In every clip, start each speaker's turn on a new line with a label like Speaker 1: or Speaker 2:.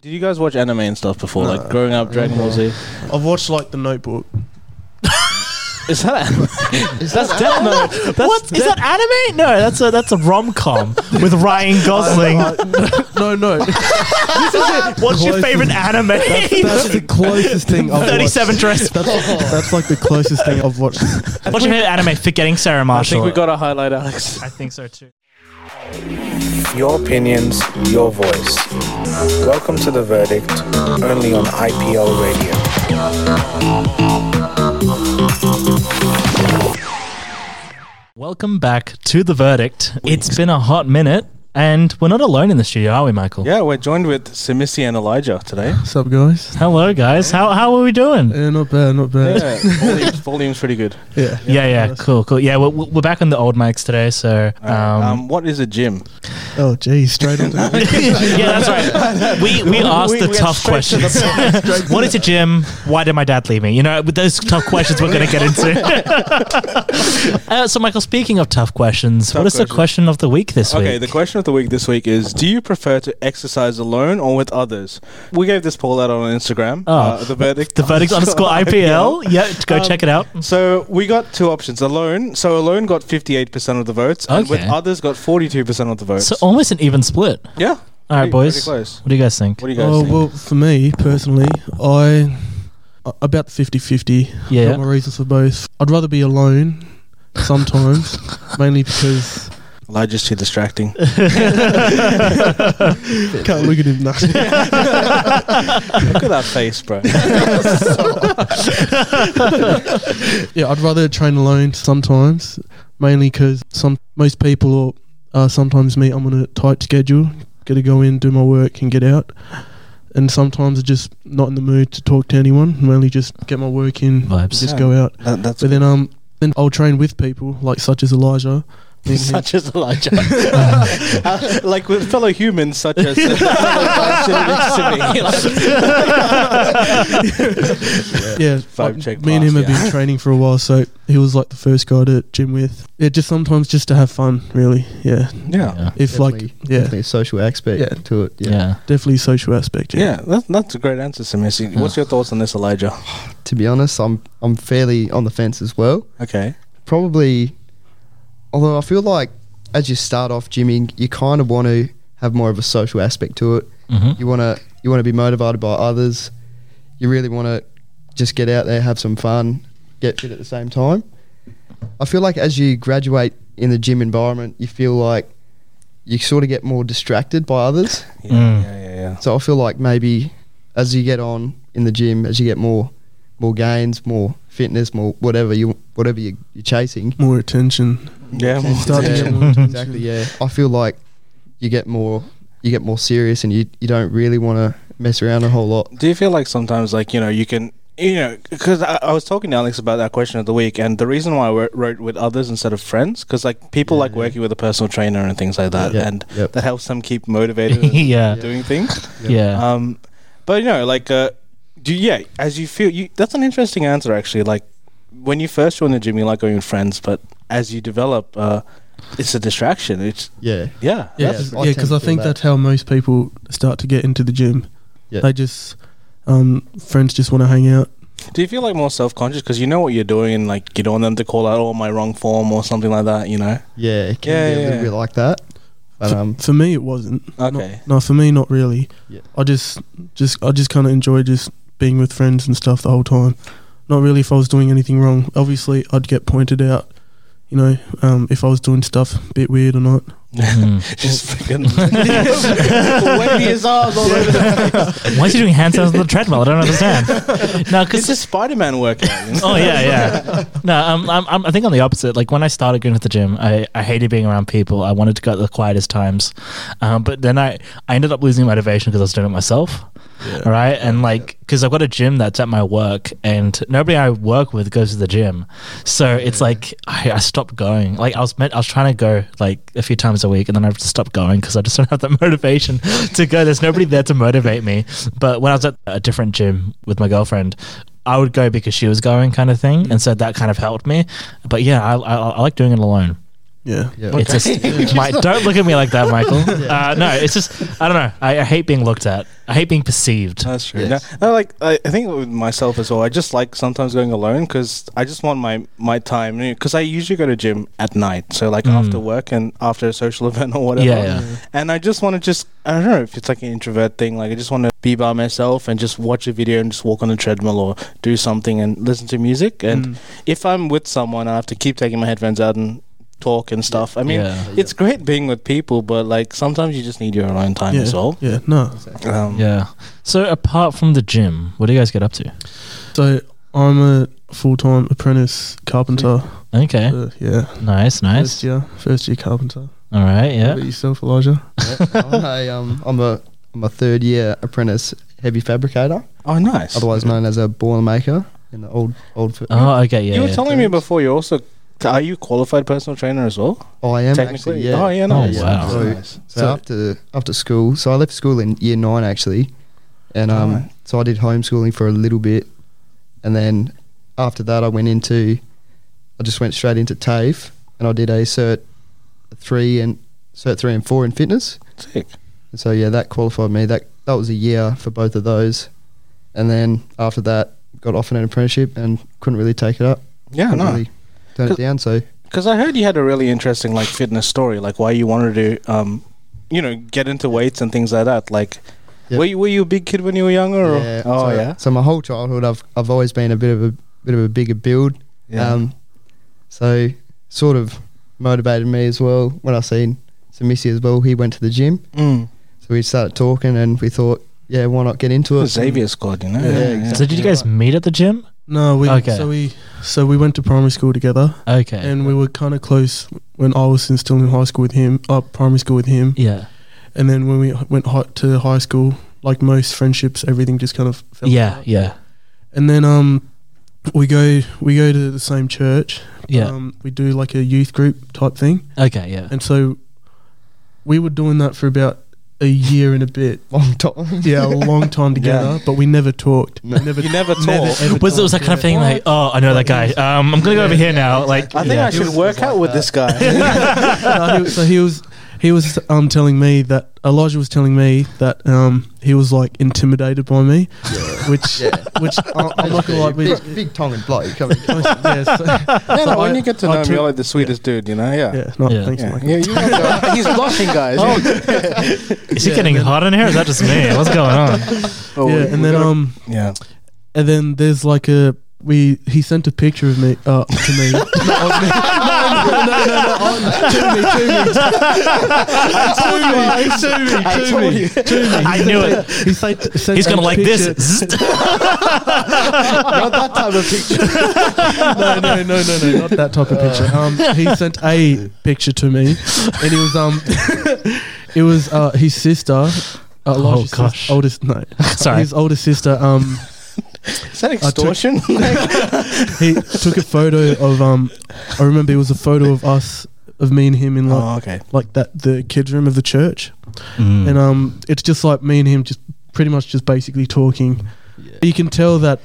Speaker 1: Did you guys watch anime and stuff before? Like growing up, Dragon Ball Z.
Speaker 2: I've watched like The Notebook.
Speaker 1: Is that anime? Is that
Speaker 3: Death Note. That's
Speaker 4: What is that anime? No, that's a that's a rom com with Ryan Gosling.
Speaker 2: no, no.
Speaker 4: What's your favorite anime?
Speaker 2: That's the closest thing I've
Speaker 4: Thirty-seven
Speaker 2: watched.
Speaker 4: dress.
Speaker 2: That's, that's like the closest thing I've watched.
Speaker 4: What's your favorite anime? Forgetting Sarah
Speaker 1: I
Speaker 4: Marshall.
Speaker 1: think we got a highlight, Alex.
Speaker 4: I think so too.
Speaker 5: Your opinions, your voice. Welcome to The Verdict, only on IPL Radio.
Speaker 4: Welcome back to the verdict. It's been a hot minute, and we're not alone in the studio, are we, Michael?
Speaker 1: Yeah, we're joined with Simisi and Elijah today.
Speaker 2: What's up, guys?
Speaker 4: Hello, guys. How how are we doing?
Speaker 2: Yeah, not bad, not bad.
Speaker 1: Yeah, volume's, volume's pretty good.
Speaker 2: Yeah.
Speaker 4: yeah, yeah, cool, cool. Yeah, we're, we're back on the old mics today, so um,
Speaker 1: Um, what is a gym?
Speaker 2: Oh, geez, straight on.
Speaker 4: yeah, that's right. We we asked
Speaker 1: we
Speaker 4: the
Speaker 1: went
Speaker 4: tough
Speaker 1: straight to the
Speaker 4: questions. what is a gym? Why did my dad leave me? You know, with those tough questions, we're going to get into. uh, so, Michael, speaking of tough questions,
Speaker 1: Tough
Speaker 4: what is the
Speaker 1: questions.
Speaker 4: question of the week this
Speaker 1: Okay,
Speaker 4: week?
Speaker 1: the question of the week this week is: Do you prefer to exercise alone or with others? We gave this poll out on Instagram.
Speaker 4: Oh.
Speaker 1: uh, the verdict.
Speaker 4: the verdict underscore IPL. Yeah, go check it out.
Speaker 1: So we got two options. Alone, so alone got fifty-eight percent of the votes, and with
Speaker 4: Okay.
Speaker 1: others got forty-two percent of the votes.
Speaker 4: So almost an even split.
Speaker 1: yeah.
Speaker 4: All right,
Speaker 1: Um, Pretty-
Speaker 4: boys.
Speaker 1: pretty close.
Speaker 4: What do you guys think?
Speaker 1: What do you guys
Speaker 2: Oh,
Speaker 1: think?
Speaker 2: well, for me personally, I a- about 50 50.
Speaker 4: Yeah.
Speaker 2: Got my reasons for both. I'd rather be alone sometimes, mainly because.
Speaker 1: Elijah's too distracting.
Speaker 2: Can't look at him now.
Speaker 1: Look at that face, bro.
Speaker 2: yeah, I'd rather train alone sometimes, mainly because some most people or uh, sometimes me, I'm on a tight schedule. Got to go in, do my work, and get out. And sometimes I'm just not in the mood to talk to anyone. Mainly just get my work in,
Speaker 4: Vibes.
Speaker 2: just go out.
Speaker 1: That, that's
Speaker 2: But then um, then I'll train with people like such as Elijah. Then he-
Speaker 1: such as Elijah, Uh, like with fellow humans, such as uh,
Speaker 2: yeah,
Speaker 1: Vibe
Speaker 2: like,
Speaker 1: check
Speaker 2: me and him
Speaker 1: pass,
Speaker 2: have been training for a while, so he was like the first guy to gym with. Yeah, just sometimes just to have fun, really. Yeah,
Speaker 1: yeah,
Speaker 2: if like
Speaker 6: Definitely-
Speaker 2: yeah,
Speaker 6: definitely a social aspect
Speaker 2: Yeah.
Speaker 6: to it.
Speaker 4: Yeah.
Speaker 6: Yeah.
Speaker 2: definitely social aspect.
Speaker 1: yeah. That, that's a great answer, Samisi. What's your thoughts on this, Elijah?
Speaker 6: To be honest, I'm I'm fairly on the fence as well.
Speaker 1: Okay,
Speaker 6: Probably, although I feel like as you start off gymming, you kind of want to have more of a social aspect to it.
Speaker 4: hmm
Speaker 6: You want to you want to be motivated by others. You really want to just get out there, have some fun, get fit at the same time. I feel like as you graduate in the gym environment, you feel like you sort of get more distracted by others.
Speaker 1: yeah,
Speaker 4: Mm.
Speaker 1: yeah, yeah, yeah.
Speaker 6: So I feel like maybe as you get on in the gym, as you get more more gains, more fitness, more whatever you whatever you, you're chasing.
Speaker 2: more attention.
Speaker 1: Yeah, well,
Speaker 2: Start to
Speaker 6: Yeah,
Speaker 2: get more attention.
Speaker 6: Exactly. Yeah. I feel like you get more you get more serious, and you you don't really want to mess around a whole lot.
Speaker 1: do you feel like sometimes like you know you can you know because I, I was talking to alex about that question of the week and the reason why i wrote, wrote with others instead of friends because like people like working with a personal trainer and things like that
Speaker 6: Yeah,
Speaker 1: and
Speaker 6: yep.
Speaker 1: that helps them keep motivated and
Speaker 4: yeah,
Speaker 1: doing things
Speaker 4: yeah.
Speaker 1: um but you know like uh do yeah as you feel you that's an interesting answer actually like when you first join the gym you like going with friends but as you develop uh it's a distraction it's
Speaker 6: Yeah.
Speaker 1: yeah
Speaker 2: Yeah,
Speaker 6: That's- I
Speaker 2: yeah, because
Speaker 6: tend
Speaker 2: I think
Speaker 6: to feel that.
Speaker 2: that's how most people start to get into the gym.
Speaker 6: Yeah.
Speaker 2: They just um, friends just want to hang out.
Speaker 1: Do you feel like more self conscious because you know what you're doing and like you don't want them to call out, oh, my wrong form or something like that, you know?
Speaker 6: Yeah. It can
Speaker 1: Yeah,
Speaker 6: be a
Speaker 1: yeah.
Speaker 6: little bit like that. But
Speaker 2: For-
Speaker 6: um,
Speaker 2: for, me, it wasn't. Not-
Speaker 1: Okay.
Speaker 2: no, for me, not really.
Speaker 6: Yeah.
Speaker 2: I just, just, I just kind of enjoy just being with friends and stuff the whole time. Not really if I was doing anything wrong. Obviously, I'd get pointed out. You know, um, if I was doing stuff a bit weird or not.
Speaker 4: Mm.
Speaker 1: Just freaking waving his arms all over the
Speaker 4: Why is he doing handstands on the treadmill? I don't understand. no,
Speaker 1: It's
Speaker 4: because
Speaker 1: a Spider Man workout. You know?
Speaker 4: oh yeah, yeah. No, um, I'm, I'm, I think I'm the opposite. Like when I started going to the gym, I, I hated being around people. I wanted to go at the quietest times, um, but then I, I ended up losing motivation because I was doing it myself. All right, and like because I've got a gym that's at my work, and nobody I work with goes to the gym, so it's like I, I stopped going. Like I was meant, I was trying to go like a few times a week, and then I just stopped going because I just don't have that motivation to go. There's nobody there to motivate me. But when I was at a different gym with my girlfriend, I would go because she was going, kind of thing, and so that kind of helped me. But yeah, I I, I like doing it alone.
Speaker 2: Yeah.
Speaker 6: Yeah.
Speaker 4: It's just, my, don't look at me like that, Michael. Uh, no, it's just I don't know. I, I hate being looked at. I hate being perceived.
Speaker 1: That's true.
Speaker 6: Yes.
Speaker 1: No, no, like I, I think with myself as well. I just like sometimes going alone because I just want my my time. Because I usually go to gym at night, so like
Speaker 4: Mm.
Speaker 1: after work and after a social event or whatever.
Speaker 4: Yeah, yeah.
Speaker 1: And I just want to just I don't know if it's like an introvert thing. Like I just want to be by myself and just watch a video and just walk on a treadmill or do something and listen to music. And
Speaker 4: Mm.
Speaker 1: if I'm with someone, I have to keep taking my headphones out and talk and stuff. I mean.
Speaker 4: yeah.
Speaker 1: It's great being with people, but like sometimes you just need your alone time
Speaker 2: yeah.
Speaker 1: as well.
Speaker 2: Yeah. No.
Speaker 1: Um,
Speaker 4: Yeah. So apart from the gym, what do you guys get up to?
Speaker 2: So I'm a full time apprentice carpenter.
Speaker 4: Okay.
Speaker 2: Uh, yeah.
Speaker 4: Nice,
Speaker 2: First
Speaker 4: nice.
Speaker 2: year, first year carpenter.
Speaker 4: All right,
Speaker 2: What
Speaker 4: yeah.
Speaker 2: about yourself, Elijah?
Speaker 6: I'm a, um, I'm a I'm a third year apprentice heavy fabricator,
Speaker 1: Oh, nice.
Speaker 6: otherwise known as a boiler maker in the old old. f-
Speaker 4: Oh, okay, yeah.
Speaker 1: you were
Speaker 4: yeah.
Speaker 1: telling me before you're also are you qualified personal trainer as well?
Speaker 6: I am
Speaker 1: Technically,
Speaker 6: actually yeah.
Speaker 1: Oh yeah,
Speaker 4: Oh,
Speaker 1: nice.
Speaker 4: wow.
Speaker 1: So-
Speaker 6: So,
Speaker 2: So-
Speaker 6: after after school, so I left school in year nine actually, and um,
Speaker 1: Alright.
Speaker 6: so I did homeschooling for a little bit, and then after that I went into, I just went straight into TAFE, and I did a cert three and cert three and four in fitness,
Speaker 1: Sick.
Speaker 6: and so yeah, that qualified me. That that was a year for both of those, and then after that got offered an apprenticeship and couldn't really take it up.
Speaker 1: Yeah,
Speaker 6: couldn't
Speaker 1: no.
Speaker 6: really turn it
Speaker 1: Cause-
Speaker 6: down. So
Speaker 1: Because I heard you had a really interesting like fitness story, like why you wanted to, um, you know, get into weights and things like that. Like,
Speaker 6: Yeah.
Speaker 1: were you were you a big kid when you were younger? Or?
Speaker 6: yeah,
Speaker 1: Oh
Speaker 6: so,
Speaker 1: yeah.
Speaker 6: So my whole childhood, I've I've always been a bit of a bit of a bigger build.
Speaker 1: Yeah.
Speaker 6: Um, so sort of motivated me as well when I seen Samisi as well. He went to the gym,
Speaker 1: Mm.
Speaker 6: so we started talking, and we thought, yeah, why not get into it?
Speaker 1: Xavier squad, you know.
Speaker 6: Yeah, exactly.
Speaker 4: So did you guys meet at the gym?
Speaker 2: No, we
Speaker 4: Okay.
Speaker 2: so we so we went to primary school together,
Speaker 4: Okay.
Speaker 2: and we were kind of close when I was in, still in high school with him, uh, primary school with him,
Speaker 4: yeah.
Speaker 2: and then when we h- went hi- to high school, like most friendships, everything just kind of fell
Speaker 4: Yeah,
Speaker 2: apart.
Speaker 4: yeah.
Speaker 2: And then um, we go we go to the same church.
Speaker 4: Yeah.
Speaker 2: Um, we do like a youth group type thing,
Speaker 4: Okay, yeah.
Speaker 2: and so we were doing that for about a year and a bit.
Speaker 6: Long time.
Speaker 2: Yeah, a long time together, but we never talked.
Speaker 6: No.
Speaker 2: We never
Speaker 1: You never
Speaker 2: never,
Speaker 1: talk.
Speaker 2: ever
Speaker 4: Was it was that
Speaker 2: talked.
Speaker 4: kind of thing like, oh, I know that guy. Um, I'm gonna go over here now. Like,
Speaker 1: I think
Speaker 4: yeah.
Speaker 1: I should
Speaker 6: was-
Speaker 1: work
Speaker 6: it was
Speaker 1: out
Speaker 6: like
Speaker 1: with this
Speaker 6: that.
Speaker 1: guy.
Speaker 2: No, he was- so he was he was um telling me that Elijah was telling me that um he was like intimidated by me, which
Speaker 6: Yeah.
Speaker 2: which I, I'm not gonna lie, we,
Speaker 6: big, big tongue and bloke. Come on.
Speaker 2: yeah, so,
Speaker 1: yeah,
Speaker 2: so
Speaker 1: no, when
Speaker 2: I-
Speaker 1: you get to
Speaker 2: I
Speaker 1: know him,
Speaker 2: took-
Speaker 1: you're like the sweetest dude, you know. Yeah.
Speaker 2: yeah, no,
Speaker 4: Yeah.
Speaker 2: thanks,
Speaker 1: Yeah,
Speaker 2: Mike.
Speaker 1: yeah, you know, he's blushing, guys.
Speaker 6: Oh.
Speaker 4: Is it getting hot in here? Is that just me? What's going
Speaker 1: Oh,
Speaker 4: on?
Speaker 2: yeah,
Speaker 1: we- we
Speaker 2: and then
Speaker 1: gotta-
Speaker 2: um
Speaker 1: yeah.
Speaker 2: and then there's like a we he sent a picture of me uh to me. no, of me. no, no, no, no, on- to me, to me,
Speaker 1: I
Speaker 2: to me, to me, to me,
Speaker 1: told
Speaker 2: to me.
Speaker 1: you.
Speaker 4: I knew it.
Speaker 2: He sent, sent
Speaker 4: He's gonna
Speaker 2: a
Speaker 4: like
Speaker 2: picture-
Speaker 4: this.
Speaker 1: Not that type of picture.
Speaker 2: no, no, no, no, no, not that type of picture.
Speaker 4: Uh.
Speaker 2: Um, he sent a picture to me, and it was um, it was uh, his sister, uh, Elijah's sis-
Speaker 4: Oh, gosh.
Speaker 2: oldest no,
Speaker 4: Sorry.
Speaker 2: his older sister. Um,
Speaker 1: Is that
Speaker 2: took-
Speaker 1: extortion? Like-
Speaker 2: he took a photo of um, I remember it was a photo of us, of me and him in like
Speaker 1: oh, okay.
Speaker 2: like that the kids room of the church,
Speaker 4: Mm.
Speaker 2: and um, it's just like me and him just pretty much just basically talking. You can tell that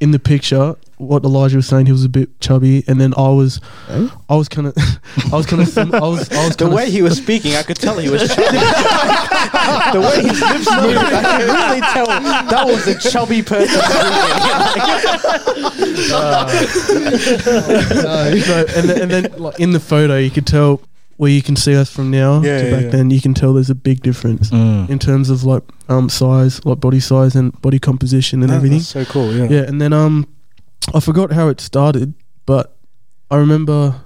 Speaker 2: in the picture. What Elijah was saying, he was a bit chubby, and then I was,
Speaker 6: Eh?
Speaker 2: I was kind of, I was kind of, I was, I was
Speaker 1: The
Speaker 2: kinda
Speaker 1: way he was speaking, I could tell he was chubby. the way his lips moved, I could really tell that was a chubby person.
Speaker 2: so, and, then, and then like in the photo you could tell where you can see us from now
Speaker 1: Yeah,
Speaker 2: to
Speaker 1: yeah,
Speaker 2: back
Speaker 1: yeah.
Speaker 2: then you can tell there's a big difference
Speaker 4: Mm.
Speaker 2: in terms of like um size like body size and body composition
Speaker 1: Ah,
Speaker 2: and everything
Speaker 1: so cool,
Speaker 2: yeah and then um i forgot how it started but i remember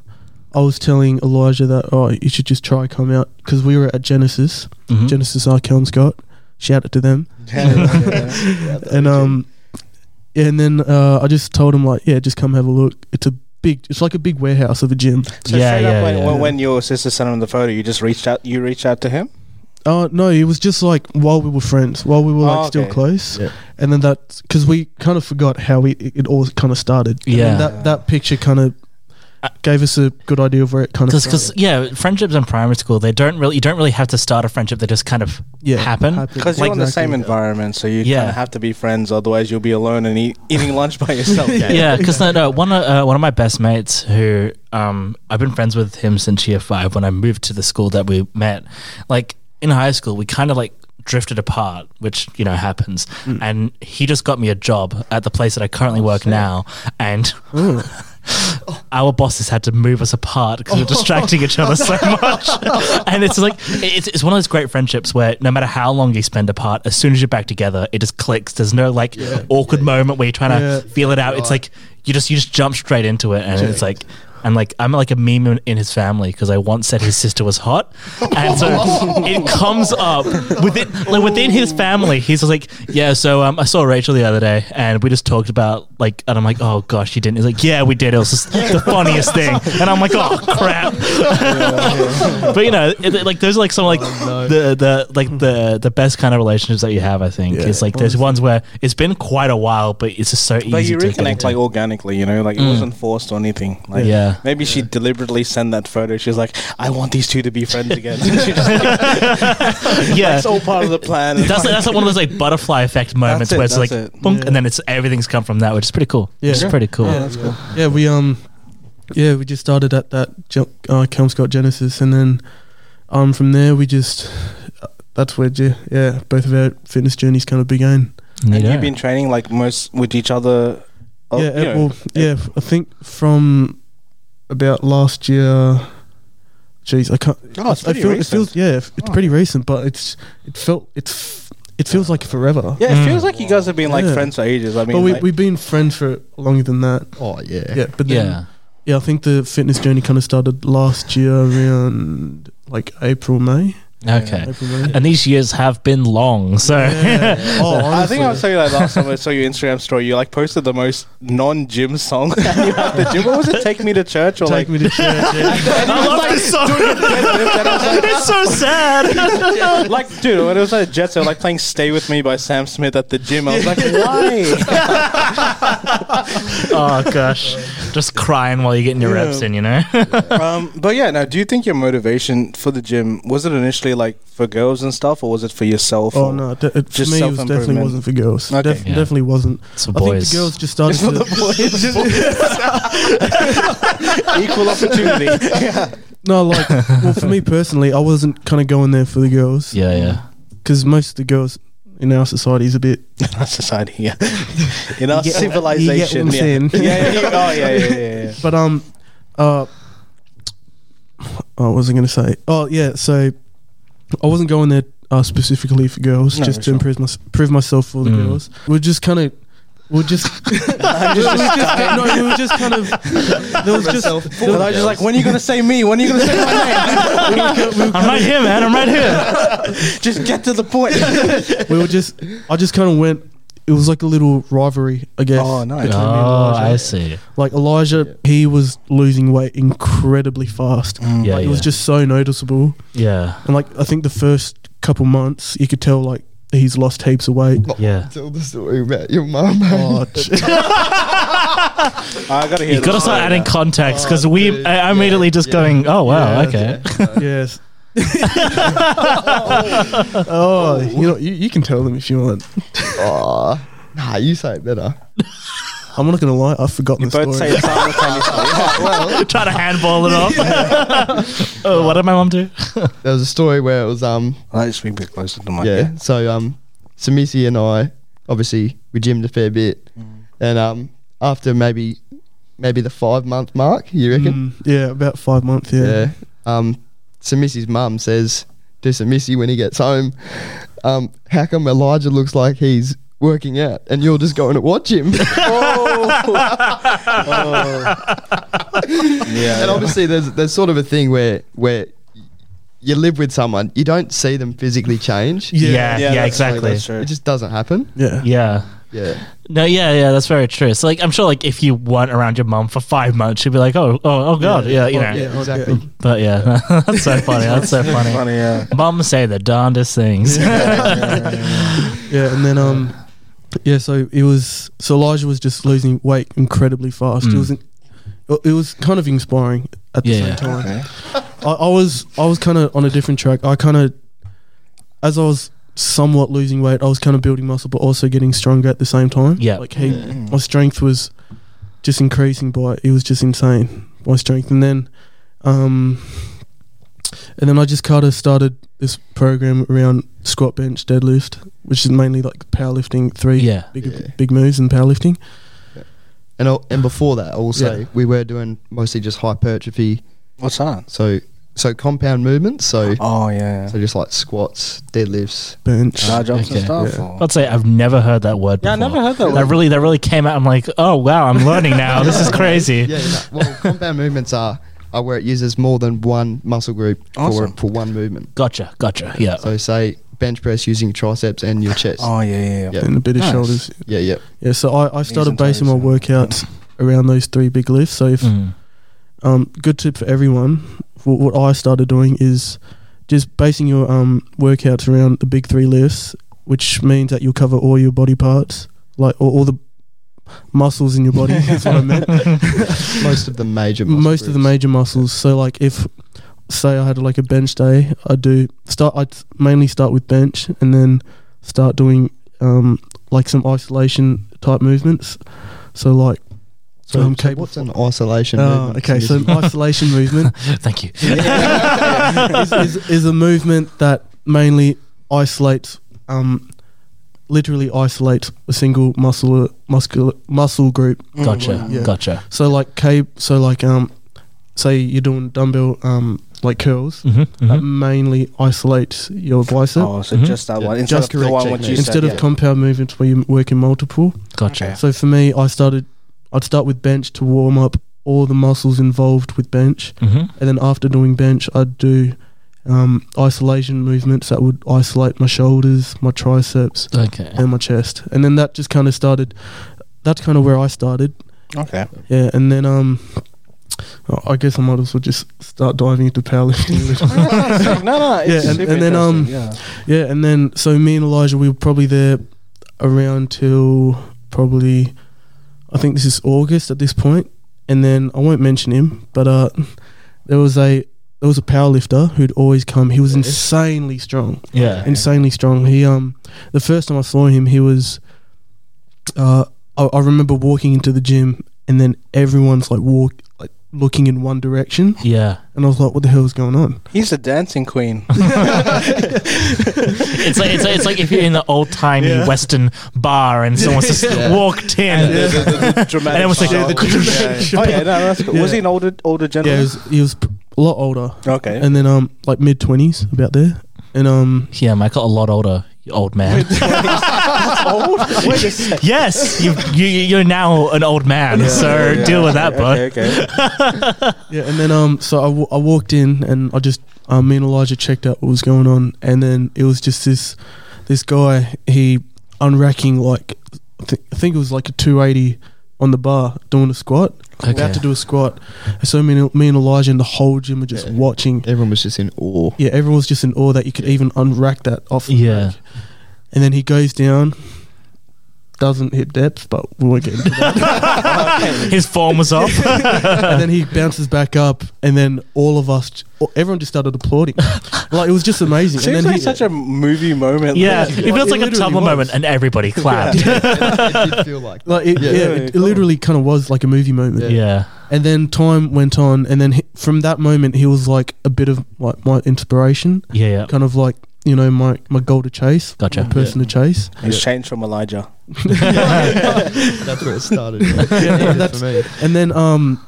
Speaker 2: i was telling elijah that oh you should just try come out because we were at genesis
Speaker 4: Mhm.
Speaker 2: genesis r kelm scott shout out to them and um yeah, and then uh, I just told him like, yeah, just come have a look. It's a big, it's like a big warehouse of a gym.
Speaker 1: So
Speaker 4: Yeah,
Speaker 1: straight
Speaker 4: yeah,
Speaker 1: up when,
Speaker 4: yeah.
Speaker 1: when, when your sister sent him the photo, you just reached out. You reached out to him.
Speaker 2: Uh, no, it was just like while we were friends, while we were like
Speaker 1: Oh,
Speaker 2: still
Speaker 1: okay.
Speaker 2: close,
Speaker 6: Yeah.
Speaker 2: and then that because we kind of forgot how we it all kind of started. And then
Speaker 4: Yeah.
Speaker 2: that that picture kind of gave us a good idea of where it kind of
Speaker 4: Because, yeah, friendships in primary school, they don't really, you don't really have to start a friendship. They just kind of
Speaker 2: Yeah,
Speaker 4: happen.
Speaker 1: Because you're in the same environment, so you
Speaker 4: Yeah.
Speaker 1: kind of have to be friends. Otherwise, you'll be alone and eat, eating lunch by yourself.
Speaker 4: yeah, because no, no, one of uh, one of my best mates who um I've been friends with him since year five when I moved to the school that we met. Like in high school, we kind of like drifted apart, which you know happens.
Speaker 2: Mm.
Speaker 4: And he just got me a job at the place that I currently
Speaker 2: Oh,
Speaker 4: work now, and. Our bosses had to move us apart because we were distracting each other so much. and it's like, it's, it's one of those great friendships where no matter how long you spend apart, as soon as you're back together, it just clicks. There's no like awkward moment where you're trying
Speaker 2: Yeah.
Speaker 4: to feel it out. It's like you just you just jump straight into it, and it's like and like I'm like a meme in, in his family because I once said his sister was hot, and so it comes up within like within his family. He's like, yeah. So um, I saw Rachel the other day, and we just talked about like, and I'm like, oh gosh, you didn't. He's like, yeah, we did. It was just the funniest thing, and I'm like, oh crap. but you know, it, it- like those are like some like the the like the the best kind of relationships that you have. I think
Speaker 2: Yeah.
Speaker 4: it's like there's ones where it's been quite a while, but it's just so easy.
Speaker 1: But you
Speaker 4: to get
Speaker 1: reconnect
Speaker 4: into. Mm.
Speaker 1: like organically, you know, like it wasn't forced or anything. Like,
Speaker 4: Yeah.
Speaker 1: Maybe she deliberately sent that photo. She's like, I want these two to be friends again. She just-
Speaker 4: yeah.
Speaker 1: It's all part of the plan.
Speaker 4: That's that's like one of those like butterfly effect moments
Speaker 1: it,
Speaker 4: where it's
Speaker 1: that's
Speaker 4: like,
Speaker 1: it.
Speaker 4: boom,
Speaker 2: Yeah.
Speaker 4: and then it's everything's come from that, which is pretty cool.
Speaker 2: Yeah.
Speaker 4: which is pretty cool.
Speaker 2: Yeah, that's cool. Yeah, we um, yeah, we just started at that jump, uh, Kelm Scott Genesis, and then um, from there we just uh, that's where ju- yeah, both of our fitness journeys kind of began.
Speaker 1: and you've been training like most with each other. oh,
Speaker 2: yeah,
Speaker 1: you know,
Speaker 2: well, yeah, I think from about last year. Jeez, I can't.
Speaker 1: Oh, it's
Speaker 2: I
Speaker 1: pretty
Speaker 2: feel- It
Speaker 1: recent.
Speaker 2: feels yeah, it's
Speaker 1: Oh.
Speaker 2: pretty recent, but it's it felt it's it feels like forever.
Speaker 1: yeah, it
Speaker 4: Mm.
Speaker 1: feels like you guys have been like
Speaker 2: Yeah.
Speaker 1: friends for ages. I mean,
Speaker 2: but we
Speaker 1: like-
Speaker 2: we've been friends for longer than that.
Speaker 6: Oh yeah.
Speaker 2: Yeah, but then,
Speaker 4: yeah.
Speaker 2: Yeah, I think the fitness journey kind of started last year around like April, May.
Speaker 4: Okay.
Speaker 2: April, May.
Speaker 4: And these years have been long, so
Speaker 2: Yeah. Oh,
Speaker 1: I think I was
Speaker 2: honestly.
Speaker 1: telling you like last time I saw your Instagram story. You like posted the most non-gym song that you had the gym. What was it? Take me to church or like?
Speaker 2: Take me to church.
Speaker 1: And it was,
Speaker 2: yeah.
Speaker 4: I love
Speaker 1: like,
Speaker 4: this song.
Speaker 1: and I was like,
Speaker 4: it's so sad.
Speaker 1: like, dude, when it was like Jets, they were like playing "Stay with Me" by Sam Smith at the gym. I was like, why?
Speaker 4: oh gosh, just crying while you're getting your reps in, you know.
Speaker 1: um, but yeah, now, do you think your motivation for the gym was it initially like for girls and stuff, or was it for yourself?
Speaker 2: Oh
Speaker 1: or-
Speaker 2: no, de- it, for
Speaker 1: Just
Speaker 2: me it was definitely
Speaker 1: self-improvement.
Speaker 2: wasn't for girls.
Speaker 1: Okay.
Speaker 2: Def-
Speaker 4: Yeah.
Speaker 2: Definitely wasn't.
Speaker 4: So
Speaker 2: I think
Speaker 4: boys,
Speaker 2: the girls just started. to,
Speaker 1: equal opportunity. yeah.
Speaker 2: No, like, well, for me personally, I wasn't kind of going there for the girls
Speaker 4: yeah, yeah.
Speaker 2: because most of the girls in our society is a bit.
Speaker 1: In our society, yeah. In our
Speaker 2: You get- you get what I'm
Speaker 1: civilization,
Speaker 2: saying.
Speaker 1: yeah. yeah, yeah, yeah. Oh, yeah, yeah, yeah, yeah.
Speaker 2: But um, uh, oh, what was I going to say? Oh yeah, so I wasn't going there uh, specifically for girls,
Speaker 1: No,
Speaker 2: just to
Speaker 1: sure.
Speaker 2: improve, my, prove myself for the
Speaker 4: Mm.
Speaker 2: girls. We're just kind of. We're just,
Speaker 1: I'm just,
Speaker 2: we
Speaker 1: just
Speaker 2: were just no, we were just kind of. There was just, there
Speaker 1: And I was just like, when are you gonna say me? When are you gonna say my name?
Speaker 4: I'm right here, man. I'm right here.
Speaker 1: just get to the point.
Speaker 2: we were just. I just kind of went. It was like a little rivalry, I guess.
Speaker 1: Oh, nice.
Speaker 2: between me and
Speaker 4: oh,
Speaker 2: Elijah.
Speaker 4: I see.
Speaker 2: Like Elijah, he was losing weight incredibly fast.
Speaker 4: Yeah,
Speaker 2: like,
Speaker 4: yeah.
Speaker 2: It was just so noticeable.
Speaker 4: yeah,
Speaker 2: And like I think the first couple months, you could tell like he's lost heaps of weight.
Speaker 4: yeah.
Speaker 6: Tell the story about your mum.
Speaker 2: Oh,
Speaker 1: I gotta hear.
Speaker 4: You gotta
Speaker 1: this
Speaker 4: start
Speaker 1: story
Speaker 4: adding
Speaker 1: now.
Speaker 4: context because
Speaker 6: Oh,
Speaker 4: we.
Speaker 6: dude.
Speaker 4: I, I'm immediately
Speaker 6: Yeah,
Speaker 4: just
Speaker 6: yeah.
Speaker 4: going, oh wow,
Speaker 6: Yeah,
Speaker 4: okay.
Speaker 2: yes. oh, you know, you, you can tell them if you want.
Speaker 6: Aw. Ah. Nah, you say it better.
Speaker 2: I'm not gonna lie, I've forgotten
Speaker 1: You
Speaker 2: the
Speaker 1: both say
Speaker 2: story.
Speaker 1: it simultaneously.
Speaker 4: Try to handball it off. oh, what did my mom do?
Speaker 6: There was a story where it was um
Speaker 1: I just being a bit closer to my
Speaker 6: yeah. So um, so Missy and I, obviously, we gymmed a fair bit,
Speaker 2: Mm.
Speaker 6: and um, after maybe, maybe the five month mark, you reckon?
Speaker 2: Mm, yeah, about five months. Yeah.
Speaker 6: Yeah. Um, so Missy's mum says to Sir Missy when he gets home, um, how come Elijah looks like he's working out and you're just going to watch him?
Speaker 2: Oh.
Speaker 6: Oh.
Speaker 1: yeah.
Speaker 6: and obviously, there's there's sort of a thing where where you live with someone, you don't see them physically change.
Speaker 2: Yeah.
Speaker 4: Yeah, yeah,
Speaker 1: that's true,
Speaker 4: exactly.
Speaker 1: that's true.
Speaker 6: It just doesn't happen.
Speaker 2: Yeah.
Speaker 4: Yeah.
Speaker 6: Yeah.
Speaker 4: No, yeah, yeah, that's very true. So, like, I'm sure, like, if you weren't around your mum for five months, she'd be like, "Oh, oh, oh, god, yeah, you know."
Speaker 2: Yeah,
Speaker 6: Yeah, exactly.
Speaker 4: But yeah, that's so funny. That's so funny.
Speaker 1: Funny, yeah.
Speaker 4: Mum say the darndest things.
Speaker 2: Yeah, and then um, yeah. So it was. So Elijah was just losing weight incredibly fast. It
Speaker 4: Mm.
Speaker 2: was. In, it it was kind of inspiring at the
Speaker 4: Yeah, yeah.
Speaker 2: same time. I, I was I was kind of on a different track. I kind of, as I was somewhat losing weight, I was kind of building muscle, but also getting stronger at the same time.
Speaker 4: Yeah.
Speaker 2: like he,
Speaker 1: Mm-hmm.
Speaker 2: my strength was just increasing by. It was just insane my strength, and then, um, and then I just kind of started this program around squat, bench, deadlift, which is mainly like powerlifting, three
Speaker 4: Yeah.
Speaker 2: big
Speaker 6: Yeah.
Speaker 2: big moves and powerlifting.
Speaker 6: And al- and before that, also
Speaker 2: Yeah.
Speaker 6: we were doing mostly just hypertrophy.
Speaker 1: What's that?
Speaker 6: So so compound movements. So
Speaker 1: Oh yeah.
Speaker 6: so just like squats, deadlifts.
Speaker 2: Bench.
Speaker 1: Bar jumps
Speaker 4: Okay.
Speaker 1: and stuff.
Speaker 2: Yeah.
Speaker 1: or-
Speaker 4: I'd say I've never heard that word.
Speaker 1: Yeah, I
Speaker 4: before.
Speaker 1: never heard that
Speaker 4: That
Speaker 1: word.
Speaker 4: really, that really came out. I'm like, oh wow, I'm learning now. Oh, this is crazy.
Speaker 6: Yeah. yeah. Well, compound movements are are where it uses more than one muscle group
Speaker 1: Awesome.
Speaker 6: for for one movement.
Speaker 4: Gotcha, gotcha. Yeah.
Speaker 6: So say bench press using triceps and your chest.
Speaker 1: Oh yeah, yeah, yeah.
Speaker 6: Yeah.
Speaker 2: And a bit of
Speaker 1: Nice.
Speaker 2: shoulders,
Speaker 6: Yeah, yeah.
Speaker 2: Yeah, so I, I started
Speaker 1: and
Speaker 2: basing my
Speaker 1: toes, yeah.
Speaker 2: workouts around those three big lifts. So, if
Speaker 4: Mm.
Speaker 2: um, good tip for everyone, what, what I started doing is just basing your um, workouts around the big three lifts, which means that you'll cover all your body parts, like all, all the muscles in your body. is what I meant.
Speaker 6: Most of the major. muscle
Speaker 2: Most of the
Speaker 6: groups.
Speaker 2: major muscles. So, like if say I had like a bench day, I do start. I mainly start with bench and then start doing um, like some isolation type movements. So like
Speaker 6: So,
Speaker 2: um,
Speaker 6: so
Speaker 2: cable-
Speaker 6: what's an isolation?
Speaker 2: Oh,
Speaker 6: movement?
Speaker 2: okay, so an isolation movement
Speaker 4: Thank you.
Speaker 2: is, is, is a movement that mainly isolates, um, literally isolates a single muscle muscle muscle group.
Speaker 1: Mm. Mm-hmm.
Speaker 4: Gotcha,
Speaker 2: Yeah.
Speaker 4: gotcha.
Speaker 2: So like cable, so like um, say you're doing dumbbell um like curls
Speaker 4: hmm
Speaker 2: that mainly isolates your bicep.
Speaker 1: Mm-hmm. Oh, so
Speaker 4: Mhm.
Speaker 1: just that
Speaker 6: Yeah.
Speaker 1: one. Instead
Speaker 6: Just
Speaker 1: of the
Speaker 6: correct
Speaker 1: one what
Speaker 6: technique.
Speaker 1: you
Speaker 2: Instead
Speaker 1: said,
Speaker 2: of
Speaker 1: yeah.
Speaker 2: compound movements where you work in multiple.
Speaker 4: Gotcha.
Speaker 1: Okay.
Speaker 2: So for me, I started. I'd start with bench to warm up all the muscles involved with bench.
Speaker 4: hmm
Speaker 2: and then after doing bench, I'd do um, isolation movements that would isolate my shoulders, my triceps,
Speaker 4: Okay.
Speaker 2: and my chest. And then that just kind of started. That's kind of where I started.
Speaker 1: Okay.
Speaker 2: Yeah, and then um, I guess I might as well just start diving into powerlifting.
Speaker 1: no, no, it's
Speaker 2: Yeah, and-
Speaker 1: super
Speaker 2: and then, um,
Speaker 1: interesting, yeah.
Speaker 2: yeah, and then so me and Elijah, we were probably there around till probably I think this is August at this point. And then I won't mention him, but uh, there was a there was a powerlifter who'd always come. He was insanely strong.
Speaker 4: Yeah.
Speaker 2: insanely strong. He um, the first time I saw him, he was. Uh, I, I remember walking into the gym, and then everyone's like walk like looking in one direction,
Speaker 4: Yeah.
Speaker 2: and I was like, "What the hell is going on?"
Speaker 1: he's a dancing queen.
Speaker 4: It's like it's like, it's like if you're in the old timey
Speaker 2: Yeah.
Speaker 4: Western bar and someone's just walked in.
Speaker 1: dramatic.
Speaker 4: And it was like-
Speaker 1: style.
Speaker 4: Yeah, the-
Speaker 1: yeah, yeah. Oh yeah, no, that's cool. Was
Speaker 2: Yeah.
Speaker 1: he an older older
Speaker 2: Yeah, he
Speaker 1: gentleman?
Speaker 2: was, he was p- a lot older,
Speaker 1: okay.
Speaker 2: and then um, like mid twenties, about there, and um,
Speaker 4: Yeah, Michael, a lot older, you old man.
Speaker 1: old? Wait a second.
Speaker 4: yes, you, you you're now an old man, so deal with that, bud.
Speaker 1: Okay, okay.
Speaker 2: yeah, and then um, so I, w- I walked in, and I just um, me and Elijah checked out what was going on, and then it was just this this guy he unracking like I thi- I think it was like a two eighty on the bar doing a squat.
Speaker 4: Okay.
Speaker 2: about to do a squat. And So me and, me and Elijah and the whole gym were just
Speaker 6: Yeah.
Speaker 2: watching.
Speaker 6: Everyone was just in awe.
Speaker 2: Yeah, everyone was just in awe that you could even unrack that off. the
Speaker 4: Yeah.
Speaker 2: rack. And then he goes down, doesn't hit depth, but we won't get into that.
Speaker 4: His form was off.
Speaker 2: and then he bounces back up, and then all of us, j- all- everyone just started applauding. like, it was just amazing.
Speaker 1: Seems
Speaker 2: and then
Speaker 1: like
Speaker 2: he,
Speaker 1: such a movie moment.
Speaker 4: yeah, it feels like a
Speaker 2: literally
Speaker 4: Tumblr
Speaker 2: was.
Speaker 4: moment, and everybody clapped. Yeah.
Speaker 6: it did feel like.
Speaker 2: Like it, yeah,
Speaker 6: Yeah.
Speaker 2: it, it literally kind of was like a movie moment.
Speaker 6: Yeah.
Speaker 2: And then time went on, and then he, from that moment, he was like a bit of like my inspiration.
Speaker 4: Yeah, yeah.
Speaker 2: kind of like you know my my goal to chase,
Speaker 4: Gotcha.
Speaker 2: my person to chase.
Speaker 1: He's changed from Elijah.
Speaker 6: That's where it started. yeah,
Speaker 2: that's-
Speaker 6: for me.
Speaker 2: And then um,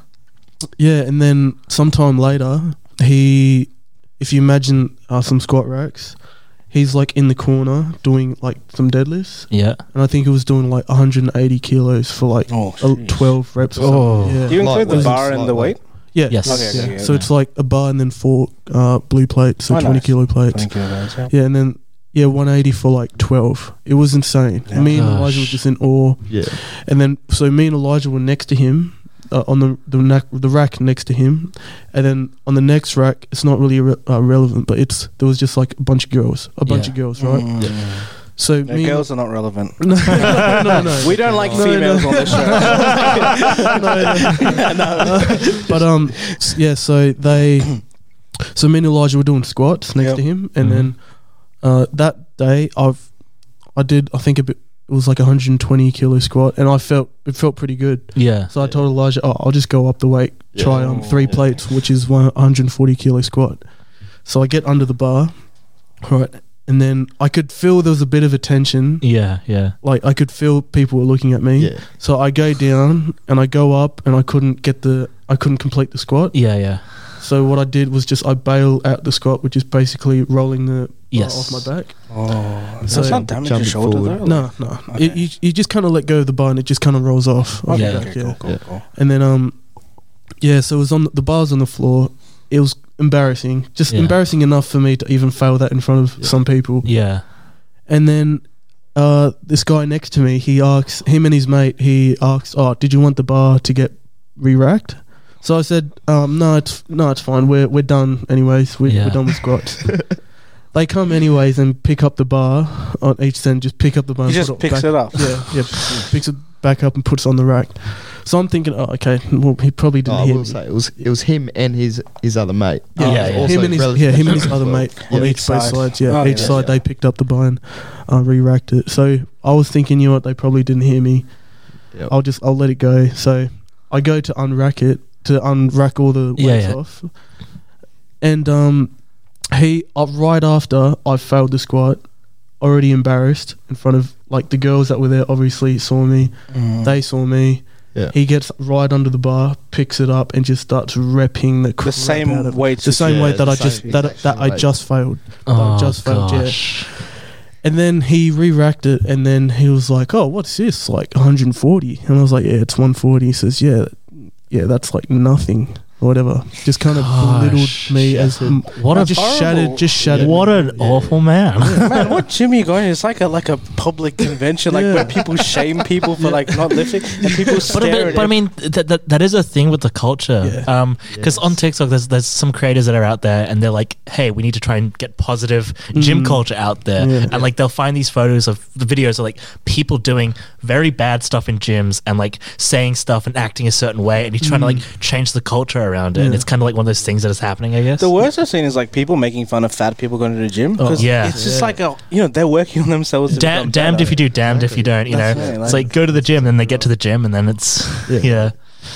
Speaker 2: yeah, and then sometime later he, if you imagine uh, some squat racks, he's like in the corner doing like some deadlifts,
Speaker 4: Yeah.
Speaker 2: and I think he was doing like 180 kilos for like
Speaker 1: Oh,
Speaker 2: el- 12 reps. Or
Speaker 4: Oh.
Speaker 2: something.
Speaker 1: Do you
Speaker 2: yeah.
Speaker 1: include the
Speaker 6: Lightweight.
Speaker 1: bar and the weight?
Speaker 2: yeah,
Speaker 4: Yes.
Speaker 1: Okay, okay,
Speaker 2: yeah.
Speaker 1: yeah,
Speaker 2: So
Speaker 1: yeah.
Speaker 2: it's like a bar and then four uh, blue plates, so
Speaker 1: Oh,
Speaker 2: 20
Speaker 1: nice.
Speaker 2: kilo plates.
Speaker 1: Thank you, Elijah.
Speaker 2: Yeah, and then. Yeah, 180 for like 12. It was insane.
Speaker 1: Yeah.
Speaker 2: Me and
Speaker 4: Gosh.
Speaker 2: Elijah were just in awe.
Speaker 6: Yeah.
Speaker 2: And then, so me and Elijah were next to him uh, on the the, na- the rack next to him, and then on the next rack, it's not really re- uh, relevant, but it's there was just like a bunch of girls, a bunch
Speaker 4: Yeah.
Speaker 2: of girls, right?
Speaker 1: Mm.
Speaker 2: So
Speaker 1: No,
Speaker 2: me
Speaker 1: girls are not relevant.
Speaker 2: No, no, no, no.
Speaker 1: We don't like
Speaker 2: No, no.
Speaker 1: females on this show.
Speaker 2: No, but um, s- yeah. So they, so me and Elijah were doing squats next
Speaker 1: Yep.
Speaker 2: to him, and
Speaker 4: Mhm.
Speaker 2: then uh, that day I've I did I think a bit it was like 120 kilo squat, and I felt it felt pretty good.
Speaker 4: Yeah.
Speaker 2: So I told Elijah, oh, I'll just go up the weight, try um three
Speaker 1: Yeah.
Speaker 2: plates, which is one- 140 kilo squat. So I get under the bar, right, and then I could feel there was a bit of a tension.
Speaker 4: Yeah. Yeah.
Speaker 2: Like I could feel people were looking at me.
Speaker 6: Yeah.
Speaker 2: So I go down and I go up and I couldn't get the I couldn't complete the squat.
Speaker 4: Yeah. Yeah.
Speaker 2: So what I did was just I bail out the squat, which is basically rolling the bar
Speaker 4: Yes.
Speaker 2: off my back.
Speaker 1: oh,
Speaker 2: So-
Speaker 1: that's not damage your
Speaker 6: Jumping
Speaker 1: shoulder
Speaker 6: forward.
Speaker 1: though.
Speaker 2: No, no.
Speaker 1: Oh, Okay.
Speaker 2: It, you, you just kind of let go of the bar and it just kind of rolls off.
Speaker 1: Oh, Okay,
Speaker 2: off your
Speaker 4: Yeah.
Speaker 2: back,
Speaker 1: okay, cool, cool,
Speaker 6: Yeah.
Speaker 1: cool.
Speaker 2: And then um, yeah. So it was on the, the bar's on the floor. It was embarrassing, just
Speaker 4: Yeah.
Speaker 2: embarrassing enough for me to even fail that in front of some people.
Speaker 4: Yeah.
Speaker 2: And then uh, this guy next to me, he asks him and his mate, he asks, "Oh, did you want the bar to get re-racked?" So I said, um, "No, it's no, it's fine. We're we're done anyways. We're,
Speaker 4: Yeah.
Speaker 2: we're done with squats." they come anyways and pick up the bar on each end. Just pick up the bar.
Speaker 1: He
Speaker 2: and
Speaker 1: just
Speaker 2: put it
Speaker 1: picks
Speaker 2: back,
Speaker 1: it up.
Speaker 2: Yeah, yeah. picks it back up and puts it on the rack. So I'm thinking, "Oh, okay. Well, he probably
Speaker 6: Oh,
Speaker 2: didn't
Speaker 6: I
Speaker 2: hear."
Speaker 6: will
Speaker 2: me.
Speaker 6: say it was it was him and his his other mate.
Speaker 4: Yeah,
Speaker 6: Uh,
Speaker 4: yeah,
Speaker 6: was
Speaker 4: yeah.
Speaker 6: also
Speaker 2: Um, Him and his,
Speaker 6: relatively
Speaker 2: yeah, him and his
Speaker 6: as
Speaker 2: other
Speaker 6: well.
Speaker 2: mate
Speaker 6: Yeah.
Speaker 2: on each,
Speaker 1: Each
Speaker 2: both
Speaker 1: side.
Speaker 2: sides. Yeah,
Speaker 1: Oh,
Speaker 2: each
Speaker 1: yeah,
Speaker 2: side
Speaker 6: yeah.
Speaker 2: they picked up the bind, uh, re-racked it. So I was thinking, you know what? They probably didn't hear me.
Speaker 6: Yep.
Speaker 2: I'll just I'll let it go. So I go to unrack it to unrack all the weights
Speaker 4: Yeah, yeah.
Speaker 2: off, and um, he uh, right after I failed the squat, already embarrassed in front of like the girls that were there. Obviously saw me.
Speaker 1: Mm.
Speaker 2: They saw me.
Speaker 6: Yeah.
Speaker 2: He gets right under the bar, picks it up, and just starts repping the crap
Speaker 1: the
Speaker 2: out
Speaker 1: same
Speaker 2: of
Speaker 1: weight.
Speaker 2: the same
Speaker 6: Yeah,
Speaker 2: way that
Speaker 6: the
Speaker 2: I
Speaker 6: same
Speaker 2: just that,
Speaker 6: exact
Speaker 2: that
Speaker 6: same
Speaker 2: I
Speaker 6: way.
Speaker 2: just failed.
Speaker 4: Oh,
Speaker 2: just failed, yeah.
Speaker 4: gosh.
Speaker 2: And then he re-racked it, and then he was like, "Oh, what's this? Like 140?" And I was like, "Yeah, it's 140." He says, "Yeah, yeah, that's like nothing or whatever." Just kind of
Speaker 4: Gosh.
Speaker 2: belittled me as m-
Speaker 4: What a
Speaker 2: just
Speaker 1: horrible-
Speaker 2: shattered, just shattered.
Speaker 4: What an awful man.
Speaker 1: Man, what Jimmy going? It's like a like a public convention, like
Speaker 2: Yeah.
Speaker 1: where people shame people for like not lifting, and people
Speaker 4: but,
Speaker 1: stare
Speaker 4: but,
Speaker 1: at
Speaker 4: but I
Speaker 1: it.
Speaker 4: mean, that, that, that is a thing with the culture. Because
Speaker 2: Yeah.
Speaker 4: on TikTok, there's there's some creators that are out there, and they're like, "Hey, we need to try and get positive gym
Speaker 2: Mm.
Speaker 4: culture out there."
Speaker 2: Yeah.
Speaker 4: And like, they'll find these photos of the videos of like people doing very bad stuff in gyms and like saying stuff and acting a certain way, and you're trying
Speaker 1: Mm.
Speaker 4: to like change the culture around it. And
Speaker 2: Yeah.
Speaker 4: it's kind of like one of those things that is happening, I guess.
Speaker 1: The worst I've seen is like people making fun of fat people going to the gym because
Speaker 4: Oh, Yeah.
Speaker 1: it's just like a you know they're working on themselves. to
Speaker 4: Damn,
Speaker 1: become
Speaker 4: damned
Speaker 1: better.
Speaker 4: if you do, damned if you don't. You
Speaker 1: That's
Speaker 4: know,
Speaker 1: right,
Speaker 4: it's
Speaker 1: like-
Speaker 4: like go to the gym, then they get to the gym, and then it's
Speaker 2: Yeah.
Speaker 4: yeah,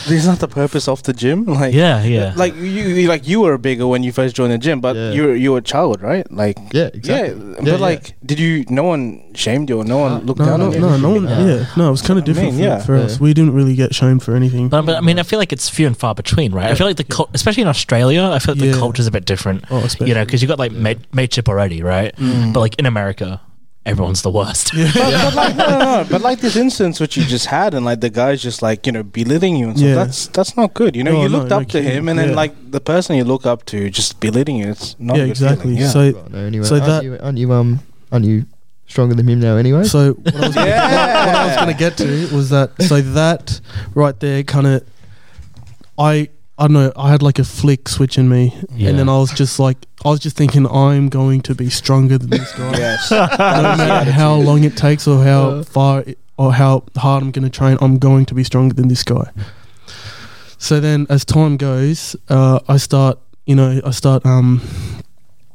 Speaker 1: This is not the purpose of the gym. Like
Speaker 4: yeah, yeah.
Speaker 1: like you, you like you were bigger when you first joined the gym, but
Speaker 6: Yeah.
Speaker 1: you were you were a child, right? Like
Speaker 6: Yeah, exactly.
Speaker 1: yeah,
Speaker 6: Yeah,
Speaker 1: but
Speaker 6: yeah.
Speaker 1: like did you? No one shamed you, or no one looked
Speaker 2: No,
Speaker 1: down
Speaker 2: no,
Speaker 1: on you.
Speaker 2: no, no one.
Speaker 6: Yeah.
Speaker 2: Yeah, no, it was kind of
Speaker 1: I mean,
Speaker 2: different for,
Speaker 1: yeah.
Speaker 2: for
Speaker 6: Yeah.
Speaker 2: us. We didn't really get shamed for anything.
Speaker 4: But, but I mean, I feel like it's few and far between, right? I feel like the cult, especially in Australia, I feel like
Speaker 2: Yeah.
Speaker 4: the culture's a bit different,
Speaker 2: oh, especially.
Speaker 4: you know, because you got like mate, mateship already, right? Mm. But like in America, everyone's the worst.
Speaker 1: But, but like no, no, no. But like this instance which you just had, and like the guy's just like you know belittling you, and stuff.
Speaker 2: Yeah.
Speaker 1: That's that's not good. You know,
Speaker 2: No,
Speaker 1: you
Speaker 2: no,
Speaker 1: looked
Speaker 2: no
Speaker 1: up to
Speaker 2: kidding.
Speaker 1: him, and then
Speaker 2: Yeah.
Speaker 1: like the person you look up to just belittling you. It's not
Speaker 2: yeah,
Speaker 1: a good
Speaker 2: exactly.
Speaker 1: Feeling. Yeah.
Speaker 2: So,
Speaker 6: Right, no, anyway,
Speaker 2: So
Speaker 6: aren't
Speaker 2: that-
Speaker 6: you, aren't you um aren't you stronger than him now anyway?
Speaker 2: so what I was gonna-
Speaker 1: Yeah.
Speaker 2: what I was going to get to was that. So that right there, kind of, I I don't know. I had like a flick switch in me,
Speaker 4: Yeah.
Speaker 2: and then I was just like, I was just thinking, I'm going to be stronger than this guy,
Speaker 1: yes.
Speaker 2: no matter how long it takes or how far it, or how hard I'm going to train. I'm going to be stronger than this guy. So then, as time goes, uh, I start, you know, I start um,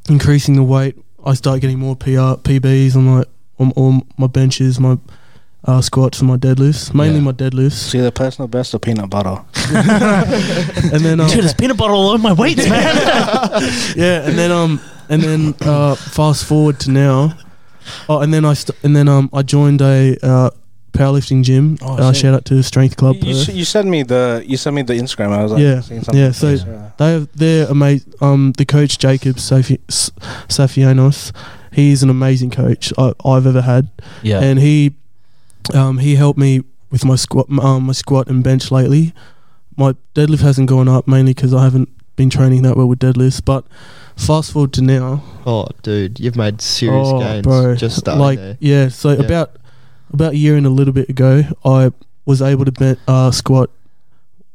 Speaker 2: increasing the weight. I start getting more PR, PBs on my on, on my benches, my uh, squats, and my deadlifts. Mainly
Speaker 4: Yeah.
Speaker 2: my deadlifts,
Speaker 1: See the personal best of peanut butter.
Speaker 2: and then um,
Speaker 4: Dude, there's peanut butter all over my weights, man.
Speaker 2: yeah, and then um, and then uh, fast forward to now. Oh, and then I st- and then um, I joined a uh, powerlifting gym.
Speaker 1: Oh,
Speaker 2: uh,
Speaker 1: shit.
Speaker 2: shout out to Strength Club. uh,
Speaker 1: You, you,
Speaker 2: Perth.
Speaker 1: s- you sent me the you sent me the Instagram. I was like,
Speaker 2: Yeah.
Speaker 1: seeing something.
Speaker 2: Yeah, so- They have, they're amazing. Um, the coach Jacob Safi- S- Safianos, he is an amazing coach I, I've ever had,
Speaker 4: yeah,
Speaker 2: and he, um, he helped me with my squat, m- um, my squat and bench lately. My deadlift hasn't gone up mainly because I haven't been training that well with deadlifts. But fast forward to now, Oh,
Speaker 6: oh, dude, you've made serious gains just starting
Speaker 2: like
Speaker 6: there.
Speaker 2: yeah, so
Speaker 6: Yeah.
Speaker 2: about about a year and a little bit ago, I was able to ben- uh, squat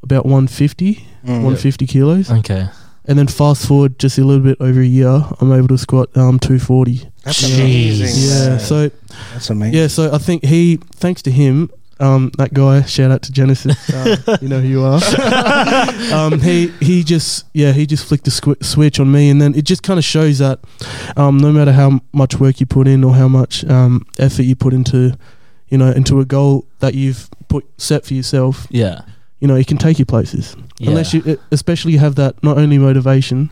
Speaker 2: about 150,
Speaker 1: Mm.
Speaker 2: 150 kilos
Speaker 4: okay,
Speaker 2: And then fast forward just a little bit over a year, I'm able to squat um, 240.
Speaker 1: That's
Speaker 4: Jeez.
Speaker 1: amazing.
Speaker 2: Yeah. So
Speaker 1: That's amazing.
Speaker 2: yeah, so I think he, thanks to him, um, that guy. Shout out to Genesis. Uh, you know who you are. um, he he just yeah he just flicked a squ- switch on me, and then it just kind of shows that um, no matter how much work you put in or how much um, effort you put into you know into a goal that you've put set for yourself,
Speaker 4: Yeah.
Speaker 2: you know it can take you places.
Speaker 4: Yeah.
Speaker 2: Unless you, it- especially you have that not only motivation,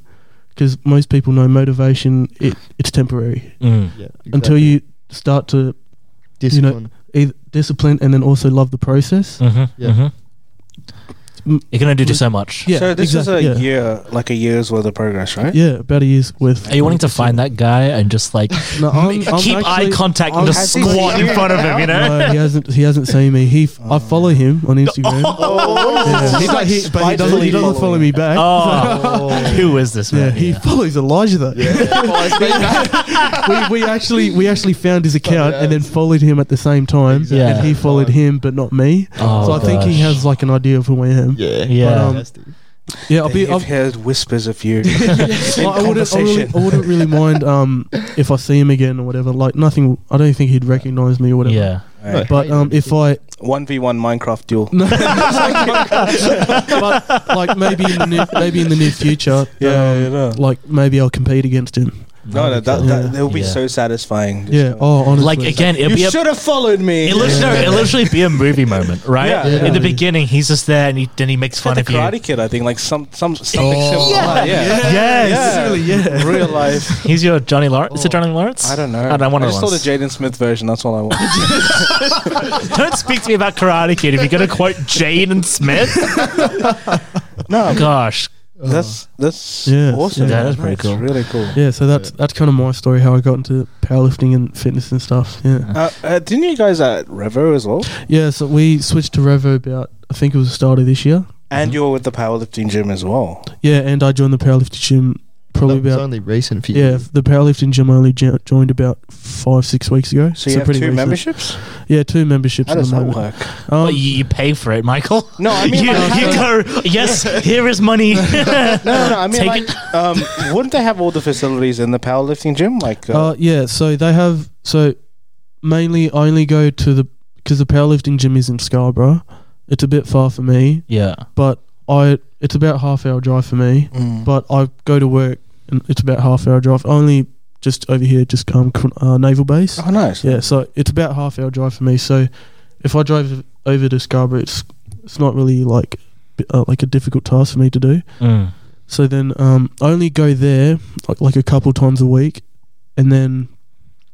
Speaker 2: because most people know motivation it, it's temporary
Speaker 4: Mm.
Speaker 6: Yeah,
Speaker 2: until you start to you know-
Speaker 6: discipline.
Speaker 2: either discipline and then also love the process.
Speaker 4: Mhm,
Speaker 6: Yeah.
Speaker 4: mhm.
Speaker 2: Mm.
Speaker 4: You can only Mm-hmm. do so much.
Speaker 2: Yeah,
Speaker 1: so this
Speaker 2: exactly,
Speaker 1: is a
Speaker 2: yeah.
Speaker 1: year, like a year's worth of progress, right?
Speaker 2: Yeah, about a year's worth.
Speaker 4: Are you wanting to find that guy and just like
Speaker 2: No, I'm,
Speaker 4: keep
Speaker 2: I'm
Speaker 4: eye
Speaker 2: actually-
Speaker 4: contact and
Speaker 2: I'm
Speaker 4: just
Speaker 1: actually-
Speaker 4: squat in front of him? You know. Oh.
Speaker 2: No, he hasn't. He hasn't seen me. He. f I I follow him on Instagram. Yeah, he- but he, but he doesn't, he doesn't follow me back.
Speaker 4: Oh, who is this
Speaker 2: Yeah,
Speaker 4: man?
Speaker 2: he follows Elijah though. we, we actually we actually found his account and then followed him at the same time.
Speaker 6: Exactly.
Speaker 4: Yeah.
Speaker 2: And he followed him, but not me.
Speaker 4: Oh,
Speaker 2: so I think he
Speaker 4: gosh.
Speaker 2: has like an idea of who I am.
Speaker 6: yeah,
Speaker 4: Yeah.
Speaker 2: um,
Speaker 6: Fantastic.
Speaker 2: Yeah, I'll be.
Speaker 1: They've
Speaker 2: I'll,
Speaker 1: heard whispers of you.
Speaker 2: Well, I, wouldn't, I,
Speaker 1: conversation.
Speaker 2: wouldn't, I wouldn't really mind um, if I see him again or whatever. Like nothing. I don't think he'd recognize me or whatever.
Speaker 4: Yeah.
Speaker 1: Alright.
Speaker 2: But um, if I,
Speaker 1: One v one Minecraft duel.
Speaker 2: no, but like maybe in the near, maybe in the near future,
Speaker 1: Yeah,
Speaker 2: um,
Speaker 1: you know.
Speaker 2: like maybe I'll compete against him.
Speaker 1: No, no, that,
Speaker 2: Yeah.
Speaker 1: that it'll be
Speaker 4: Yeah.
Speaker 1: so satisfying.
Speaker 2: Yeah. Oh, honestly.
Speaker 4: Like again, it'll
Speaker 1: you
Speaker 4: be a,
Speaker 1: should have followed me.
Speaker 4: It literally, it literally be a movie moment, right?
Speaker 1: Yeah.
Speaker 2: Yeah.
Speaker 4: In the
Speaker 2: Yeah.
Speaker 4: beginning, he's just there, and he, then he makes
Speaker 1: Like
Speaker 4: fun
Speaker 1: the
Speaker 4: of you.
Speaker 1: Karate Kid, I think, like some some something similar.
Speaker 4: Yeah.
Speaker 1: yeah.
Speaker 4: Yes,
Speaker 1: Yeah.
Speaker 2: Really, Oh, yeah.
Speaker 1: Real life.
Speaker 4: he's your Johnny Lawrence. Is it Johnny Lawrence?
Speaker 1: I don't know.
Speaker 4: I don't want
Speaker 1: I
Speaker 4: to.
Speaker 1: just saw the Jaden Smith version. That's all I want.
Speaker 4: Don't speak to me about Karate Kid if you're going to quote Jade and Smith.
Speaker 1: no,
Speaker 4: Gosh,
Speaker 1: that's that's
Speaker 2: Yeah,
Speaker 1: awesome.
Speaker 4: yeah,
Speaker 1: man.
Speaker 4: that's pretty cool.
Speaker 1: Really cool.
Speaker 2: Yeah. So that's that's kind of my story how I got into powerlifting and fitness and stuff. Yeah.
Speaker 1: Uh, uh, didn't you guys at Revo as well?
Speaker 2: Yeah. So we switched to Revo about I think it was the start of this year.
Speaker 1: And you were with the powerlifting gym as well.
Speaker 2: Yeah, and I joined the powerlifting gym probably
Speaker 6: That was
Speaker 2: about
Speaker 6: only recent for you.
Speaker 2: Yeah, the powerlifting gym I only jo- joined about five, six weeks ago.
Speaker 1: So you have two
Speaker 2: pretty recent.
Speaker 1: memberships.
Speaker 2: Yeah, two memberships.
Speaker 1: How
Speaker 2: at
Speaker 1: does
Speaker 2: the
Speaker 1: that
Speaker 2: moment.
Speaker 1: work?
Speaker 4: Well,
Speaker 2: Um,
Speaker 4: Oh, you, you pay for it, Michael.
Speaker 6: Oh,
Speaker 1: No, I mean
Speaker 4: you,
Speaker 1: like-
Speaker 4: you go. Yes, here is money.
Speaker 1: No, no, no. I mean,
Speaker 4: Take
Speaker 1: like, um, wouldn't they have all the facilities in the powerlifting gym? Like, uh,
Speaker 2: uh, yeah, so they have so mainly I only go to the because the powerlifting gym is in Scarborough. It's a bit far for me,
Speaker 4: yeah,
Speaker 2: but I it's about half hour drive for me.
Speaker 1: Mm.
Speaker 2: But I go to work and it's about half hour drive. Only just over here, just come cr- uh, naval base.
Speaker 1: oh, nice.
Speaker 2: Yeah, so it's about half hour drive for me. So if I drive over to Scarborough, it's it's not really like uh, like a difficult task for me to do.
Speaker 4: Mm.
Speaker 2: So then um, I only go there like, like a couple times a week, and then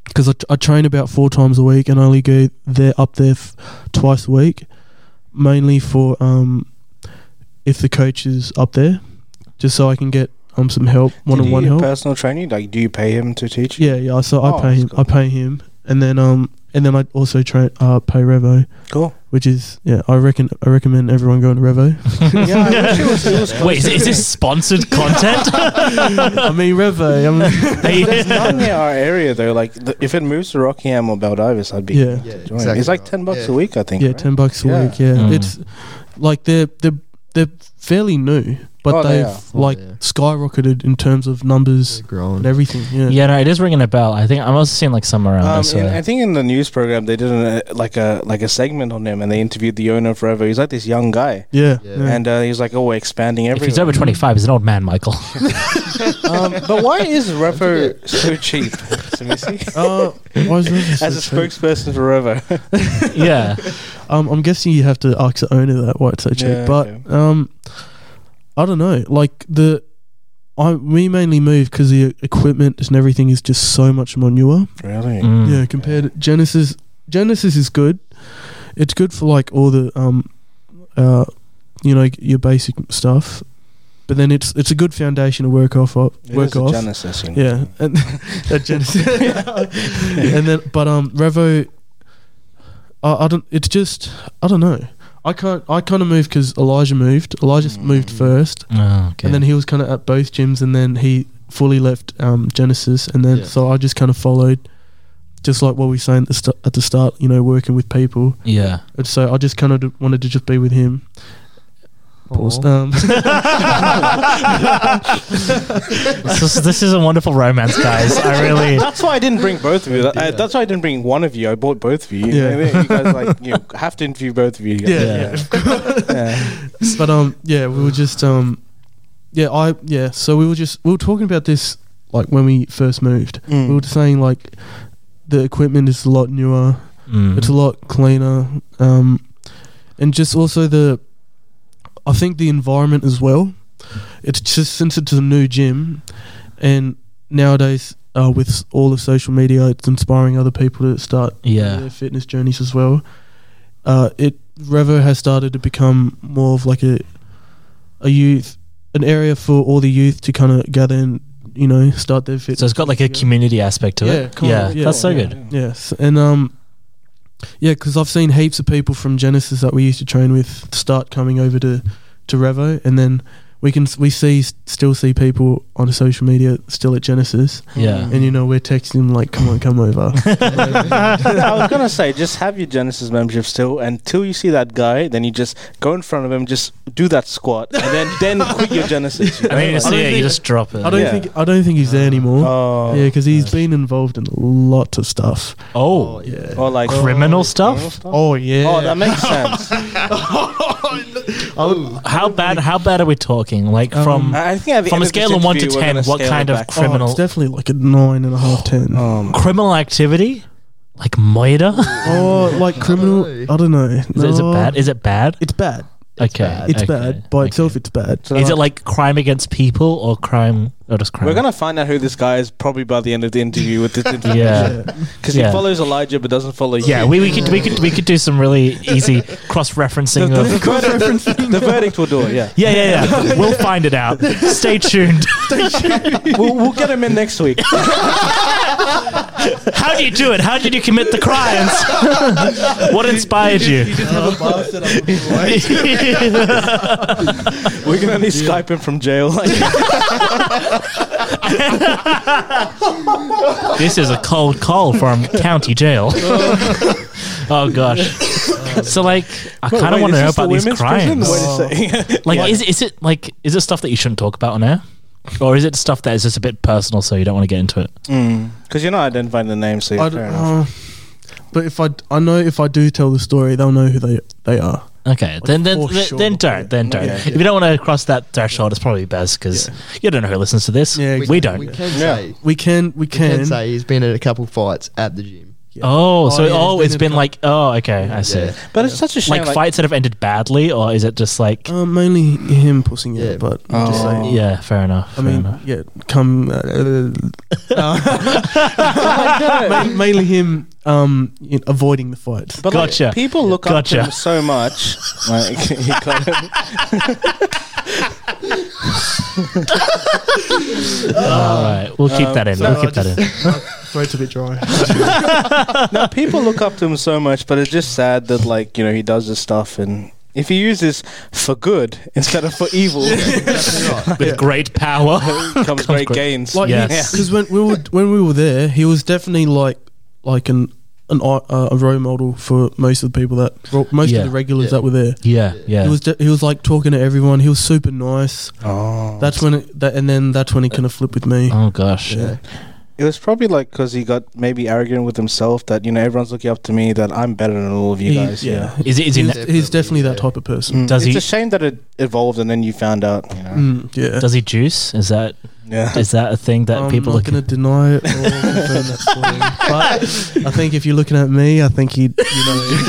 Speaker 2: because I, I train about four times a week, and I only go there up there f- twice a week, mainly for um, if the coach is up there, just so I can get um some help, one
Speaker 1: Did
Speaker 2: on one
Speaker 1: you
Speaker 2: help.
Speaker 1: Personal training? Like, do you pay him to teach? you?
Speaker 2: Yeah, yeah. So
Speaker 1: Oh,
Speaker 2: I pay
Speaker 1: that's
Speaker 2: him.
Speaker 1: cool.
Speaker 2: I pay him, and then um, and then I also train uh pay Revo,
Speaker 1: Cool.
Speaker 2: which is yeah. I reckon I recommend everyone going to Revo.
Speaker 1: yeah, I wish it was, it was
Speaker 4: Wait, is, is this sponsored content?
Speaker 2: I mean Revo. I mean,
Speaker 1: There's none near our area though. Like, the, if it moves to Rockingham or Baldivis, I'd be.
Speaker 2: yeah,
Speaker 6: Yeah,
Speaker 1: Join. It's like ten bucks a week, I think.
Speaker 2: yeah.
Speaker 1: right?
Speaker 2: Ten bucks a
Speaker 1: Yeah.
Speaker 2: week. Yeah,
Speaker 4: Mm.
Speaker 2: it's like they're they're they're fairly new, but
Speaker 1: Oh, they
Speaker 2: they've
Speaker 1: are.
Speaker 6: Oh,
Speaker 2: like
Speaker 6: yeah.
Speaker 2: skyrocketed in terms of numbers
Speaker 6: Growing.
Speaker 2: and everything. Yeah.
Speaker 4: yeah, no, it is ringing a bell. I think I'm also seeing like somewhere around.
Speaker 1: Um,
Speaker 4: this,
Speaker 1: in-
Speaker 4: uh,
Speaker 1: I think in the news program they did an, uh, like a like a segment on him, and they interviewed the owner of Revo. He's like this young guy,
Speaker 2: Yeah,
Speaker 6: Yeah.
Speaker 2: yeah.
Speaker 1: and uh, he's like, "Oh, we're expanding
Speaker 4: if
Speaker 1: everywhere."
Speaker 4: he's over 25, he's an old man, Michael.
Speaker 1: um, but why is Revo so cheap, Samisi?
Speaker 2: Uh, why is Revo so
Speaker 1: As a
Speaker 2: cheap?
Speaker 1: spokesperson for Revo,
Speaker 4: yeah.
Speaker 2: Um, I'm guessing you have to ask the owner that why it's so cheap.
Speaker 1: Yeah,
Speaker 2: but um, I don't know. Like the, I we mainly move because the equipment and everything is just so much more newer.
Speaker 1: really?
Speaker 4: Mm.
Speaker 2: Yeah, compared to Genesis, Genesis is good. It's good for like all the um, uh, you know your basic stuff. But then it's it's a good foundation to work off of.
Speaker 1: It
Speaker 2: work
Speaker 1: is a
Speaker 2: off.
Speaker 1: Genesis, you know.
Speaker 2: Yeah, and that Genesis. and then, but um, Revo. I, I don't. It's just I don't know. I can't. I kind of moved because Elijah moved. Elijah
Speaker 1: Hmm.
Speaker 2: s moved first,
Speaker 4: Oh, okay.
Speaker 2: and then he was kind of at both gyms, and then he fully left um, Genesis, and then
Speaker 6: Yeah.
Speaker 2: so I just kind of followed, just like what we were saying at the, st- at the start. You know, working with people,
Speaker 4: yeah.
Speaker 2: and so I just kind of wanted to just be with him. Pause. Um,
Speaker 4: this, is, this is a wonderful romance, guys. I really.
Speaker 1: That's why I didn't bring both of you. That- I- that's why I didn't bring one of you. I bought both of you. You, know,
Speaker 2: Yeah.
Speaker 1: you guys like you have to interview both of you. guys.
Speaker 2: Yeah,
Speaker 1: Yeah.
Speaker 2: but um, yeah, we were just um, yeah, I yeah. So we were just we were talking about this like when we first moved.
Speaker 1: Mm.
Speaker 2: We were saying like the equipment is a lot newer.
Speaker 4: Mm.
Speaker 2: It's a lot cleaner, um, and just also the, I think the environment as well. It's just since it's a new gym, and nowadays uh, with s- all of social media, it's inspiring other people to start
Speaker 4: Yeah.
Speaker 2: their fitness journeys as well. Uh, it Revo has started to become more of like a, a youth, an area for all the youth to kind of gather and you know start their fitness.
Speaker 4: So it's got like a
Speaker 2: together.
Speaker 4: community aspect to
Speaker 2: Yeah,
Speaker 4: it.
Speaker 2: cool.
Speaker 4: yeah,
Speaker 2: Yeah.
Speaker 4: that's so
Speaker 1: Mm. Yeah.
Speaker 4: good.
Speaker 2: Yes, and um, yeah, because I've seen heaps of people from Genesis that we used to train with start coming over to to Revo, and then we can s- we see still see people on social media still at Genesis,
Speaker 4: Yeah.
Speaker 2: and you know we're texting them like, "Come on, come over."
Speaker 1: I was gonna say, just have your Genesis membership still until you see that guy. Then you just go in front of him, just do that squat, and then then quit your Genesis. you
Speaker 4: And
Speaker 1: know,
Speaker 4: then you just,
Speaker 1: like-
Speaker 4: yeah, you
Speaker 2: think-
Speaker 4: just drop it.
Speaker 2: I don't
Speaker 1: Yeah.
Speaker 2: think I don't think he's there anymore.
Speaker 1: oh,
Speaker 2: yeah, because he's been involved in lots of stuff.
Speaker 4: oh,
Speaker 2: Yeah.
Speaker 1: or like
Speaker 4: Criminal stuff?
Speaker 2: Oh yeah.
Speaker 1: Oh, that makes sense.
Speaker 6: Oh,
Speaker 4: how bad? How bad are we talking? Like
Speaker 2: Um,
Speaker 4: from
Speaker 2: uh,
Speaker 1: I think at the end
Speaker 4: from a
Speaker 1: of this
Speaker 4: scale of one to
Speaker 1: interview, we're
Speaker 4: ten,
Speaker 1: gonna
Speaker 4: what
Speaker 1: scale
Speaker 4: kind
Speaker 1: it
Speaker 4: of
Speaker 1: back.
Speaker 2: Oh,
Speaker 4: criminal
Speaker 2: it's definitely like a nine and a half ten. Oh,
Speaker 1: Um,
Speaker 4: criminal activity? Like murder?
Speaker 2: Oh, like criminal.
Speaker 6: I don't
Speaker 2: I don't know.
Speaker 4: Is, it- is it
Speaker 2: No.
Speaker 4: bad? Is it bad?
Speaker 2: It's bad.
Speaker 4: okay,
Speaker 2: It's
Speaker 4: okay,
Speaker 2: bad by
Speaker 4: okay.
Speaker 2: itself. It's bad.
Speaker 1: so
Speaker 4: Is it
Speaker 1: like-
Speaker 4: like crime against people or crime or just crime?
Speaker 1: We're gonna find out who this guy is probably by the end of the interview with this interview
Speaker 4: yeah.
Speaker 1: because
Speaker 4: Yeah.
Speaker 1: he follows Elijah but doesn't follow you.
Speaker 4: Yeah, we, we could we could we could do some really easy cross
Speaker 1: the,
Speaker 4: referencing
Speaker 1: the,
Speaker 4: of
Speaker 1: verdict, the verdict will do it. Yeah,
Speaker 4: Yeah, yeah, yeah. We'll find it out. Stay tuned.
Speaker 1: we'll, we'll get him in next week.
Speaker 4: How did you do it? How did you commit the crimes? what inspired you?
Speaker 6: just have a bar set up
Speaker 1: We're gonna need Skype him from jail. Like,
Speaker 4: this is a cold call from county jail. oh gosh. So like, I kind of want to know about these crimes. Like, is is it like is it stuff that you shouldn't talk about on air, or is it stuff that is just a bit personal, so you don't want to get into it?
Speaker 1: Because Mm. you're not identifying the name, so
Speaker 2: I
Speaker 1: yeah,
Speaker 2: d-
Speaker 1: fair enough.
Speaker 2: uh, but if I, d- I know if I do tell the story, they'll know who they they are.
Speaker 4: Okay, then then
Speaker 2: for
Speaker 4: then,
Speaker 2: sure.
Speaker 4: then don't then
Speaker 2: Yeah,
Speaker 4: don't.
Speaker 2: yeah.
Speaker 4: If you don't want to cross that threshold, it's probably best because you don't know who listens to this.
Speaker 2: Yeah,
Speaker 4: we,
Speaker 2: we-
Speaker 4: don't.
Speaker 6: We can
Speaker 1: Yeah.
Speaker 6: say.
Speaker 2: We can we
Speaker 6: We can.
Speaker 2: can.
Speaker 6: say he's been at a couple fights at the gym.
Speaker 4: Oh,
Speaker 2: Oh,
Speaker 4: so
Speaker 2: yeah,
Speaker 4: oh,
Speaker 2: it's
Speaker 4: it's
Speaker 2: been
Speaker 4: been like oh, okay, I see.
Speaker 6: Yeah.
Speaker 1: But it's such a shame.
Speaker 4: Like,
Speaker 1: Like,
Speaker 4: fights that have ended badly, or is it just like
Speaker 2: Uh, mainly him pushing it,
Speaker 6: Yeah.
Speaker 2: but I'm just
Speaker 1: Oh.
Speaker 2: saying.
Speaker 4: yeah, fair enough.
Speaker 2: I
Speaker 4: fair
Speaker 2: mean,
Speaker 4: enough.
Speaker 2: yeah, come. Uh, uh, main- mainly him um, you know, avoiding the fight.
Speaker 1: but
Speaker 4: Gotcha.
Speaker 1: Like, people look
Speaker 4: Gotcha.
Speaker 1: up to him so much. Like, he got it.
Speaker 4: All right, we'll keep that in.
Speaker 2: Um, so
Speaker 4: we'll keep
Speaker 2: I
Speaker 4: that in.
Speaker 2: Throat's a bit dry.
Speaker 1: no, people look up to him so much, but it's just sad that like you know he does this stuff, and if he uses for good instead of for evil,
Speaker 4: With great power.
Speaker 1: comes great
Speaker 4: great-
Speaker 1: gains.
Speaker 2: Like,
Speaker 4: Yes.
Speaker 2: because when we were when we were there, he was definitely like like an an i- uh, a role model for most of the people that well, most
Speaker 4: Yeah.
Speaker 2: of the regulars
Speaker 6: Yeah.
Speaker 2: that were there.
Speaker 4: Yeah,
Speaker 2: He
Speaker 4: yeah.
Speaker 2: was de- he was like talking to everyone. He was super nice.
Speaker 1: Oh,
Speaker 2: That's when it, that and then that's when he kind of flipped with me.
Speaker 4: Oh gosh.
Speaker 2: Yeah.
Speaker 1: it was probably like because he got maybe arrogant with himself that you know everyone's looking up to me that I'm better than all of you
Speaker 2: He-
Speaker 1: guys. Yeah.
Speaker 4: Is it? Is
Speaker 2: He's,
Speaker 4: it?
Speaker 6: He's-
Speaker 2: he's definitely that
Speaker 6: yeah.
Speaker 2: type of person.
Speaker 1: Mm.
Speaker 4: Does
Speaker 1: it's
Speaker 4: he-
Speaker 1: a shame that it evolved and then you found out. You know.
Speaker 2: Mm, yeah.
Speaker 4: Does he juice? Is that
Speaker 1: Yeah.
Speaker 4: is that a thing that
Speaker 2: I'm
Speaker 4: people
Speaker 2: not
Speaker 4: are
Speaker 2: going to deny it or confirm that story. But I think if you're looking at me, I think he, you know,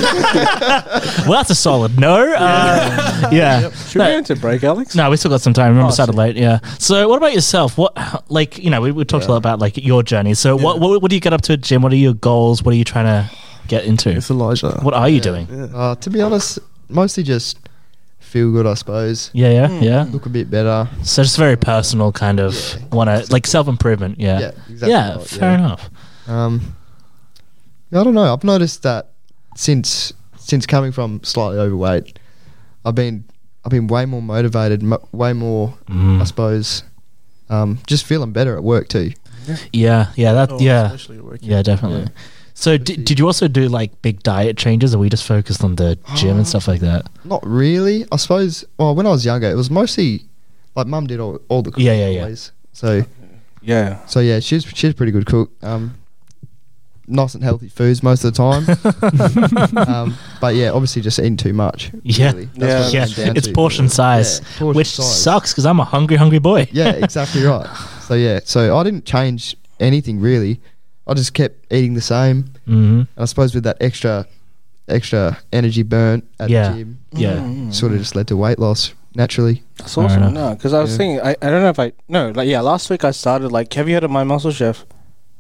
Speaker 4: Well, that's a solid no. Uh, yeah.
Speaker 1: Should we
Speaker 4: No.
Speaker 1: go into break, Alex?
Speaker 4: No, we still got some time. Remember,
Speaker 1: Oh,
Speaker 4: started late. Yeah. So, what about yourself? What, like, you know, we, we talked a lot about like your journey. So, what, what what do you get up to at gym? What are your goals? What are you trying to get into?
Speaker 2: it's Elijah.
Speaker 4: What are you doing?
Speaker 6: Uh, to be honest, mostly just feel good, I suppose.
Speaker 4: Yeah, yeah, yeah.
Speaker 6: Look a bit better.
Speaker 4: So it's very personal, kind of
Speaker 6: Yeah.
Speaker 4: want to like self improvement. Yeah,
Speaker 6: Yeah, exactly
Speaker 4: Yeah,
Speaker 6: right,
Speaker 4: fair
Speaker 6: yeah.
Speaker 4: enough.
Speaker 6: Um, I don't know. I've noticed that since since coming from slightly overweight, I've been I've been way more motivated, mo- way more,
Speaker 4: Mm.
Speaker 6: I suppose, um, just feeling better at work too.
Speaker 4: Yeah, yeah, that, yeah,
Speaker 2: Oh, Especially working.
Speaker 4: yeah, definitely. So d- did you also do like big diet changes, or we just focused on the gym and stuff like that?
Speaker 6: Not really. I suppose. Well, when I was younger, it was mostly like mum did all, all the cooking.
Speaker 4: Yeah, yeah, yeah.
Speaker 6: always. So
Speaker 1: Yeah.
Speaker 6: so yeah, she's she's a pretty good cook. Um, nice and healthy foods most of the time. um, but yeah, obviously just eating too much.
Speaker 4: Yeah.
Speaker 6: really. That's what it
Speaker 1: Yeah.
Speaker 6: comes down
Speaker 4: it's
Speaker 6: to.
Speaker 4: portion size,
Speaker 6: Yeah, portion
Speaker 4: which
Speaker 6: size.
Speaker 4: sucks because I'm a hungry, hungry boy.
Speaker 6: Yeah, exactly right. So yeah, so I didn't change anything really. I just kept eating the same.
Speaker 4: hmm
Speaker 6: And I suppose with that extra extra energy burn at
Speaker 4: Yeah. Mm.
Speaker 6: the gym,
Speaker 4: Yeah.
Speaker 6: sort of just led to weight loss naturally.
Speaker 1: That's
Speaker 4: Fair
Speaker 1: awesome.
Speaker 4: enough.
Speaker 1: No, because I was
Speaker 6: Yeah.
Speaker 1: thinking, I, I don't know if I no, like yeah, last week I started like, have you heard of My Muscle Chef?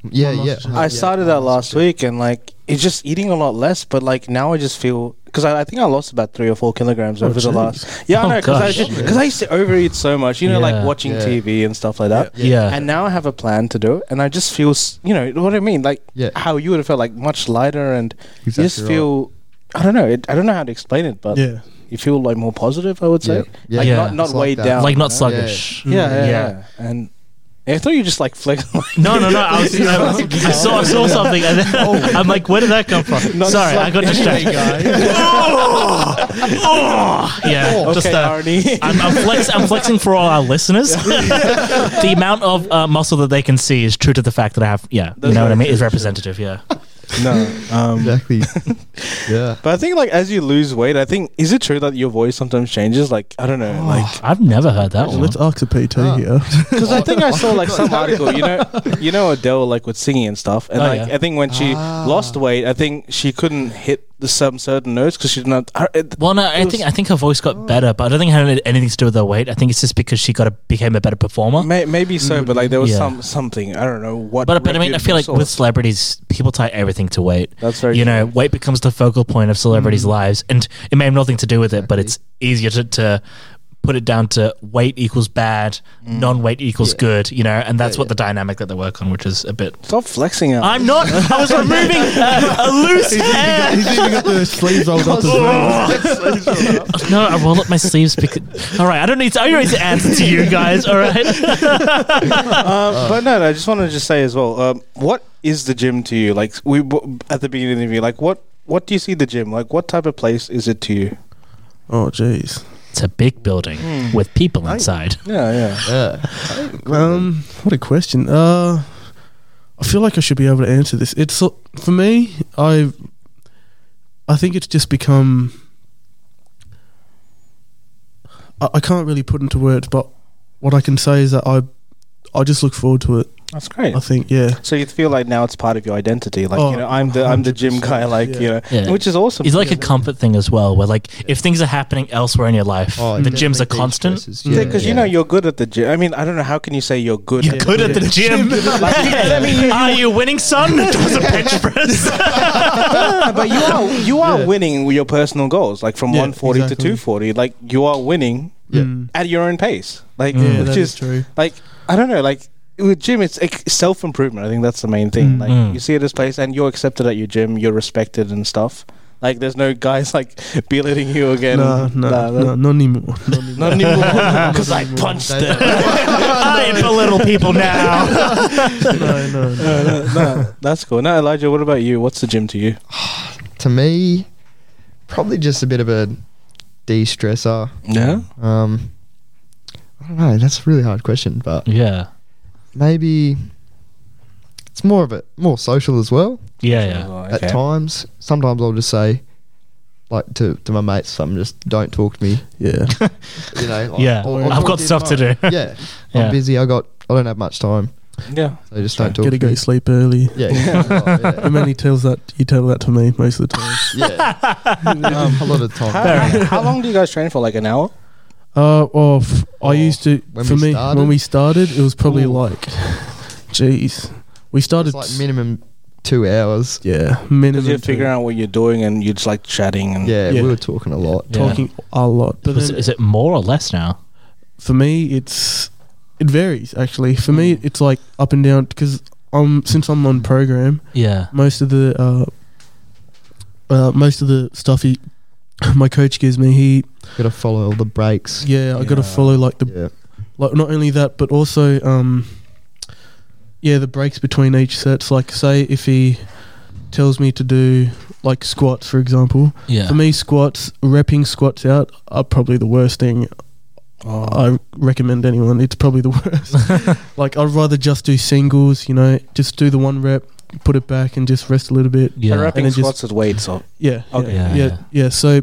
Speaker 6: Yeah,
Speaker 2: Well,
Speaker 6: Oh, yeah.
Speaker 2: that's-
Speaker 1: I started that last week, and like it's just eating a lot less, but like now I just feel because I, I think I lost about three or four kilograms
Speaker 2: Oh,
Speaker 1: over the
Speaker 2: jeez.
Speaker 1: last. Yeah,
Speaker 4: Oh,
Speaker 1: I know because I
Speaker 4: gosh.
Speaker 1: just- 'cause I used to overeat so much, you know,
Speaker 4: Yeah.
Speaker 1: like watching
Speaker 6: Yeah.
Speaker 1: TV and stuff like that.
Speaker 4: Yeah. Yeah.
Speaker 1: And now I have a plan to do it, and I just feel, s- you know, what I mean, like
Speaker 6: Yeah.
Speaker 1: how you would have felt like much lighter, and
Speaker 6: Exactly
Speaker 1: you just
Speaker 6: right.
Speaker 1: feel, I don't know, it, I don't know how to explain it, but
Speaker 2: Yeah.
Speaker 1: you feel like more positive, I would say,
Speaker 6: Yeah.
Speaker 1: like
Speaker 4: Yeah.
Speaker 1: not not
Speaker 6: It's like
Speaker 1: weighed
Speaker 6: that.
Speaker 1: down,
Speaker 4: like not
Speaker 1: you know?
Speaker 4: sluggish.
Speaker 1: Yeah, yeah,
Speaker 4: Yeah.
Speaker 1: yeah, And I thought you just like flick.
Speaker 4: No, no, no. I, was, I, was- I saw, I saw something, and then I'm like, "Where did that come from?"
Speaker 1: Oh. Not
Speaker 4: Sorry, I got
Speaker 1: sluggish.
Speaker 4: distracted. oh, oh, yeah, just
Speaker 1: okay,
Speaker 4: uh,
Speaker 1: Arnie.
Speaker 4: I'm, I'm, flex, I'm flexing for all our listeners. the amount of uh, muscle that they can see is true to the fact that I have. Yeah, you
Speaker 1: That's
Speaker 4: know what I
Speaker 1: very
Speaker 4: mean. Is
Speaker 1: true.
Speaker 4: representative. Yeah.
Speaker 1: no, um,
Speaker 6: Exactly. yeah.
Speaker 1: but I think like as you lose weight, I think is it true that your voice sometimes changes? Like I don't know,
Speaker 4: Oh.
Speaker 1: like
Speaker 4: I've never heard that one.
Speaker 2: Let's ask a PT
Speaker 6: Ah.
Speaker 2: here.
Speaker 1: because I think I saw like some article, you know, you know Adele like with singing and stuff, and
Speaker 4: Oh,
Speaker 1: like
Speaker 4: yeah.
Speaker 1: I think when she
Speaker 6: Ah.
Speaker 1: lost weight, I think she couldn't hit the some certain notes because she didn't. Have, I- it-
Speaker 4: Well, no, I
Speaker 1: It was-
Speaker 4: think I think her voice got better, but I don't think it had anything to do with her weight. I think it's just because she got a, became a better performer.
Speaker 1: may, maybe so, but like there was
Speaker 4: Yeah.
Speaker 1: some something I don't know what.
Speaker 4: But but I mean, I feel like
Speaker 1: reputable
Speaker 4: with
Speaker 1: source.
Speaker 4: celebrities, people tie everything to weight.
Speaker 1: That's very
Speaker 4: you know,
Speaker 1: true.
Speaker 4: weight becomes the focal point of celebrities'
Speaker 1: Mm-hmm.
Speaker 4: lives, and it may have nothing to do with it, but it's easier to. to Put it down to weight equals bad,
Speaker 1: Mm.
Speaker 4: non-weight equals good, you know, and that's what the dynamic that they work on, which is a bit.
Speaker 1: stop flexing out.
Speaker 4: I'm not. I was removing a, a loose hair.
Speaker 2: He's even got the sleeves rolled up as well.
Speaker 4: No, I roll up my sleeves because. All right, I don't need to. I don't need to answer to you guys. All right.
Speaker 1: Um, but no, no, I just want to just say as well. Um, what is the gym to you? Like we w- at the beginning of the interview, like what what do you see the gym? Like what type of place is it to you?
Speaker 2: Oh, jeez.
Speaker 4: It's a big building
Speaker 1: Mm.
Speaker 4: with people inside.
Speaker 1: Yeah, yeah.
Speaker 6: Yeah.
Speaker 2: Um, what a question. Uh, I feel like I should be able to answer this. It's so- for me. I, I think it's just become. I, I can't really put into words, but what I can say is that I, I just look forward to it.
Speaker 1: That's great.
Speaker 2: I think, yeah,
Speaker 1: So you feel like now it's part of your identity. Like
Speaker 2: Oh,
Speaker 1: you know, I'm the I'm the gym guy.
Speaker 2: 100%,
Speaker 1: Like
Speaker 2: yeah.
Speaker 1: you know,
Speaker 4: Yeah.
Speaker 1: which is awesome.
Speaker 4: It's like a comfort thing as well, where like if things are happening elsewhere in your life,
Speaker 6: Oh,
Speaker 4: the
Speaker 6: it
Speaker 4: gym's a
Speaker 6: definitely
Speaker 4: constant.
Speaker 6: de-stresses,
Speaker 1: yeah,
Speaker 6: Yeah.
Speaker 1: because you know you're good at the gym. I mean, I don't know how can you say you're good.
Speaker 4: You're
Speaker 1: at
Speaker 4: good at the gym.
Speaker 1: I mean,
Speaker 4: are you winning, son? That was a bench press.
Speaker 1: No, but you are you are winning with your personal goals. Like from
Speaker 2: Yeah,
Speaker 1: 140 to
Speaker 2: exactly.
Speaker 1: 240, like you are winning
Speaker 6: Yeah.
Speaker 2: Mm.
Speaker 1: at your own pace. Like
Speaker 2: yeah,
Speaker 1: which
Speaker 2: that
Speaker 1: is
Speaker 2: is true.
Speaker 1: like I don't know, like with gym, it's like, self improvement. I think that's the main thing. Like
Speaker 4: Mm.
Speaker 1: you see this place, and you're accepted at your gym, you're respected and stuff. Like there's no guys like belittling you again.
Speaker 2: No, no,
Speaker 1: Nah, that-
Speaker 2: no, not anymore. Not anymore.
Speaker 1: Not anymore. Because I punched them.
Speaker 4: I belittle people now.
Speaker 2: no, no, no.
Speaker 1: No, no, no, that's cool. Now, Elijah, what about you? What's the gym to you?
Speaker 6: To me, probably just a bit of a de-stressor.
Speaker 1: Yeah.
Speaker 6: Um, I don't know. That's a really hard question, but
Speaker 4: Yeah,
Speaker 6: maybe it's more of a more social as well.
Speaker 4: yeah, yeah.
Speaker 1: Oh,
Speaker 6: At times, sometimes I'll just say, like to, to my mates, something just don't talk to me.
Speaker 2: Yeah,
Speaker 6: You know, like,
Speaker 4: Yeah,
Speaker 6: or- or
Speaker 4: I've
Speaker 6: talk
Speaker 4: got
Speaker 6: to you
Speaker 4: stuff to
Speaker 6: tomorrow.
Speaker 4: do.
Speaker 6: yeah,
Speaker 4: Yeah.
Speaker 6: I'm busy. I got. I don't have much time,
Speaker 1: Yeah.
Speaker 6: so just don't talk.
Speaker 2: gotta
Speaker 6: to
Speaker 2: go
Speaker 6: me.
Speaker 2: to sleep early.
Speaker 6: Yeah, yeah,
Speaker 2: The man he tells that he tell that to me most of the time.
Speaker 6: yeah. Um, a lot of time.
Speaker 1: How, how long do you guys train for? Like an hour?
Speaker 2: Uh, well, f- I
Speaker 6: Oh,
Speaker 2: used to.
Speaker 6: when
Speaker 2: For
Speaker 6: we
Speaker 2: me,
Speaker 6: started?
Speaker 2: when we started, it was probably
Speaker 6: Ooh.
Speaker 2: like, jeez, we started.
Speaker 6: It's
Speaker 2: s-
Speaker 6: like minimum two hours.
Speaker 2: yeah, minimum.
Speaker 1: Because you're
Speaker 2: two.
Speaker 1: figuring out what you're doing, and you're just like chatting and
Speaker 6: Yeah,
Speaker 2: Yeah.
Speaker 6: we were talking a lot.
Speaker 4: Yeah.
Speaker 2: talking a lot. But
Speaker 4: Was-
Speaker 2: then
Speaker 4: is it more or less now?
Speaker 2: for me, it's it varies actually. For
Speaker 6: Mm.
Speaker 2: me, it's like up and down because I'm since I'm on program,
Speaker 4: Yeah,
Speaker 2: most of the uh, uh most of the stuff he my coach gives me, he
Speaker 6: Got to follow all the breaks.
Speaker 2: yeah, I got
Speaker 1: Yeah.
Speaker 2: to follow like the
Speaker 6: Yeah,
Speaker 2: like not only that but also um yeah the breaks between each sets like say if he tells me to do like squats, for example.
Speaker 4: Yeah.
Speaker 2: For me, squats, repping squats out are probably the worst thing I recommend anyone. It's probably the worst. like, I'd rather just do singles, you know, just do the one rep, put it back, and just rest a little bit.
Speaker 1: Yeah.
Speaker 4: yeah.
Speaker 1: Wrapping
Speaker 2: And it just-
Speaker 1: squats with weights up.
Speaker 2: Yeah.
Speaker 1: Okay.
Speaker 2: Yeah,
Speaker 4: Yeah,
Speaker 2: yeah.
Speaker 4: yeah.
Speaker 2: yeah. So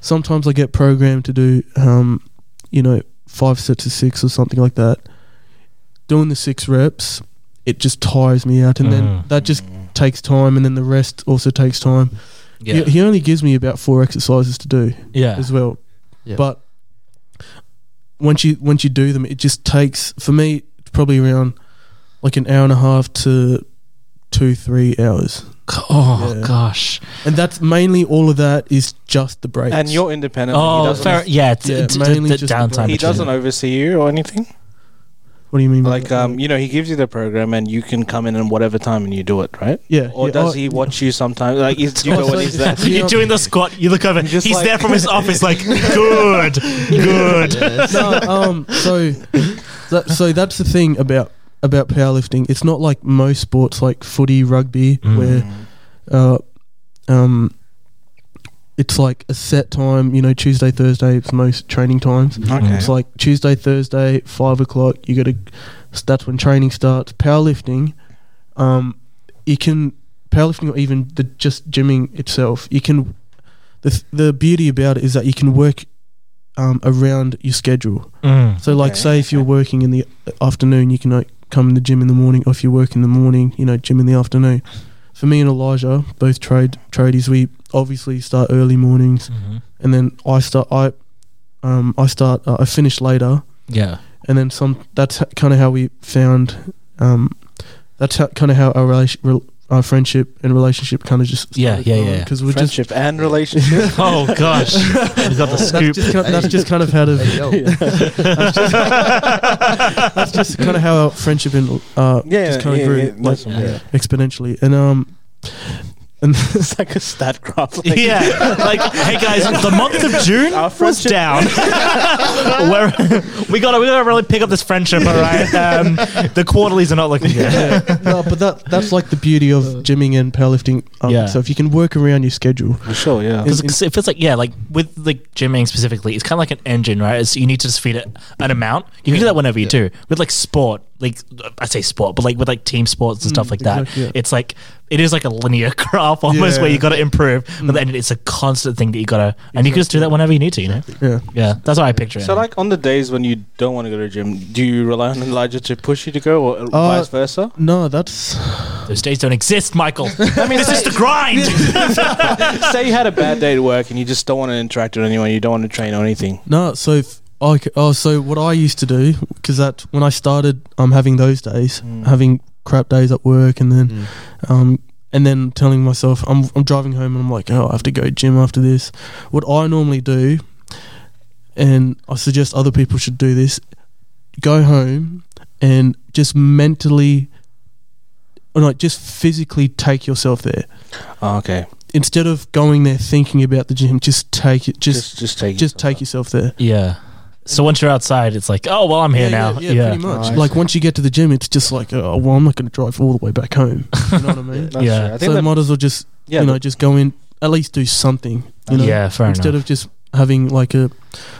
Speaker 2: sometimes I get programmed to do, um, you know, five sets of six or something like that. Doing the six reps, it just tires me out, and then
Speaker 4: Mhm.
Speaker 2: that just takes time, and then the rest also takes time.
Speaker 4: Yeah.
Speaker 2: He, he only gives me about four exercises to do
Speaker 4: yeah.
Speaker 2: as well,
Speaker 6: Yeah.
Speaker 2: but once you once you do them, it just takes for me it's probably around like an hour and a half to two three hours,
Speaker 4: Oh
Speaker 2: Yeah.
Speaker 4: gosh.
Speaker 2: and that's mainly all of that is just the breaks.
Speaker 1: And you're independent. he
Speaker 4: Oh,
Speaker 1: doesn't,
Speaker 4: fair, yeah. It's,
Speaker 2: Yeah,
Speaker 4: it's
Speaker 2: mainly
Speaker 4: the, the
Speaker 2: just the
Speaker 4: downtime.
Speaker 2: brain.
Speaker 1: he
Speaker 4: between
Speaker 1: doesn't
Speaker 4: them.
Speaker 1: oversee you or anything.
Speaker 2: Mm-hmm. What do you mean? by
Speaker 1: Like,
Speaker 2: that?
Speaker 1: um, you know, he gives you the program and you can come in at whatever time and you do it, right?
Speaker 2: yeah.
Speaker 1: Or
Speaker 2: yeah,
Speaker 1: does
Speaker 2: I-
Speaker 1: he watch you sometimes? Like, is, do you
Speaker 2: Oh,
Speaker 1: know
Speaker 2: so
Speaker 1: when he's there?
Speaker 2: it's-
Speaker 4: You're doing the squat. You look over.
Speaker 1: Just
Speaker 4: He's
Speaker 1: like-
Speaker 4: there from his office, like good, good. Mm.
Speaker 2: No, um, so, that, so that's the thing about about powerlifting. It's not like most sports, like footy, rugby, where uh, um, it's like a set time. You know, Tuesday, Thursday. It's most training times.
Speaker 1: Okay.
Speaker 2: It's like Tuesday, Thursday, five o'clock. You got to. That's when training starts. Powerlifting, um, you can powerlifting or even the just gymming itself. You can. The th- the beauty about it is that you can work um, around your schedule.
Speaker 4: Mm.
Speaker 2: So, like,
Speaker 1: Okay,
Speaker 2: say if you're
Speaker 1: okay.
Speaker 2: working in the uh, afternoon, you can like, come in the gym in the morning, or if you work in the morning, you know, gym in the afternoon. For me and Elijah, both trade tradies, we obviously start early mornings
Speaker 4: Mhm.
Speaker 2: and then I start I um I start uh, I finish later
Speaker 4: Yeah.
Speaker 2: and then some that's kind of how we found um that's how, kind of how our relation rel- our friendship and relationship kind of just
Speaker 4: Yeah, yeah, yeah, yeah.
Speaker 2: because we're just
Speaker 1: Friendship and relationship.
Speaker 4: Oh gosh. You got the
Speaker 2: that's
Speaker 4: scoop.
Speaker 2: just, kind of, that's just kind of how
Speaker 6: Hey,
Speaker 2: to
Speaker 6: yo.
Speaker 2: that's just, that's just kind of how our friendship and uh
Speaker 1: yeah,
Speaker 2: just
Speaker 1: yeah,
Speaker 2: kind of grew
Speaker 1: yeah,
Speaker 2: like
Speaker 1: that's- yeah.
Speaker 2: exponentially and um and
Speaker 1: It's like a stat graph. Like,
Speaker 4: yeah, like hey guys, the month of June
Speaker 1: Our
Speaker 4: was
Speaker 1: friendship-
Speaker 4: down. We're- we got to we got to really pick up this friendship, all right? Um, the quarterlies are not looking good.
Speaker 2: no, but that that's like the beauty of gymming and powerlifting um,
Speaker 4: Yeah.
Speaker 2: so if you can work around your schedule
Speaker 1: For sure, yeah.
Speaker 2: Is-
Speaker 4: 'Cause it feels like yeah, like with like gymming specifically, it's kind of like an engine, right? It's, you need to just feed it an amount. You can do that whenever you do. With like sport, like I say sport, but like with like team sports and
Speaker 2: Mm,
Speaker 4: stuff like
Speaker 2: exactly, yeah.
Speaker 4: that, it's like it is like a linear graph almost where
Speaker 2: Yeah. Mm.
Speaker 4: you got to improve, but then it's a constant thing that you got to, and you can just do that whenever you need to, you know?
Speaker 2: yeah
Speaker 4: Yeah, that's how I picture it.
Speaker 1: So, like, on the days when you don't want to go to the gym, do you rely on Elijah to push you to go or vice versa?
Speaker 2: No, that's
Speaker 4: Those days don't exist, Michael. I mean, this is the grind.
Speaker 1: Say you had a bad day at work and you just don't want to interact with anyone, you don't want to train or anything.
Speaker 2: no. So, if I c oh, so what I used to do because that when I started, um, having those days,
Speaker 1: Mm.
Speaker 2: having crap days at work, and then, um, and then telling myself, I'm I'm driving home, and I'm like, oh, I have to go gym after this. What I normally do, and I suggest other people should do this, go home and just mentally, or not just physically take yourself there
Speaker 1: Oh, okay.
Speaker 2: instead of going there thinking about the gym. Just take it.
Speaker 1: Just, just take
Speaker 2: just take yourself there.
Speaker 4: yeah. So once you're outside, it's like, oh well, I'm here now.
Speaker 2: Yeah,
Speaker 4: Yeah,
Speaker 2: pretty much.
Speaker 6: Nice.
Speaker 2: Like once you get to the gym, it's just like, oh well, I'm not going to drive all the way back home. You know what I mean?
Speaker 1: That's
Speaker 4: Yeah.
Speaker 1: true. I think
Speaker 2: so
Speaker 1: that,
Speaker 2: might as well just
Speaker 1: yeah,
Speaker 2: you know just go in at least do something. You know,
Speaker 4: yeah, fair
Speaker 2: instead
Speaker 4: enough.
Speaker 2: of just having like a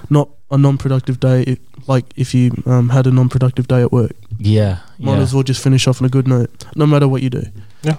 Speaker 2: not a non-productive day. It, like if you um, had a non-productive day at work,
Speaker 4: yeah,
Speaker 2: might
Speaker 4: yeah.
Speaker 2: as well just finish off on a good note. No matter what you do,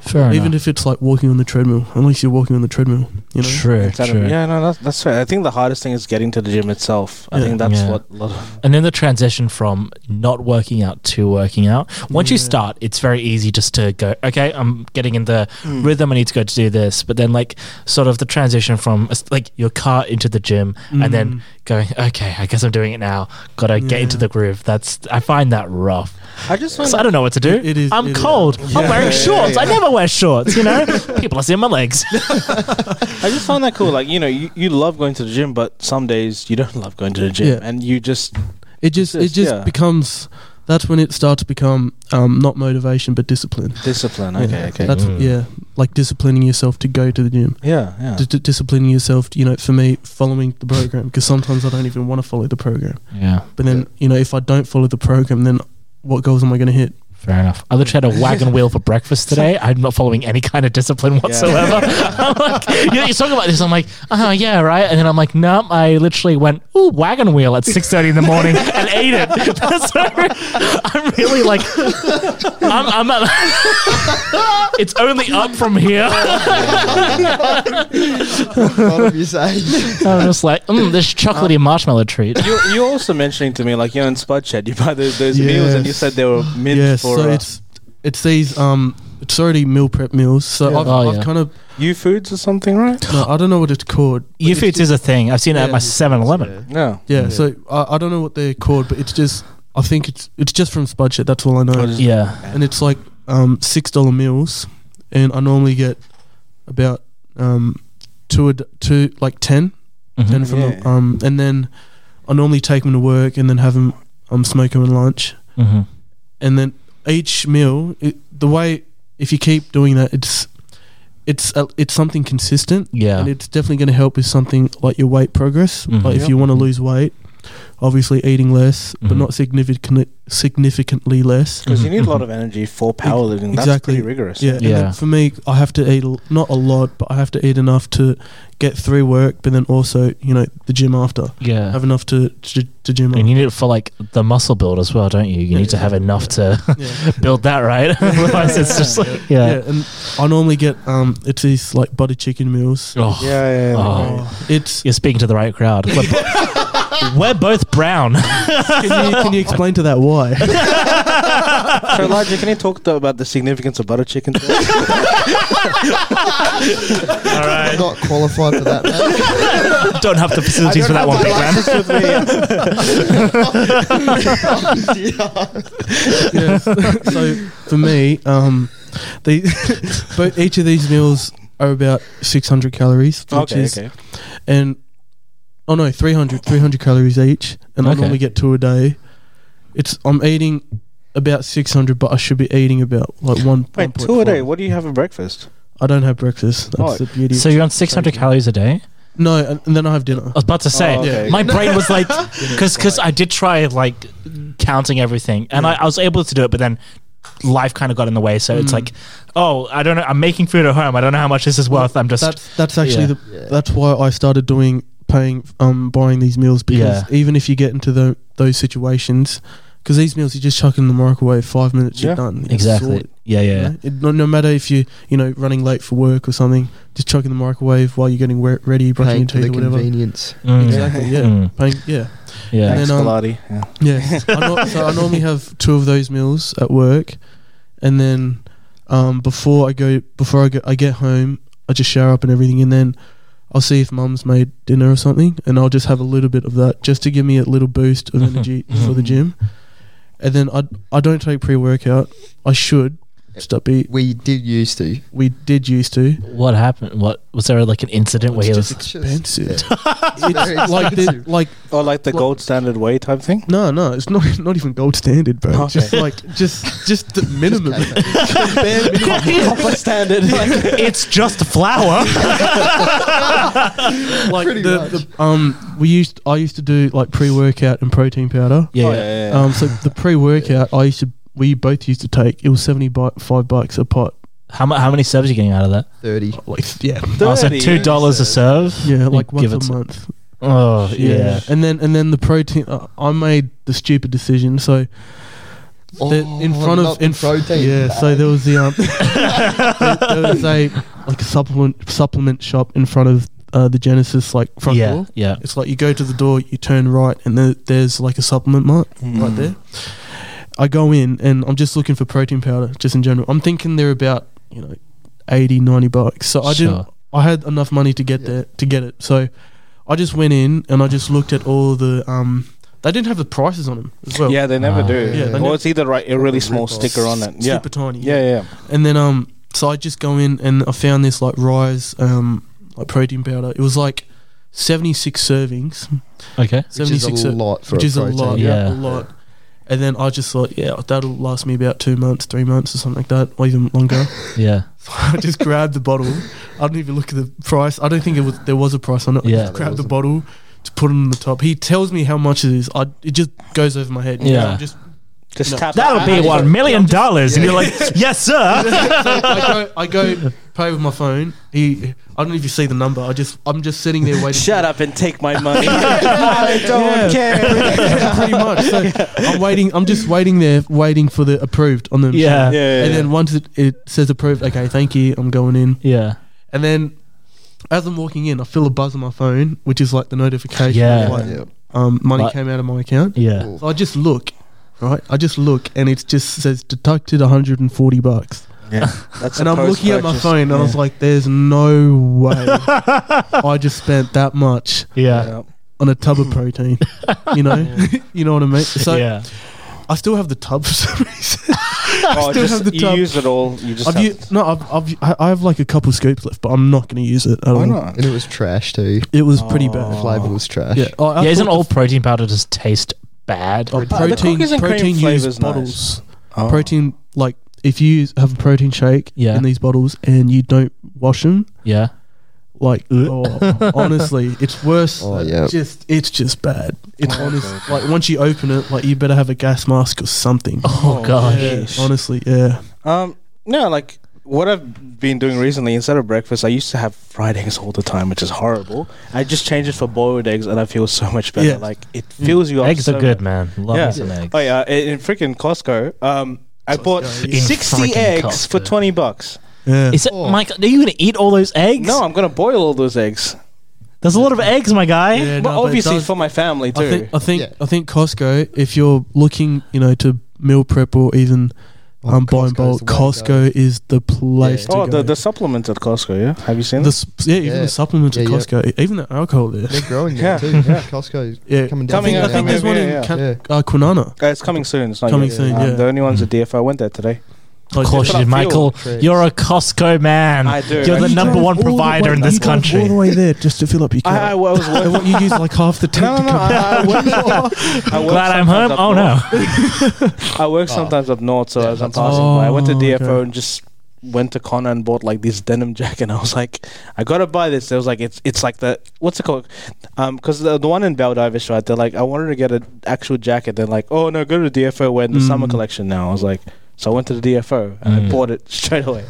Speaker 4: fair
Speaker 2: even
Speaker 4: enough.
Speaker 2: if it's like walking on the treadmill, at least you're walking on the treadmill. You know.
Speaker 4: true,
Speaker 1: Instead of-
Speaker 4: true.
Speaker 1: yeah, no, that's, that's right. I think the hardest thing is getting to the gym itself. I
Speaker 2: Yeah.
Speaker 1: think that's
Speaker 4: Yeah.
Speaker 1: what a lot of
Speaker 4: And then the transition from not working out to working out. Once you
Speaker 2: Yeah.
Speaker 4: start, it's very easy just to go, okay, I'm getting in the
Speaker 2: Hmm.
Speaker 4: rhythm. I need to go to do this. But then, like, sort of the transition from like your car into the gym and
Speaker 2: Mm.
Speaker 4: then going, okay, I guess I'm doing it now. Got to
Speaker 2: Yeah.
Speaker 4: get into the groove. That's, I find that rough.
Speaker 1: I just
Speaker 4: So I don't know what to do.
Speaker 2: It- it is-
Speaker 4: I'm
Speaker 2: it is.
Speaker 4: cold.
Speaker 1: Yeah.
Speaker 4: I'm wearing
Speaker 1: Yeah, yeah,
Speaker 4: shorts.
Speaker 1: yeah.
Speaker 4: I never wear shorts. You know, people are seeing my legs.
Speaker 1: I just find that cool. Like you know, you, you love going to the gym, but some days you don't love going to the gym,
Speaker 2: Yeah.
Speaker 1: and you just
Speaker 2: It just it
Speaker 1: It's-
Speaker 2: just
Speaker 1: yeah.
Speaker 2: becomes that's when it starts to become um, not motivation but discipline.
Speaker 1: discipline. Okay,
Speaker 2: yeah.
Speaker 1: okay,
Speaker 2: That's
Speaker 4: Mm.
Speaker 2: yeah, like disciplining yourself to go to the gym.
Speaker 1: yeah, yeah.
Speaker 2: D- d- disciplining yourself, you know, for me, following the program because sometimes I don't even want to follow the program.
Speaker 4: Yeah,
Speaker 2: But then, you know, if I don't follow the program, then what goals am I going to hit?
Speaker 4: Fair enough. I literally had a wagon wheel for breakfast today. I'm not following any kind of discipline whatsoever. I'm like, you know, you're talking about this. I'm like, oh yeah, right. And then I'm like, no, I literally went, ooh, wagon wheel at 6:30 in the morning and ate it. That's so, I'm really like, I'm, I'm at, it's only up from here.
Speaker 6: What have you say?
Speaker 4: I'm just like, mm, this chocolatey marshmallow treat.
Speaker 1: You you're also mentioning to me like you know in Spud Chat you buy those, those meals and you
Speaker 2: Yes.
Speaker 1: said they were mint
Speaker 2: yeah,
Speaker 1: for
Speaker 2: so
Speaker 1: uh,
Speaker 2: it's it's these um it's already meal prep meals. So
Speaker 6: Yeah.
Speaker 2: I've,
Speaker 4: Oh,
Speaker 2: I've
Speaker 4: yeah.
Speaker 2: kind of
Speaker 1: you foods or something, right?
Speaker 2: no, I don't know what it's called. but
Speaker 4: You
Speaker 2: it's
Speaker 4: foods
Speaker 2: just-
Speaker 4: is a thing. I've seen it at
Speaker 2: Yeah.
Speaker 4: my 7-Eleven.
Speaker 1: No.
Speaker 2: yeah,
Speaker 6: Yeah.
Speaker 2: So I, I don't know what they're called, but it's just I think it's it's just from Spudshit. That's all I know.
Speaker 1: Or just-
Speaker 4: Yeah.
Speaker 2: and it's like um, six dollar meals, and I normally get about um, two a d- two like 10,
Speaker 4: Mhm.
Speaker 2: 10 from
Speaker 1: Yeah.
Speaker 2: the, um, and then I normally take them to work and then have them um, smoke them at lunch,
Speaker 4: Mhm.
Speaker 2: and then each meal it, the way if you keep doing that it's it's uh, it's something consistent
Speaker 4: Yeah.
Speaker 2: and it's definitely going to help with something like your weight progress.
Speaker 4: Mhm.
Speaker 2: Like if
Speaker 1: Yep.
Speaker 2: you want to lose weight, obviously eating less, but
Speaker 4: Mhm.
Speaker 2: not significant, significantly less.
Speaker 1: Because you need a lot
Speaker 4: Mhm.
Speaker 1: of energy for powerlifting. That's
Speaker 2: Mm-hmm. exactly.
Speaker 1: pretty rigorous.
Speaker 2: Yeah, and
Speaker 4: Yeah.
Speaker 2: then for me, I have to eat a l- not a lot, but I have to eat enough to get through work, but then also you know the gym after.
Speaker 4: Yeah.
Speaker 2: Have enough to to, to gym.
Speaker 4: And
Speaker 2: after.
Speaker 4: you need it for like the muscle build as well, don't you? You need to have enough to
Speaker 2: Yeah.
Speaker 4: build that, right? Otherwise, it's just like,
Speaker 2: yeah.
Speaker 4: yeah.
Speaker 2: and I normally get um it's these like butter chicken meals.
Speaker 4: Oh,
Speaker 1: Yeah, yeah, yeah.
Speaker 4: Oh.
Speaker 2: It's
Speaker 4: You're speaking to the right crowd. We're, bo- we're both brown.
Speaker 2: can you, can you explain to that why?
Speaker 1: So, Elijah, can you talk though about the significance of butter chicken?
Speaker 4: All right.
Speaker 6: Not qualified for that. Mate.
Speaker 4: Don't have the facilities for that one, big man.
Speaker 2: yes. so for me, um, they but each of these meals are about 600 calories, which
Speaker 1: okay,
Speaker 2: is
Speaker 1: okay.
Speaker 2: and oh no, 300 300 calories each, and I
Speaker 4: Okay.
Speaker 2: normally get two a day. It's I'm eating about 600, but I should be eating about like one.
Speaker 1: Wait,
Speaker 2: 1.5.
Speaker 1: two a day. What do you have for breakfast?
Speaker 2: I don't have breakfast. That's
Speaker 1: Oh.
Speaker 2: the beauty.
Speaker 4: So
Speaker 2: of
Speaker 4: you're on 600 calories a day?
Speaker 2: no, and, and then I have dinner.
Speaker 4: I was about to say,
Speaker 1: Oh, okay.
Speaker 4: my brain was like, because because I did try like counting everything, and I, I was able to do it, but then life kind of got in the way. So it's
Speaker 2: Mm.
Speaker 4: like, oh, I don't know. I'm making food at home. I don't know how much this is worth. I'm just
Speaker 2: that's that's actually
Speaker 4: Yeah.
Speaker 2: the
Speaker 6: Yeah.
Speaker 2: that's why I started doing paying um buying these meals because
Speaker 4: Yeah.
Speaker 2: even if you get into the, those situations because these meals you just chuck in the microwave five minutes
Speaker 1: Yeah.
Speaker 2: you're done It's
Speaker 4: exactly.
Speaker 2: sorted,
Speaker 4: Yeah, yeah.
Speaker 2: you know? It- no, no matter if you you know running late for work or something just chuck in the microwave while you're getting we- ready brushing
Speaker 6: Paying for
Speaker 2: your teeth
Speaker 6: the
Speaker 2: or whatever
Speaker 6: convenience.
Speaker 4: Mm.
Speaker 2: exactly yeah
Speaker 4: Mm.
Speaker 2: paying yeah
Speaker 4: Yeah.
Speaker 2: And
Speaker 1: Thanks,
Speaker 2: then, um,
Speaker 1: Pilati. Yeah.
Speaker 2: yeah I nor- so I normally have two of those meals at work and then um before I go before I go I get home I just shower up and everything, and then I'll see if mum's made dinner or something, and I'll just have a little bit of that just to give me a little boost
Speaker 4: Mm-hmm.
Speaker 2: of energy for the gym. And then I I don't take pre workout. I should. Stop be
Speaker 6: We did used to.
Speaker 2: we did used to.
Speaker 4: What happened? What was there like an incident where he
Speaker 2: It's
Speaker 4: was?
Speaker 2: just expensive.
Speaker 6: very
Speaker 2: it's like the,
Speaker 6: expensive.
Speaker 2: like
Speaker 1: Or like the gold standard way type thing.
Speaker 2: no no it's not not even gold standard bro. It's Just
Speaker 1: Okay.
Speaker 2: like just just the minimum. Bare minimum.
Speaker 1: Copper standard.
Speaker 4: it's just flour.
Speaker 2: like
Speaker 6: Pretty
Speaker 2: the,
Speaker 6: much.
Speaker 2: the um we used I used to do like pre workout and protein powder.
Speaker 4: yeah,
Speaker 1: Oh,
Speaker 4: yeah.
Speaker 1: yeah, yeah.
Speaker 2: Um, so the pre-workout I used to, we both used to take. It was seventy bi- five bucks a pot.
Speaker 4: How, mu- how many serves are you getting out of that?
Speaker 6: Thirty.
Speaker 2: Like yeah,
Speaker 4: Oh, so
Speaker 1: 30.
Speaker 4: two dollars a serve.
Speaker 2: yeah,
Speaker 4: You
Speaker 2: like once
Speaker 4: give
Speaker 2: a
Speaker 4: it-
Speaker 2: month.
Speaker 4: Oh yeah.
Speaker 2: and then and then the protein. Uh, I made the stupid decision. So Oh, the- in front
Speaker 6: not
Speaker 2: of
Speaker 6: the
Speaker 2: in fr-
Speaker 6: protein.
Speaker 2: yeah. So there was the um, there, there was a like a supplement supplement shop in front of uh, the Genesis like front
Speaker 4: yeah,
Speaker 2: door.
Speaker 4: yeah.
Speaker 2: It's like you go to the door, you turn right, and there, there's like a supplement mart right
Speaker 1: Mm.
Speaker 2: there. I go in and I'm just looking for protein powder, just in general. I'm thinking they're about you know 80, 90 bucks. So I
Speaker 4: Sure.
Speaker 2: didn't. I had enough money to get
Speaker 6: Yeah.
Speaker 2: there to get it. So I just went in and I just looked at all the. Um, they didn't have the prices on them as well. uh,
Speaker 1: Yeah, they never
Speaker 4: Ah.
Speaker 1: do.
Speaker 2: Yeah, they
Speaker 1: or
Speaker 2: never-
Speaker 1: it's either right a really small
Speaker 6: Rip-off.
Speaker 1: sticker on it. Yeah.
Speaker 2: super tiny.
Speaker 1: Yeah, yeah.
Speaker 2: And then um, so I just go in and I found this like rise um like protein powder. It was like seventy six servings.
Speaker 4: Okay.
Speaker 6: which
Speaker 2: Seventy
Speaker 6: is a
Speaker 2: six
Speaker 6: lot for
Speaker 2: which
Speaker 6: a
Speaker 2: is a
Speaker 6: protein.
Speaker 2: lot,
Speaker 4: Yeah.
Speaker 2: yeah, a lot. And then I just thought, yeah, that'll last me about two months, three months, or something like that, or even longer.
Speaker 4: Yeah.
Speaker 2: so I just grabbed the bottle. I didn't even look at the price. I don't think it was there was a price on it.
Speaker 4: Yeah.
Speaker 2: I
Speaker 4: There
Speaker 2: just grabbed the
Speaker 6: wasn't.
Speaker 2: bottle to put it on the top. He tells me how much it is. I it just goes over my head.
Speaker 4: Yeah.
Speaker 2: I'm just
Speaker 1: Just tap
Speaker 4: That would be
Speaker 2: I-
Speaker 4: one million dollars, and you're like, yes, sir.
Speaker 2: I go, I go pay with my phone. He, I don't know if you see the number. I just, I'm just sitting there waiting.
Speaker 1: Shut up and take my money.
Speaker 6: I don't care.
Speaker 2: pretty much. So I'm waiting. I'm just waiting there, waiting for the approved on the machine.
Speaker 4: Yeah.
Speaker 1: Yeah,
Speaker 2: and
Speaker 1: yeah,
Speaker 2: then once it, it says approved, okay, thank you. I'm going in.
Speaker 4: yeah.
Speaker 2: And then as I'm walking in, I feel a buzz on my phone, which is like the notification.
Speaker 4: Yeah.
Speaker 2: of, like,
Speaker 6: Yeah.
Speaker 2: um, money
Speaker 4: Like-
Speaker 2: came out of my account.
Speaker 4: Yeah.
Speaker 2: So I just look, right? I just look, and it just says deducted 140 bucks.
Speaker 1: That's
Speaker 2: and
Speaker 1: a
Speaker 2: I'm looking at my
Speaker 1: post-purchase.
Speaker 2: phone, and I was like, "There's no way I just spent that much
Speaker 4: Yeah.
Speaker 1: Oh,
Speaker 2: on a tub of protein." You know, you know what I mean. So
Speaker 4: yeah.
Speaker 2: I still have the tub for some reason.
Speaker 1: Oh,
Speaker 2: still
Speaker 1: just-
Speaker 2: have the
Speaker 1: you
Speaker 2: tub.
Speaker 1: use it all. You just
Speaker 2: I've
Speaker 1: have
Speaker 2: u- no, I've, I've I- I have like a couple scoops left, but I'm not going to use Um, it. At all.
Speaker 6: And it was trash too.
Speaker 2: It was pretty bad.
Speaker 6: The flavour was trash.
Speaker 2: Yeah, oh, I
Speaker 4: yeah isn't
Speaker 2: thought
Speaker 4: all protein powder just taste bad?
Speaker 2: the- oh,
Speaker 1: Oh, the
Speaker 2: protein
Speaker 1: cookies and cream
Speaker 2: protein
Speaker 1: flavour's
Speaker 2: use
Speaker 1: nice.
Speaker 2: bottles?
Speaker 1: Oh.
Speaker 2: Protein like if you have a protein shake
Speaker 4: Yeah.
Speaker 2: in these bottles and you don't wash them,
Speaker 4: Yeah.
Speaker 2: like oh, honestly, it's worse.
Speaker 6: Oh, yeah.
Speaker 2: just it's just bad. It's honest. Like once you open it, like you better have a gas mask or something.
Speaker 4: Oh, gosh.
Speaker 2: Yeah, honestly, yeah.
Speaker 1: Um, no, like what I've been doing recently, instead of breakfast, I used to have fried eggs all the time, which is horrible. I just changed it for boiled eggs, and I feel so much better.
Speaker 2: Yeah.
Speaker 1: Like it fills you up.
Speaker 4: Eggs
Speaker 1: so
Speaker 4: are good,
Speaker 1: much.
Speaker 4: man. Love
Speaker 1: Yeah.
Speaker 4: me some eggs.
Speaker 1: Oh yeah, in, in freaking Costco, um, I bought
Speaker 2: yeah.
Speaker 4: In
Speaker 1: sixty
Speaker 4: freaking
Speaker 1: eggs for
Speaker 4: Costco.
Speaker 1: twenty bucks.
Speaker 2: Yeah.
Speaker 4: Is it, Mike? Are you gonna eat all those eggs?
Speaker 1: No, I'm gonna boil all those eggs,
Speaker 4: There's a lot of eggs, my guy.
Speaker 2: Yeah,
Speaker 1: but
Speaker 2: no, it
Speaker 1: obviously
Speaker 2: does-
Speaker 1: for my family too.
Speaker 2: I think I think
Speaker 6: Yeah.
Speaker 2: I think Costco. If you're looking, you know, to meal prep or even
Speaker 6: Oh,
Speaker 2: um, buy and bulk,
Speaker 6: Costco's the way to go.
Speaker 2: Costco is the place
Speaker 6: Yeah.
Speaker 2: to
Speaker 1: oh,
Speaker 2: go.
Speaker 1: the, the supplements at Costco. Yeah, have you seen
Speaker 2: The
Speaker 1: them?
Speaker 2: s- yeah, even
Speaker 6: Yeah.
Speaker 2: the supplements at
Speaker 6: Yeah, yeah.
Speaker 2: Costco, even the alcohol there.
Speaker 6: They're growing now
Speaker 1: Yeah,
Speaker 6: too.
Speaker 1: yeah.
Speaker 6: Costco
Speaker 2: Yeah,
Speaker 6: coming down.
Speaker 1: Coming
Speaker 2: I
Speaker 1: up,
Speaker 2: think
Speaker 1: coming
Speaker 2: there's
Speaker 1: up,
Speaker 2: one
Speaker 1: yeah,
Speaker 2: in
Speaker 1: yeah.
Speaker 2: Can-
Speaker 6: Yeah.
Speaker 2: Uh, Kwinana.
Speaker 1: Uh, it's coming soon. It's not
Speaker 2: Coming
Speaker 1: yet.
Speaker 2: soon,
Speaker 1: Um,
Speaker 2: yeah.
Speaker 1: The only
Speaker 4: Mm.
Speaker 1: ones at DFI went there today.
Speaker 4: Of course,
Speaker 1: But
Speaker 4: you
Speaker 1: I
Speaker 4: did,
Speaker 1: feel-
Speaker 4: Michael. You're a Costco man.
Speaker 1: I do.
Speaker 4: You're the
Speaker 1: You
Speaker 4: number one provider in this
Speaker 2: All
Speaker 4: country.
Speaker 2: the way there just to fill up your
Speaker 1: I, I
Speaker 2: car.
Speaker 1: was
Speaker 2: And what,
Speaker 1: working.
Speaker 2: you use like half the tank.
Speaker 1: No, no,
Speaker 2: to
Speaker 1: no.
Speaker 2: come-
Speaker 1: I, I work, I work
Speaker 4: Glad I'm
Speaker 1: sometimes
Speaker 4: home.
Speaker 1: up
Speaker 4: Oh
Speaker 1: north.
Speaker 4: no.
Speaker 1: I work sometimes up north, so as I'm
Speaker 6: that's-
Speaker 1: passing by, I went to
Speaker 2: Oh,
Speaker 1: DFO
Speaker 2: okay.
Speaker 1: and just went to Connor and bought like this denim jacket. And I was like, I gotta buy this. It was like it's it's like the what's it called? Um, because the, the one in Baldivis, right? They're like, I wanted to get an actual jacket. They're like, oh no, go to DFO. We're in the summer collection now. I was like, so I went to the DFO and I bought it straight away.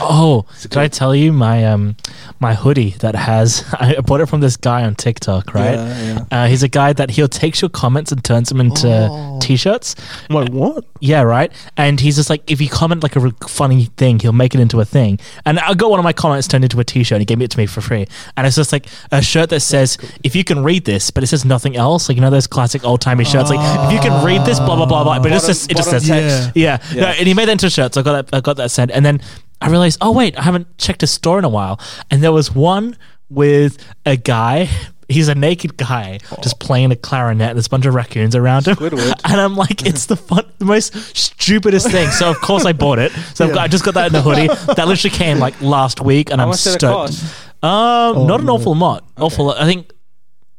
Speaker 4: Oh, did I tell you my um my hoodie that has? I bought it from this guy on TikTok, right?
Speaker 1: Yeah,
Speaker 4: Uh, he's a guy that he'll takes your comments and turns them into
Speaker 6: Oh.
Speaker 4: t-shirts.
Speaker 2: Wait, what?
Speaker 4: Yeah, right. And he's just like, if you comment like a re- funny thing, he'll make it into a thing. And I got one of my comments turned into a T-shirt. and He gave it to me for free, and it's just like a shirt that says, "If you can read this," but it says nothing else. Like you know those classic old-timey shirts, like if you can read this, blah blah blah blah. But it's
Speaker 1: Bottom-
Speaker 4: just it just
Speaker 1: bottom
Speaker 4: says
Speaker 2: text.
Speaker 4: yeah.
Speaker 1: Yeah.
Speaker 4: No, and he made that into a shirt, so I got that I got that sent. And then I realized, oh wait, I haven't checked a store in a while. And there was one with a guy. He's a naked guy just playing a clarinet. There's a bunch of raccoons around him.
Speaker 1: Squidward.
Speaker 4: And I'm like, it's the fun, the most stupidest thing. So of course I bought it. So I've got, I just got that in the hoodie. That literally came like last week, and
Speaker 1: How
Speaker 4: I'm
Speaker 1: much did it
Speaker 4: stoked.
Speaker 1: cost?
Speaker 4: Um, not an awful lot. Awful. lot. I think.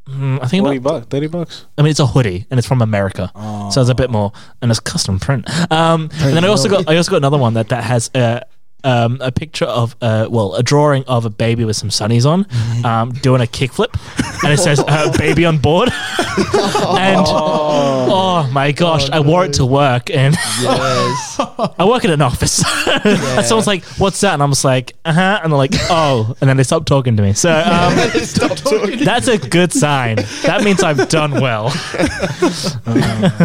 Speaker 4: mm, I think
Speaker 1: Forty
Speaker 4: about,
Speaker 1: bucks, thirty bucks.
Speaker 4: I mean it's a hoodie and it's from America, so it's a bit more and it's custom print. Um, and then I also got I also got another one that that has a um, a picture of uh, well a drawing of a baby with some sunnies on, um, doing a kickflip, and it says uh, "baby on board," and oh my gosh, I wore it to work and.
Speaker 6: Yes.
Speaker 4: I work in an office. and someone's like, "What's that?" And I'm just like, "Uh huh." And they're like, "Oh," and then they stop talking to me. So um, that's a good sign. That means I've done well.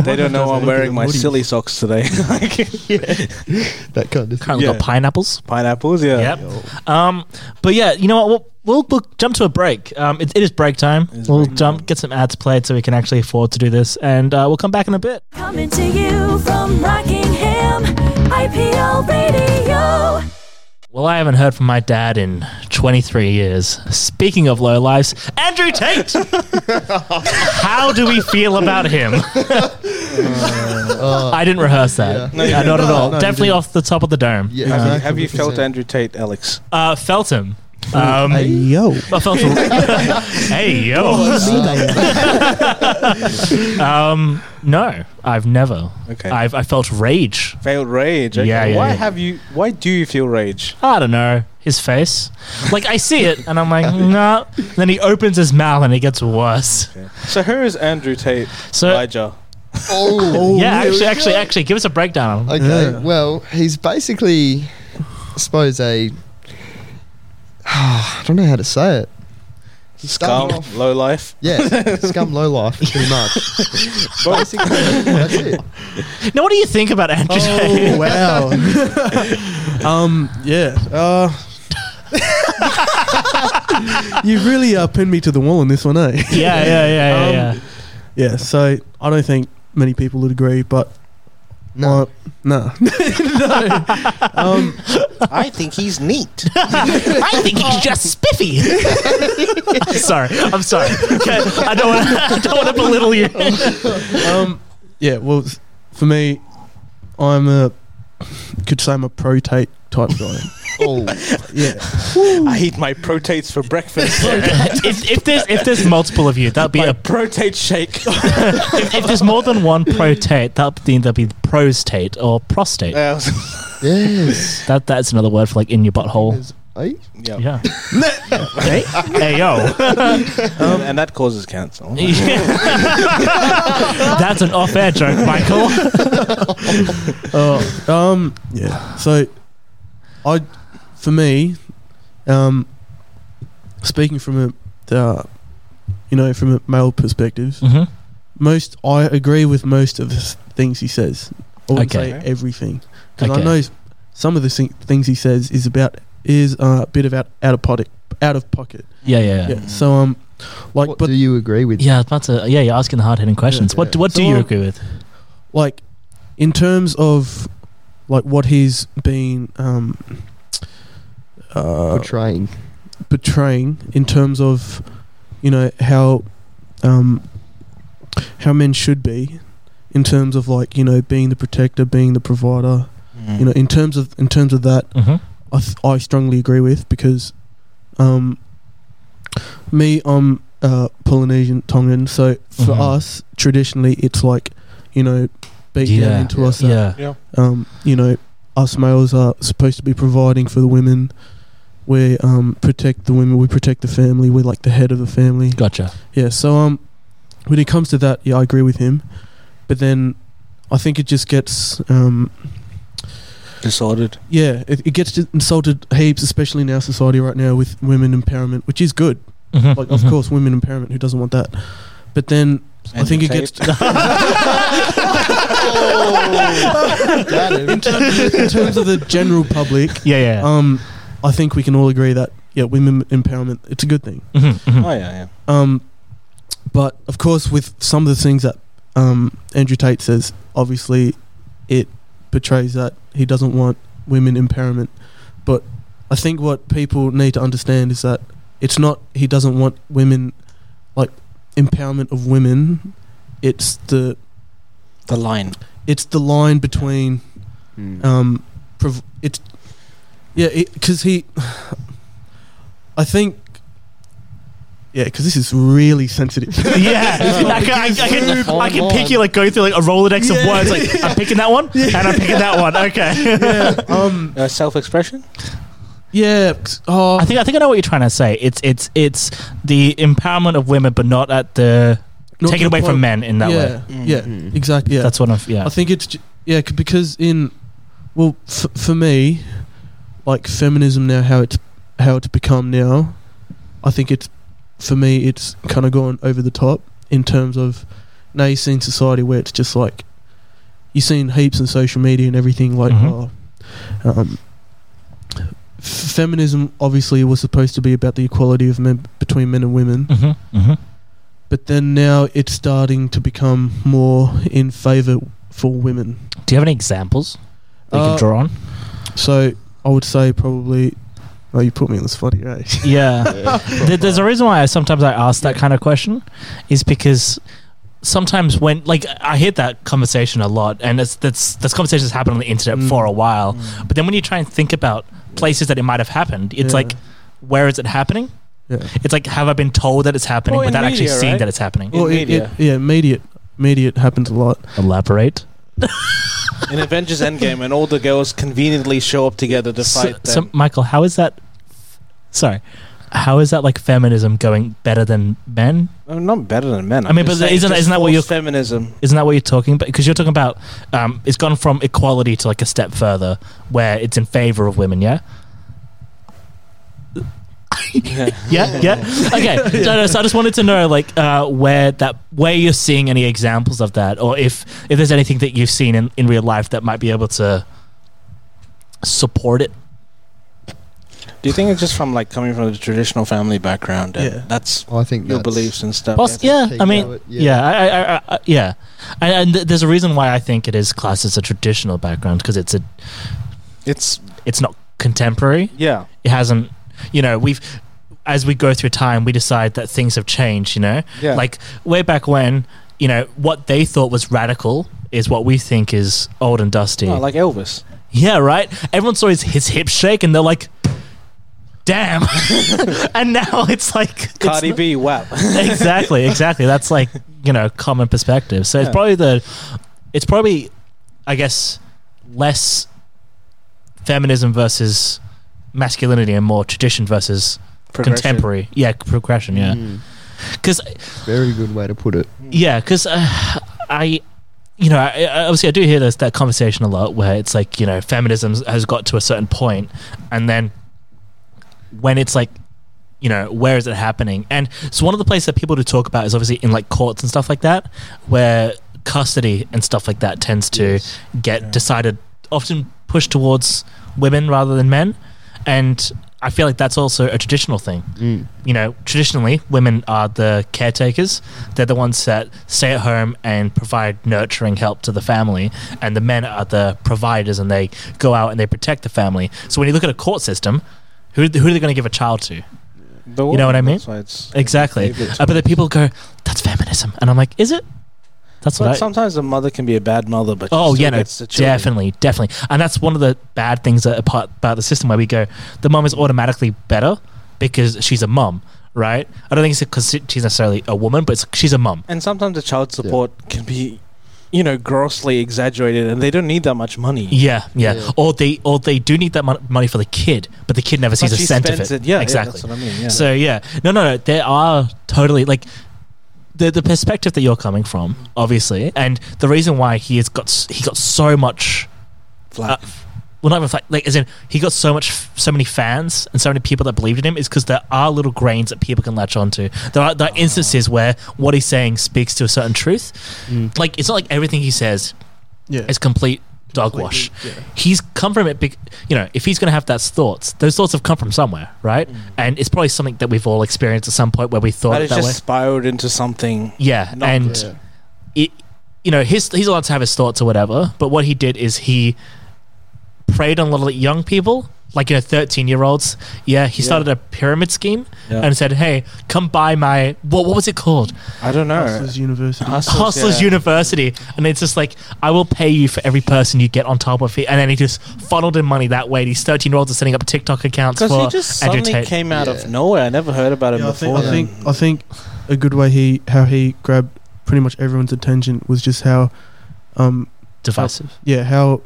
Speaker 1: They don't know I'm wearing my silly socks today. Like,
Speaker 6: that kind of thing.
Speaker 4: Currently
Speaker 1: Yeah.
Speaker 4: got pineapples.
Speaker 1: Pineapples, yeah.
Speaker 4: Yep. Um, but yeah, you know what? We'll, we'll, we'll jump to a break. Um, it, it is break time. we'll jump, get some ads played, so we can actually afford to do this, and uh, we'll come back in a bit.
Speaker 3: Coming to you from Rockingham, IPL Radio.
Speaker 4: Well, I haven't heard from my dad in 23 years. Speaking of low lives, Andrew Tate. How do we feel about him?
Speaker 6: Uh,
Speaker 4: I didn't rehearse that.
Speaker 1: you
Speaker 4: Yeah,
Speaker 1: didn't.
Speaker 4: not at all.
Speaker 2: no, you
Speaker 4: Definitely
Speaker 2: didn't.
Speaker 4: off the top of the dome.
Speaker 6: Yeah,
Speaker 1: Have, you,
Speaker 6: exactly.
Speaker 1: have you felt
Speaker 6: 100%.
Speaker 1: Andrew Tate, Alex?
Speaker 4: Uh, felt him. Um,
Speaker 2: Hey, yo.
Speaker 4: I felt him. hey yo. Um, no, I've never.
Speaker 1: Okay.
Speaker 4: I've I felt rage.
Speaker 1: Failed rage. okay.
Speaker 4: Yeah, yeah,
Speaker 1: Why
Speaker 4: yeah.
Speaker 1: have you? Why do you feel rage?
Speaker 4: I don't know his face. Like I see it, and I'm like, no. Nah. Then he opens his mouth, and it gets worse.
Speaker 1: So who is Andrew Tate?
Speaker 4: So
Speaker 1: Elijah.
Speaker 6: Oh,
Speaker 4: yeah,
Speaker 6: here we
Speaker 4: actually,
Speaker 6: go.
Speaker 4: actually, actually, give us a breakdown.
Speaker 6: Okay,
Speaker 2: Yeah.
Speaker 6: well, he's basically, I suppose, a. I don't know how to say it.
Speaker 1: Scum,
Speaker 6: Starting off-
Speaker 1: low life.
Speaker 6: Yeah, scum low life, pretty much. basically, that's it.
Speaker 4: Now, what do you think about Andrew? Tate?
Speaker 2: Oh wow. um. Yeah. Uh. you really uh, pinned me to the wall on this one, eh?
Speaker 4: yeah, yeah, yeah, yeah, yeah.
Speaker 2: Um, Yeah. So I don't think many people would agree, but
Speaker 6: No,
Speaker 2: uh, no. no. Um,
Speaker 1: I think he's neat.
Speaker 4: I think he's just spiffy. I'm sorry. I'm sorry. Okay. I don't want. I don't want to belittle you.
Speaker 2: um, yeah. Well, s- for me, I'm a could say I'm a protate type guy.
Speaker 6: oh,
Speaker 2: yeah.
Speaker 1: I eat my protates for breakfast.
Speaker 4: if, if there's if there's multiple of you, that'd be
Speaker 1: my
Speaker 4: a.
Speaker 1: protate shake.
Speaker 4: If, if there's more than one protate, that'd be that'd be prostate or prostate.
Speaker 2: Uh,
Speaker 1: yeah.
Speaker 6: yes.
Speaker 4: That that's another word for like in your butthole.
Speaker 6: There's eight.
Speaker 4: Yeah. hey, hey yo.
Speaker 1: Um, and that causes cancer.
Speaker 4: that's an off-air joke, Michael.
Speaker 2: Oh, um, yeah. So, I, for me, um, speaking from a, uh, you know, from a male perspective,
Speaker 4: hmm
Speaker 2: most I agree with most of the s- things he says. I wouldn't
Speaker 4: Okay.
Speaker 2: say everything because
Speaker 4: Okay.
Speaker 2: I know s- some of the thing- things he says is about is uh, a bit of out out of pocket, out of pocket.
Speaker 4: Yeah, yeah, yeah.
Speaker 2: Yeah. So um, like,
Speaker 6: what
Speaker 2: but
Speaker 6: do you agree with?
Speaker 4: Yeah, I was about to. Yeah, you're asking the hard-hitting questions.
Speaker 6: Yeah.
Speaker 4: What do- what do
Speaker 2: So,
Speaker 4: you
Speaker 2: um,
Speaker 4: agree with?
Speaker 2: like in terms of like what he's been um uh
Speaker 6: Portraying.
Speaker 2: betraying in terms of you know how um how men should be in terms of like you know being the protector being the provider you know in terms of in terms of that
Speaker 4: Mm-hmm.
Speaker 2: I, th- I strongly agree with because um me I'm uh Polynesian Tongan so for
Speaker 4: Mhm.
Speaker 2: us traditionally it's like you know beat
Speaker 4: Yeah.
Speaker 2: down into us uh, that
Speaker 4: Yeah.
Speaker 2: um, you know, us males are supposed to be providing for the women. We um, protect the women. We protect the family. We're like the head of the family.
Speaker 4: Gotcha.
Speaker 2: Yeah. So um, when it comes to that, yeah, I agree with him. But then, I think it just gets um,
Speaker 1: Disordered.
Speaker 2: yeah, it, it gets insulted heaps, especially in our society right now with women empowerment, which is good.
Speaker 4: Mhm,
Speaker 2: Like, of
Speaker 4: mhm.
Speaker 2: course, women empowerment. Who doesn't want that? But then I think it gets
Speaker 6: Got him.
Speaker 2: in terms of the general public.
Speaker 4: Yeah, yeah. yeah.
Speaker 2: Um, I think we can all agree that yeah, women empowerment it's a good thing.
Speaker 4: Mhm, mhm.
Speaker 1: Oh yeah,
Speaker 2: Um, but of course, with some of the things that um, Andrew Tate says, obviously it betrays that he doesn't want women empowerment. But I think what people need to understand is that it's not he doesn't want women like empowerment of women. It's the
Speaker 1: the line.
Speaker 2: it's the line between
Speaker 6: Mm.
Speaker 2: um, prov- it's yeah, because he, I think, yeah, because this is really sensitive.
Speaker 4: Yeah, I can, I, I can, I can pick you like go through like a rolodex of
Speaker 2: Yeah.
Speaker 4: words. Like I'm picking that one and I'm picking that one. Okay.
Speaker 2: yeah, um,
Speaker 1: Uh, self-expression.
Speaker 2: yeah. c- Oh,
Speaker 4: I think I think I know what you're trying to say. It's it's it's the empowerment of women, but not at the
Speaker 2: not
Speaker 4: take
Speaker 2: to
Speaker 4: it away
Speaker 2: the
Speaker 4: from
Speaker 2: point-
Speaker 4: men in that
Speaker 2: yeah,
Speaker 4: way.
Speaker 2: Yeah,
Speaker 4: Mm.
Speaker 6: Mhm.
Speaker 2: exactly. Yeah,
Speaker 4: That's what I'm. Yeah.
Speaker 2: I think it's ju- yeah c- because in well f- for me, like feminism now how it's how it's become now, I think it's for me it's kind of gone over the top in terms of now you've seen society where it's just like you've seen heaps on social media and everything like
Speaker 4: Mhm.
Speaker 2: oh, um, f- feminism obviously was supposed to be about the equality of men between men and women
Speaker 4: Mm-hmm, mm-hmm.
Speaker 2: but then now it's starting to become more in favor for women
Speaker 4: Do you have any examples that you
Speaker 2: Uh,
Speaker 4: can draw on?
Speaker 2: So I would say probably. Oh, you put me on the spot here. eh?
Speaker 4: Yeah. There- There's a reason why I sometimes I ask that
Speaker 2: Yeah.
Speaker 4: kind of question, is because sometimes when like I hear that conversation a lot, and it's that's this conversation has happened on the internet
Speaker 2: Mm.
Speaker 4: for a
Speaker 1: Oh.
Speaker 4: while. But then when you try and think about places that it might have happened, it's
Speaker 2: Yeah.
Speaker 4: like where is it happening?
Speaker 2: Yeah.
Speaker 4: It's like have I been told that it's happening
Speaker 1: Well, in
Speaker 4: without actually
Speaker 1: media,
Speaker 4: seeing
Speaker 1: right?
Speaker 4: that it's happening?
Speaker 1: In
Speaker 2: Well, it, it,
Speaker 1: media.
Speaker 2: yeah, immediate, immediate happens a lot.
Speaker 4: Elaborate.
Speaker 1: In Avengers Endgame, and all the girls conveniently show up together to
Speaker 4: So,
Speaker 1: fight them.
Speaker 4: so Michael, how is that? Sorry, how is that like feminism going better than men?
Speaker 1: I'm Uh, not better than men.
Speaker 4: I
Speaker 1: I'm
Speaker 4: mean,
Speaker 1: just
Speaker 4: but
Speaker 1: saying
Speaker 4: isn't-
Speaker 1: just
Speaker 4: isn't that what you're-
Speaker 1: forced feminism?
Speaker 4: Isn't that what you're talking about? Because you're talking about um, it's gone from equality to like a step further, where it's in favor of women. Yeah. yeah, yeah. Okay. No, no, so I just wanted to know, like, uh, where that where you're seeing any examples of that, or if if there's anything that you've seen in, in real life that might be able to support it.
Speaker 1: Do you think it's just from like coming from the traditional family background? And
Speaker 2: Yeah.
Speaker 1: That's
Speaker 6: I think
Speaker 1: your
Speaker 6: that's,
Speaker 1: beliefs and stuff.
Speaker 4: Poss-
Speaker 6: Yeah,
Speaker 4: yeah,
Speaker 6: that's
Speaker 4: I
Speaker 6: key
Speaker 4: mean,
Speaker 6: to it, yeah.
Speaker 4: yeah, I, I, I, I, yeah, and, and th- there's a reason why I think it is classed as a traditional background because it's a
Speaker 1: It's
Speaker 4: it's not contemporary.
Speaker 1: yeah.
Speaker 4: It hasn't, you know, we've as we go through time, we decide that things have changed. You know,
Speaker 1: Yeah.
Speaker 4: like way back when, you know, what they thought was radical is what we think is old and dusty.
Speaker 1: No, Oh, like Elvis.
Speaker 4: yeah, right. Everyone saw his his hip shake, and they're like. Damn, and now it's like it's
Speaker 1: Cardi
Speaker 4: not-
Speaker 1: B, wow.
Speaker 4: exactly, exactly. That's like you know common perspective. So
Speaker 1: Yeah.
Speaker 4: it's probably the, it's probably, I guess, less feminism versus masculinity and more tradition versus
Speaker 1: Progression.
Speaker 4: contemporary. Yeah, progression. Yeah,
Speaker 6: Mm,
Speaker 4: because
Speaker 6: very good way to put it.
Speaker 4: yeah, because uh, I, you know, I, I- obviously I do hear this that conversation a lot where it's like you know feminism has got to a certain point, and then when it's like, you know, where is it happening? And so one of the places that people do talk about is obviously in like courts and stuff like that, where custody and stuff like that tends to
Speaker 6: Yes.
Speaker 4: get
Speaker 1: Yeah.
Speaker 4: decided often pushed towards women rather than men, and I feel like that's also a traditional thing
Speaker 6: Mm.
Speaker 4: you know, traditionally women are the caretakers. They're the ones that stay at home and provide nurturing help to the family, and the men are the providers and they go out and they protect the family. So when you look at a court system, who who are they going to give a child to?
Speaker 1: The
Speaker 4: You know what I
Speaker 1: woman,
Speaker 4: mean?
Speaker 1: that's why it's-
Speaker 4: Exactly.
Speaker 1: Favorite
Speaker 4: Uh, but the
Speaker 1: choice.
Speaker 4: people go, "That's feminism," and I'm like, "Is it?" That's
Speaker 1: But
Speaker 4: what I.
Speaker 1: sometimes a mother can be a bad mother, but she
Speaker 4: Oh
Speaker 1: still
Speaker 4: yeah, no,
Speaker 1: gets the children.
Speaker 4: definitely, definitely, and that's one of the bad things that apart about the system where we go, the mom is automatically better because she's a mom, right? I don't think it's because she's necessarily a woman, but it's, she's a mom.
Speaker 1: And sometimes the child support can be, you know, grossly exaggerated, and they don't need that much money.
Speaker 4: Yeah, yeah,
Speaker 6: Yeah.
Speaker 4: Or they or they do need that mon- money for the kid, but the kid never
Speaker 1: But
Speaker 4: sees a
Speaker 1: she
Speaker 4: cent of
Speaker 1: spends
Speaker 4: it.
Speaker 1: Yeah,
Speaker 4: exactly.
Speaker 1: Yeah, that's what I mean. Yeah.
Speaker 4: So yeah, no, no, no. There are totally like the the perspective that you're coming from, obviously, and the reason why he has got s- he got so much. Uh,
Speaker 1: Flat.
Speaker 4: well, not even like, like as in he got so much, f- so many fans and so many people that believed in him is because there are little grains that people can latch onto. There are, there are instances where what he's saying speaks to a certain truth.
Speaker 1: Mm.
Speaker 4: Like it's not like everything he says
Speaker 2: Yeah.
Speaker 4: is complete dogwash.
Speaker 2: Completely,
Speaker 4: He's come from it. Bec- you know, if he's going to have that thoughts, those thoughts have come from somewhere, right?
Speaker 1: Mm.
Speaker 4: And it's probably something that we've all experienced at some point where we thought
Speaker 1: But
Speaker 4: it
Speaker 1: it's
Speaker 4: that
Speaker 1: just
Speaker 4: way.
Speaker 1: spiraled into something.
Speaker 4: Yeah,
Speaker 1: not
Speaker 4: and
Speaker 6: Yeah.
Speaker 4: it, you know, his he's allowed to have his thoughts or whatever. But what he did is he preyed on a lot of like, young people, like you know, thirteen year olds. Yeah, he
Speaker 1: Yeah.
Speaker 4: started a pyramid scheme
Speaker 1: Yeah.
Speaker 4: and said, "Hey, come buy my what? What was it called?
Speaker 1: I don't know.
Speaker 2: Hustlers University.
Speaker 1: Hustlers,
Speaker 4: Hustlers
Speaker 1: yeah.
Speaker 4: University, and it's just like I will pay you for every person you get on top of it, and then he just funneled in money that way. These thirteen-year-olds are setting up TikTok accounts
Speaker 1: Because
Speaker 4: for
Speaker 1: he just
Speaker 4: Andrew
Speaker 1: suddenly
Speaker 4: Tate.
Speaker 1: came out
Speaker 6: Yeah.
Speaker 1: of nowhere. I never heard about him
Speaker 2: Yeah, I think,
Speaker 1: before.
Speaker 2: I
Speaker 6: then.
Speaker 2: think I think a good way he how he grabbed pretty much everyone's attention was just how um
Speaker 4: divisive.
Speaker 2: yeah how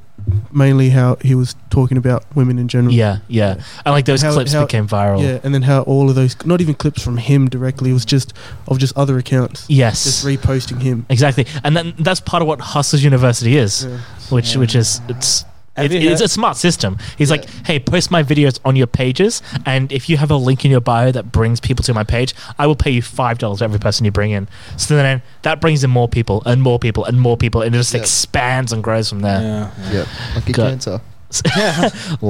Speaker 2: mainly how he was talking about women in general
Speaker 4: Yeah, yeah, and like those
Speaker 2: How-
Speaker 4: clips
Speaker 2: how-
Speaker 4: became viral.
Speaker 2: yeah and then how all of those not even clips from him directly it was just of just other accounts
Speaker 4: Yes,
Speaker 2: just reposting him
Speaker 4: Exactly, and then that's part of what Hustlers University is,
Speaker 2: yeah.
Speaker 4: which which is it's.
Speaker 1: Have
Speaker 4: It,
Speaker 1: you
Speaker 4: it's
Speaker 1: heard-
Speaker 4: a smart system. He's
Speaker 6: Yeah.
Speaker 4: like, hey, post my videos on your pages, and if you have a link in your bio that brings people to my page, I will pay you five dollars for every person you bring in. So then that brings in more people and more people and more people, and it just
Speaker 6: Yeah.
Speaker 4: expands and grows from there,
Speaker 1: yeah.
Speaker 6: Yeah, like a
Speaker 4: Got-
Speaker 6: cancer.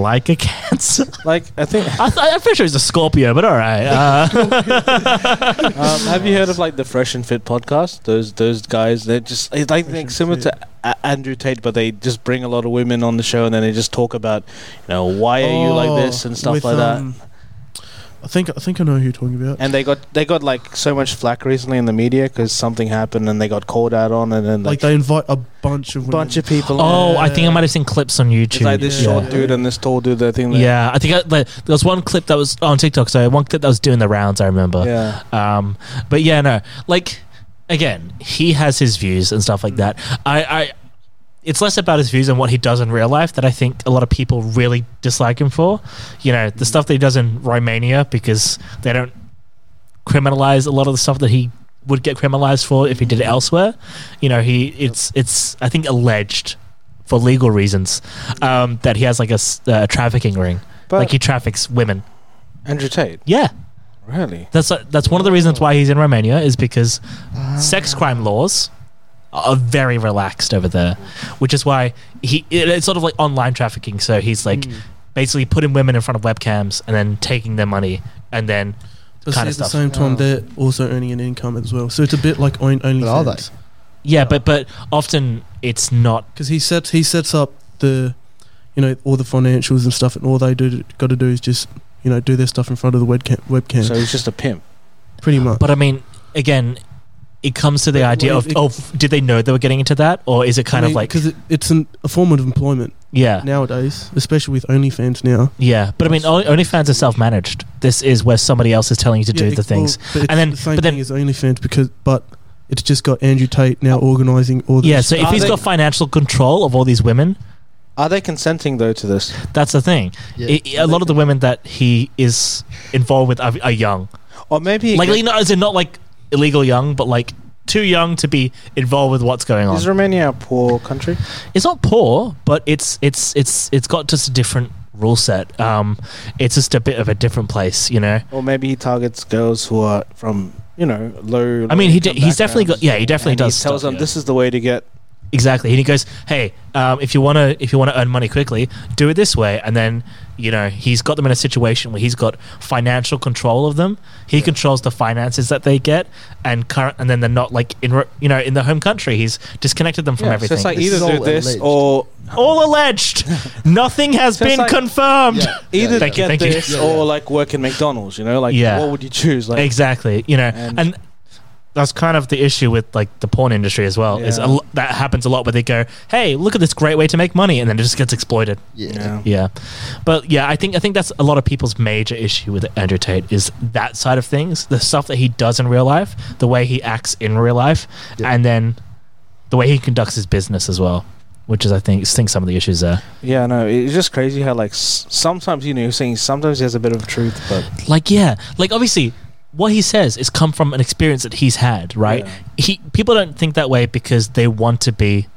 Speaker 4: like a cancer.
Speaker 1: Like I think.
Speaker 4: I th- I'm pretty sure it's a Scorpio, but all right. Uh,
Speaker 1: Um, have you heard of like the Fresh and Fit podcast? Those those guys, they're just it's like,
Speaker 2: Fresh
Speaker 1: like
Speaker 2: and
Speaker 1: similar
Speaker 2: Fit.
Speaker 1: to a- Andrew Tate, but they just bring a lot of women on the show and then they just talk about, you know, why are you like this and stuff like
Speaker 2: um,
Speaker 1: that.
Speaker 2: Oh, I think I think I know who you're talking about
Speaker 1: And they got they got like so much flack recently in the media because something happened and they got called out on and then
Speaker 2: like
Speaker 1: like,
Speaker 2: they invite a bunch of
Speaker 1: a
Speaker 2: women.
Speaker 1: bunch of people.
Speaker 4: oh, I think I might have seen clips on YouTube.
Speaker 1: it's like this
Speaker 2: Yeah.
Speaker 1: short dude and this tall dude. I think. that-
Speaker 4: Yeah, I think I, like, there was one clip that was on TikTok. So one clip that was doing the rounds. I remember.
Speaker 1: yeah.
Speaker 4: Um, but yeah, no, like again, he has his views and stuff like that. I, I, it's less about his views and what he does in real life that I think a lot of people really dislike him for. You know, the stuff that he does in Romania because they don't criminalize a lot of the stuff that he would get criminalized for if he did it elsewhere. You know, he it's it's I think alleged for legal reasons um, that he has like a s- uh, trafficking ring,
Speaker 1: But
Speaker 4: like he traffics women.
Speaker 1: Andrew Tate,
Speaker 4: Yeah,
Speaker 1: really?
Speaker 4: that's uh, that's one of the reasons why he's in Romania is because sex
Speaker 2: Ah.
Speaker 4: crime laws are very relaxed over there, which is why he it- it's sort of like online trafficking. So he's like
Speaker 2: Mm.
Speaker 6: Mm.
Speaker 4: basically putting women in front of webcams and then taking their money and then
Speaker 2: But see,
Speaker 4: kind
Speaker 2: at
Speaker 4: of
Speaker 2: the
Speaker 4: stuff.
Speaker 2: same time,
Speaker 1: Oh.
Speaker 2: they're also earning an income as well. So it's a bit like own only.
Speaker 6: But are
Speaker 4: yeah, but but often it's not.
Speaker 2: Because he sets he sets up the, you know, all the financials and stuff, and all they do got to do is just you know do their stuff in front of the webcam. Webcam,
Speaker 1: So he's just a pimp.
Speaker 2: pretty much.
Speaker 4: But I mean, again, it comes to the
Speaker 2: But
Speaker 4: idea
Speaker 2: what
Speaker 4: of
Speaker 2: if it-
Speaker 4: oh, f- did they know they were getting into that, or is it kind of like
Speaker 2: because it, it's an, a form of employment
Speaker 4: yeah,
Speaker 2: nowadays, especially with OnlyFans now.
Speaker 4: yeah? But I mean, only, OnlyFans are self-managed. This is where somebody else is telling you to
Speaker 2: Yeah,
Speaker 4: do the
Speaker 2: it-
Speaker 4: things.
Speaker 2: well, but it's
Speaker 4: And then-
Speaker 2: the same
Speaker 4: but then-
Speaker 2: thing as OnlyFans because but it's just got Andrew Tate now organising all the
Speaker 4: Oh. yeah. So if
Speaker 1: Are
Speaker 4: he's
Speaker 1: they-
Speaker 4: got financial control of all these women,
Speaker 1: Are they consenting though to this?
Speaker 4: that's the thing.
Speaker 6: Yeah.
Speaker 4: I- I- e, a lot of the women that he is involved with are, are young.
Speaker 1: Or maybe
Speaker 4: Like, not as in not like illegal young, but like too young to be involved with what's going on.
Speaker 1: is Romania a poor country?
Speaker 4: it's not poor, but it's it's it's it's got just a different rule set. Um, it's just a bit of a different place, you know.
Speaker 1: Or maybe he targets girls who are from you know low.
Speaker 4: I mean, he
Speaker 1: low-income
Speaker 4: de- he's definitely got-
Speaker 1: backgrounds.
Speaker 4: yeah, he definitely
Speaker 1: And
Speaker 4: does
Speaker 1: He tells
Speaker 4: stuff,
Speaker 1: them
Speaker 4: yeah.
Speaker 1: this is the way to get.
Speaker 4: Exactly, and he goes, "Hey, um, if you want to if you want to earn money quickly, do it this way." And then you know he's got them in a situation where he's got financial control of them. He controls the finances that they get, and current, and then they're not like in re- you know in their home country. He's disconnected them from
Speaker 1: Yeah, so
Speaker 4: everything.
Speaker 1: it's like
Speaker 6: This
Speaker 1: either
Speaker 6: is
Speaker 1: do
Speaker 6: all
Speaker 1: this
Speaker 6: alleged.
Speaker 1: or
Speaker 4: All alleged. Nothing has
Speaker 1: So it's
Speaker 4: been
Speaker 1: like-
Speaker 4: confirmed.
Speaker 6: Yeah.
Speaker 1: either
Speaker 4: Thank you,
Speaker 1: get
Speaker 4: thank you.
Speaker 1: this
Speaker 6: Yeah, yeah.
Speaker 1: or like work in McDonald's. You know, like
Speaker 4: Yeah.
Speaker 1: what would you choose? Like
Speaker 4: exactly you know
Speaker 1: And-
Speaker 4: and, that's kind of the issue with like the porn industry as well is
Speaker 1: Yeah.
Speaker 4: a, lo- that happens a lot where they go hey look at this great way to make money and then it just gets exploited
Speaker 6: Yeah.
Speaker 1: Yeah.
Speaker 4: yeah but yeah i think i think that's a lot of people's major issue with andrew tate is that side of things the stuff that he does in real life the way he acts in real life
Speaker 6: Yeah.
Speaker 4: and then the way he conducts his business as well which is i think I think some of the issues there
Speaker 1: Yeah, no, it's just crazy how like s- sometimes you know you're saying sometimes he has a bit of truth, but
Speaker 4: like yeah like obviously what he says is come from an experience that he's had right
Speaker 1: Yeah.
Speaker 4: he people don't think that way because they want to be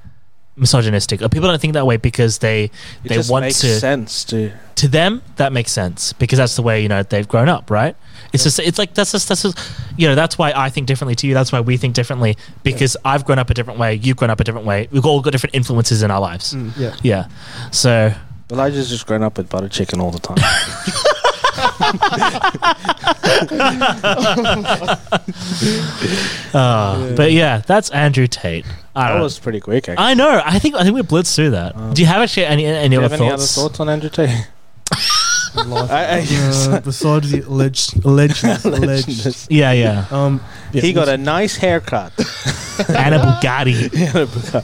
Speaker 4: misogynistic or people don't think that way because they
Speaker 1: it
Speaker 4: they
Speaker 1: just
Speaker 4: want
Speaker 1: makes
Speaker 4: to
Speaker 1: sense to
Speaker 4: to them that makes sense because that's the way you know they've grown up right it's just it's like that's just that's just you know that's why i think differently to you that's why we think differently because i've grown up a different way you've grown up a different way we've all got different influences in our lives
Speaker 1: Mm.
Speaker 6: Yeah.
Speaker 4: yeah so
Speaker 1: Elijah's just grown up with butter chicken all the time.
Speaker 4: Ah, uh, but yeah that's andrew tate I
Speaker 1: that
Speaker 4: don't-
Speaker 1: was pretty quick. Actually.
Speaker 4: I know. I think I think we blitzed through that.
Speaker 1: Um,
Speaker 4: Do you have actually any any,
Speaker 1: Do you
Speaker 4: other,
Speaker 1: have any other
Speaker 4: thoughts?
Speaker 1: thoughts on Andrew Tate? I- I-
Speaker 2: uh, besides the alleged alleged alleged
Speaker 1: Legendness.
Speaker 4: Yeah, yeah.
Speaker 2: um yeah,
Speaker 1: he got a
Speaker 2: what's-
Speaker 1: nice haircut.
Speaker 4: and a Bugatti,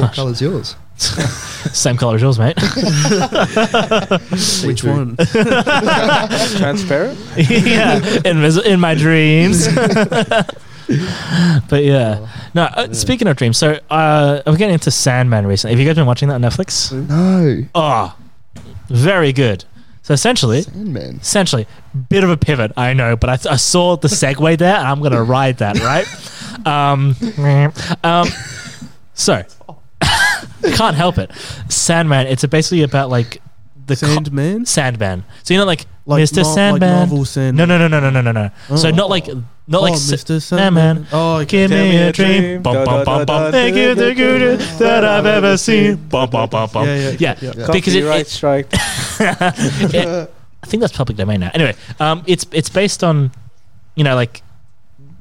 Speaker 6: What colour's yours?
Speaker 4: same color as yours, mate.
Speaker 2: which one
Speaker 1: Transparent.
Speaker 4: yeah, invis- in my dreams. but yeah, no. Uh, speaking of dreams, so uh, I'm getting into Sandman recently. Have you guys been watching that on Netflix?
Speaker 6: Mm-hmm. No.
Speaker 4: Oh, very good. So essentially,
Speaker 6: Sandman.
Speaker 4: essentially bit of a pivot i know but i, I saw the segue there and i'm gonna ride that right um, um so can't help it sandman it's basically about like the co-
Speaker 2: Sandman
Speaker 4: sandman so you know like,
Speaker 2: Like
Speaker 4: mr
Speaker 2: Mar- like
Speaker 4: sandman
Speaker 2: Marvel
Speaker 4: no
Speaker 2: Sandman.
Speaker 4: no no no no no no no so
Speaker 2: Oh.
Speaker 4: not like not like
Speaker 2: oh,
Speaker 4: s-
Speaker 2: Mr. Sandman
Speaker 4: Sandman.
Speaker 2: oh okay.
Speaker 4: Give me a dream, bum bum bum bum. Thank you, the greatest that I've ever seen, bum bum bum bum.
Speaker 2: Yeah, yeah, yeah.
Speaker 4: because it,
Speaker 1: Copyright
Speaker 4: it,
Speaker 1: strike.
Speaker 4: Yeah, I think that's public domain now. Anyway, um, it's it's based on, you know, like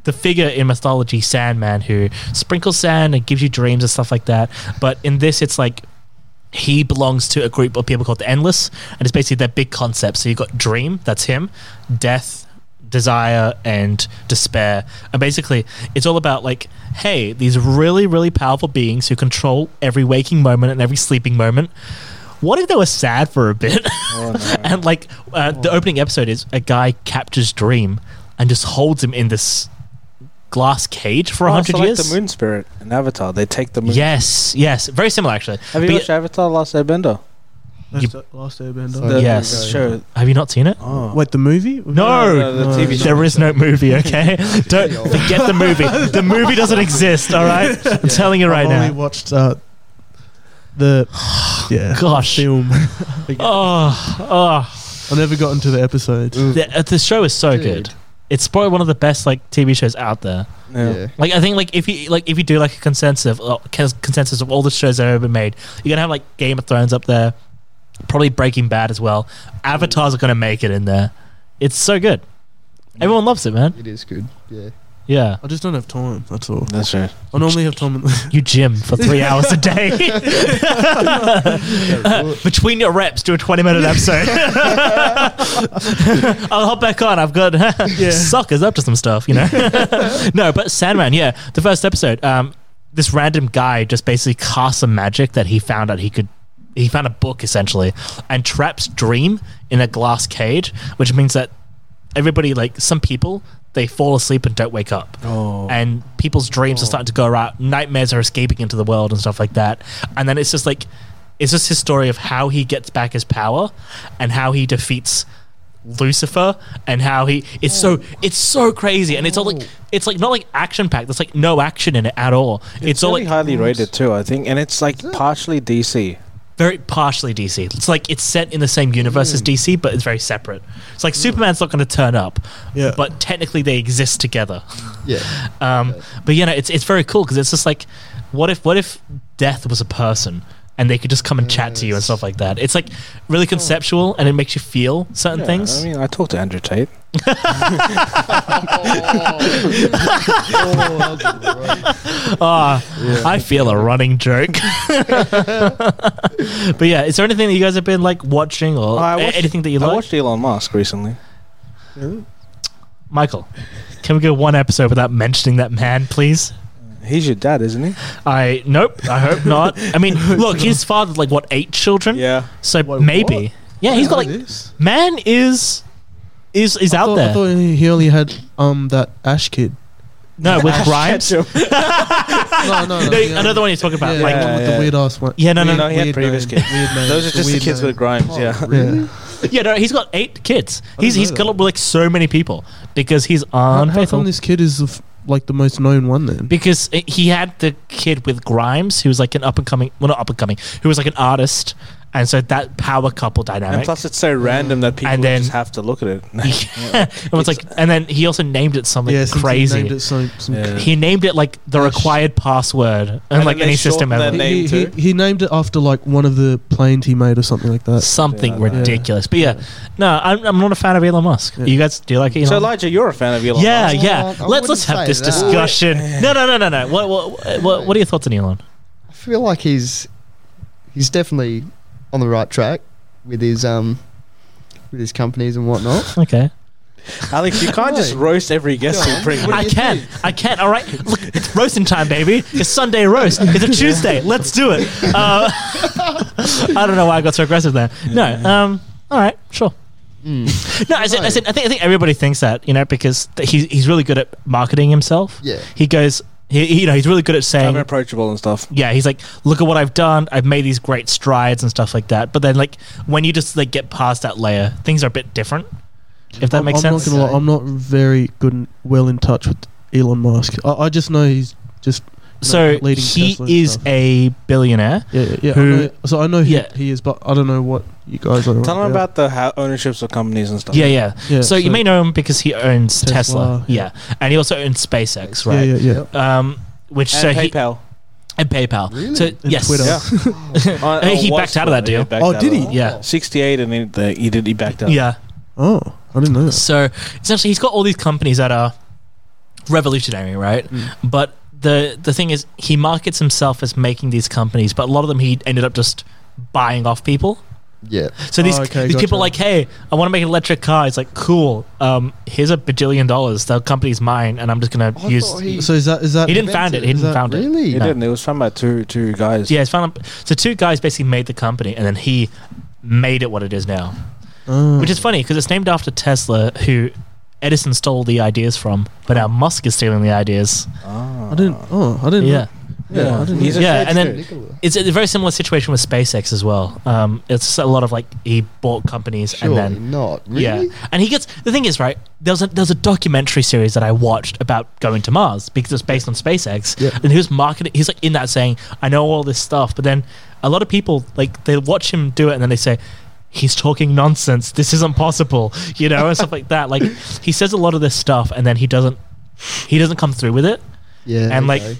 Speaker 4: the figure in mythology, Sandman, who sprinkles sand and gives you dreams and stuff like that. But in this, it's like he belongs to a group of people called the Endless, and it's basically their big concept. So you've got dream, that's him, death, desire, and despair. And basically, it's all about like, hey, these really, really powerful beings who control every waking moment and every sleeping moment. What if they were sad for a bit?
Speaker 1: Oh,
Speaker 4: and like uh, the opening episode is a guy captures Dream and just holds him in this glass cage for a
Speaker 1: Oh,
Speaker 4: hundred
Speaker 1: so like
Speaker 4: years.
Speaker 1: the moon spirit in Avatar. They take the moon.
Speaker 4: Yes, yes, very similar actually.
Speaker 1: Have you
Speaker 4: But
Speaker 1: watched Avatar: Last Airbender?
Speaker 2: That's
Speaker 4: You-
Speaker 2: the last Airbender.
Speaker 6: So-
Speaker 1: The
Speaker 4: Oh, Yes.
Speaker 1: Sure.
Speaker 4: Have you not seen it?
Speaker 1: Oh.
Speaker 2: Wait, the movie?
Speaker 4: No,
Speaker 1: No, no, the TV show.
Speaker 4: there is no movie. Okay, don't
Speaker 6: Video.
Speaker 4: forget the movie. The movie doesn't exist. All right, I'm telling you right
Speaker 2: I've only
Speaker 4: now.
Speaker 2: watched uh, the yeah
Speaker 4: Gosh.
Speaker 2: film.
Speaker 4: Oh, oh,
Speaker 2: I never got into the episodes.
Speaker 4: the, uh, the show is so
Speaker 6: Dude.
Speaker 4: good. It's probably one of the best like TV shows out there.
Speaker 1: Yeah.
Speaker 6: Yeah.
Speaker 4: Like I think like if you like if you do like a consensus of, uh, cons- consensus of all the shows that have ever been made, you're gonna have like Game of Thrones up there, probably Breaking Bad as well. Avatars are gonna make it in there. It's so good. Everyone loves it, man.
Speaker 6: It is good. Yeah.
Speaker 4: Yeah,
Speaker 2: I just don't have time. That's all.
Speaker 1: That's right.
Speaker 2: I normally have time.
Speaker 4: you gym for three hours a day. Between your reps, do a 20 minute episode. I'll hop back on. I've got suckers up to some stuff, you know? no, but Sandman, yeah. The first episode, um, this random guy just basically casts some magic that he found out he could. He found a book essentially and traps Dream in a glass cage, which means that everybody, like some people, they fall asleep and don't wake up
Speaker 1: Oh.
Speaker 4: and people's dreams are starting to go out. Nightmares are escaping into the world and stuff like that. And then it's just like, it's just his story of how he gets back his power and how he defeats Lucifer and how he. It's so it's so crazy and it's all like it's like not like action packed. There's like no action in it at all. It's,
Speaker 1: It's
Speaker 4: all
Speaker 1: really
Speaker 4: like
Speaker 1: highly rated too, I think, and it's like partially DC.
Speaker 4: very partially DC. It's like it's set in the same universe as DC, but it's very separate. It's like Superman's not going to turn up,
Speaker 2: Yeah.
Speaker 4: but technically they exist together.
Speaker 6: Yeah.
Speaker 4: Um, but yeah, no, it's it's very cool because it's just like, what if what if death was a person and they could just come and chat to you and stuff like that? It's like really conceptual and it makes you feel certain
Speaker 1: Yeah,
Speaker 4: things.
Speaker 1: I mean, I talked to Andrew Tate.
Speaker 4: Ah, I feel a running joke. but yeah, is there anything that you guys have been like watching or
Speaker 1: I
Speaker 4: a-
Speaker 1: watched-
Speaker 4: anything that you
Speaker 1: I
Speaker 4: like?
Speaker 1: watched Elon Musk recently.
Speaker 4: Michael, can we go one episode without mentioning that man, please?
Speaker 1: He's your dad, isn't he?
Speaker 4: I nope. I hope not. I mean, look, he's fathered like what eight children.
Speaker 1: Yeah.
Speaker 4: So
Speaker 2: Wait,
Speaker 4: maybe.
Speaker 2: what?
Speaker 4: Yeah, he's got like
Speaker 2: this.
Speaker 4: man is is is out
Speaker 2: I
Speaker 4: there.
Speaker 2: thought he he only had um that Ash kid.
Speaker 4: no, with Grimes.
Speaker 1: Ketchum.
Speaker 2: No, no, no.
Speaker 4: No,
Speaker 2: the
Speaker 4: another one you're talking about.
Speaker 2: Yeah,
Speaker 4: like
Speaker 2: the one with
Speaker 1: yeah.
Speaker 2: the weird ass one.
Speaker 4: Yeah, no, no,
Speaker 2: Weird-
Speaker 1: no, he had
Speaker 2: weird
Speaker 1: previous
Speaker 2: name,
Speaker 1: kids.
Speaker 2: Weird name,
Speaker 1: Those are
Speaker 2: the
Speaker 1: just the
Speaker 2: weird
Speaker 1: kids
Speaker 2: name.
Speaker 1: with Grimes. yeah.
Speaker 2: Yeah.
Speaker 4: yeah, no, he's got eight kids.
Speaker 2: I
Speaker 4: He's
Speaker 2: didn't
Speaker 4: he's
Speaker 2: know
Speaker 4: got
Speaker 2: that.
Speaker 4: like so many people because he's
Speaker 2: How, how come
Speaker 4: unfaithful.
Speaker 2: this kid is the f- like the most known one then?
Speaker 4: because i- he had the kid with Grimes, who was like an up and coming, well, not up and coming, who was like an artist, and so that power couple
Speaker 1: And
Speaker 4: dynamic.
Speaker 1: plus, it's so random that people
Speaker 4: And then-
Speaker 1: just have to look at it.
Speaker 4: and it's like, and then he also named it something
Speaker 2: yeah, since
Speaker 4: crazy.
Speaker 2: He named it some, some
Speaker 1: Yeah.
Speaker 4: he named it like the
Speaker 2: Oh,
Speaker 4: required password and,
Speaker 1: then
Speaker 4: like
Speaker 1: they
Speaker 4: any system
Speaker 1: shortened
Speaker 4: ever.
Speaker 1: their
Speaker 2: he,
Speaker 1: name
Speaker 2: he,
Speaker 1: too.
Speaker 2: he named it after like one of the planes he made or something like that.
Speaker 4: something
Speaker 1: Yeah, I know.
Speaker 4: ridiculous. But yeah, no, I'm, I'm not a fan of Elon Musk.
Speaker 2: Yeah.
Speaker 4: You guys do you like Elon?
Speaker 1: So, Elijah, you're a fan of Elon
Speaker 4: yeah,
Speaker 1: Musk.
Speaker 6: Musk?
Speaker 4: yeah.
Speaker 6: Well, I
Speaker 4: let's let's
Speaker 6: wouldn't
Speaker 4: have
Speaker 6: say
Speaker 4: this
Speaker 6: that.
Speaker 4: discussion. No, no, no, no, no. What what what, what are your thoughts on Elon?
Speaker 6: I feel like he's he's definitely on the right track with his um with his companies and whatnot.
Speaker 4: Okay,
Speaker 1: Alex, you can't just
Speaker 6: Hey.
Speaker 1: roast every guest
Speaker 6: Yeah.
Speaker 1: you bring.
Speaker 6: What do
Speaker 4: I
Speaker 6: you
Speaker 4: can,
Speaker 6: think?
Speaker 4: I can. All right, look, it's roasting time, baby. It's Sunday roast. It's a Tuesday. Let's do it. Uh, I don't know why I got so aggressive there. No, um, all right, sure.
Speaker 6: Hmm.
Speaker 4: No, I said, I said, I think I think everybody thinks that you know because th- he's he's really good at marketing himself.
Speaker 6: Yeah.
Speaker 4: he goes. He, he- you know, he's really good at
Speaker 1: I'm
Speaker 4: saying
Speaker 1: approachable and stuff.
Speaker 4: yeah, he's like, look at what I've done. I've made these great strides and stuff like that. But then, like, when you just like get past that layer, things are a bit different. If that
Speaker 2: I'm,
Speaker 4: makes
Speaker 2: I'm
Speaker 4: sense.
Speaker 2: Not gonna lie, I'm not very good, and well in touch with Elon Musk. I, I just know he's just you know,
Speaker 4: so
Speaker 2: leading
Speaker 4: he
Speaker 2: Tesla and
Speaker 4: is
Speaker 2: stuff.
Speaker 4: a billionaire.
Speaker 2: yeah, yeah. yeah, I
Speaker 4: who-
Speaker 2: know- so I know he,
Speaker 4: yeah.
Speaker 2: he is, but I don't know what you guys are.
Speaker 1: Tell them about the ho ownerships of companies and stuff.
Speaker 4: Yeah, yeah.
Speaker 2: Yeah,
Speaker 4: so, you
Speaker 2: so-
Speaker 4: may know him because he owns Tesla.
Speaker 2: Tesla,
Speaker 4: Yeah. and he also owns SpaceX,
Speaker 2: Yeah,
Speaker 4: right?
Speaker 2: yeah, yeah.
Speaker 4: Um, which
Speaker 1: And
Speaker 4: so he
Speaker 1: PayPal. Oh,
Speaker 4: and PayPal.
Speaker 6: Really?
Speaker 4: So
Speaker 6: And
Speaker 4: yes,
Speaker 2: Twitter.
Speaker 1: Yeah. On-
Speaker 4: Hey,
Speaker 1: on
Speaker 4: he
Speaker 1: Wall
Speaker 4: backed out of
Speaker 1: Street,
Speaker 4: that deal.
Speaker 1: backed
Speaker 2: Oh,
Speaker 1: out
Speaker 2: did
Speaker 1: of
Speaker 2: he?
Speaker 1: that.
Speaker 4: yeah,
Speaker 1: 68 and then the, he did he backed out.
Speaker 4: yeah.
Speaker 2: Oh, I didn't know. That.
Speaker 4: So essentially, he's got all these companies that are revolutionary, right? But the the thing is, he markets himself as making these companies, but a lot of them he ended up just buying off people.
Speaker 6: Yeah.
Speaker 4: So these
Speaker 2: Oh, okay,
Speaker 4: these people
Speaker 2: gotcha.
Speaker 4: are like, hey, I want to make an electric car. It's like, cool. Um, here's a bajillion dollars. The company's mine, and I'm just gonna
Speaker 6: I
Speaker 4: use.
Speaker 6: thought
Speaker 4: He,
Speaker 6: he-
Speaker 2: So is that is that Oh.
Speaker 4: didn't found it. He
Speaker 2: Is
Speaker 4: didn't
Speaker 2: that
Speaker 4: found it.
Speaker 6: Really?
Speaker 1: He
Speaker 4: No.
Speaker 1: didn't. It was from about two two guys.
Speaker 4: Yeah, it's found. So two guys basically made the company, and then he made it what it is now,
Speaker 2: Oh.
Speaker 4: which is funny because it's named after Tesla, who Edison stole the ideas from, but now Musk is stealing the ideas.
Speaker 1: Ah.
Speaker 2: I didn't. Oh, I didn't.
Speaker 4: Yeah.
Speaker 2: Know. Yeah, I didn't.
Speaker 1: He's a
Speaker 4: Yeah,
Speaker 1: shady
Speaker 4: and then
Speaker 1: dude.
Speaker 6: Nicola.
Speaker 4: it's a very similar situation with SpaceX as well. Um, it's a lot of like he bought companies
Speaker 6: Surely
Speaker 4: and then
Speaker 6: not. Really?
Speaker 4: yeah, and he gets the thing is right. There's a there's a documentary series that I watched about going to Mars because it's based on SpaceX.
Speaker 6: Yeah.
Speaker 4: And he was marketing. He's like in that saying, "I know all this stuff," but then a lot of people like they watch him do it and then they say. He's talking nonsense. This isn't possible, you know, and stuff like that. Like he says a lot of this stuff, and then he doesn't, he doesn't come through with it
Speaker 6: Yeah. there
Speaker 4: and
Speaker 6: you
Speaker 4: like
Speaker 6: go.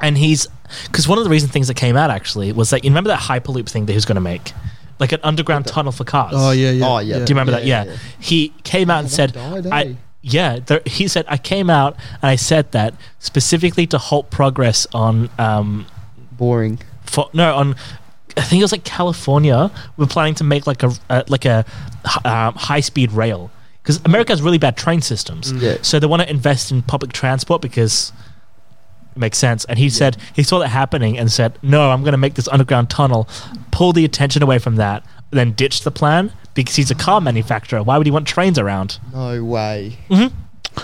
Speaker 4: and he's because one of the reason things that came out actually was that you remember that hyperloop thing that he was going to make like an underground tunnel for cars
Speaker 2: Oh yeah, yeah.
Speaker 6: Oh, yeah.
Speaker 4: do you remember
Speaker 6: Yeah,
Speaker 4: that
Speaker 6: yeah,
Speaker 4: yeah.
Speaker 6: yeah.
Speaker 4: he came out and
Speaker 6: that
Speaker 4: said
Speaker 6: died, eh?
Speaker 4: I, yeah there, he said i came out and i said that specifically to halt progress on um
Speaker 6: boring.
Speaker 4: for, no on I think it was like California. We're planning to make like a uh, like a h- um, high speed rail because America has really bad train systems.
Speaker 6: Yeah.
Speaker 4: So they want to invest in public transport because it makes sense. And he said he saw that happening and said, "No, I'm going to make this underground tunnel, pull the attention away from that, then ditch the plan because he's a car manufacturer. Why would he want trains around? Mm-hmm.
Speaker 6: No way.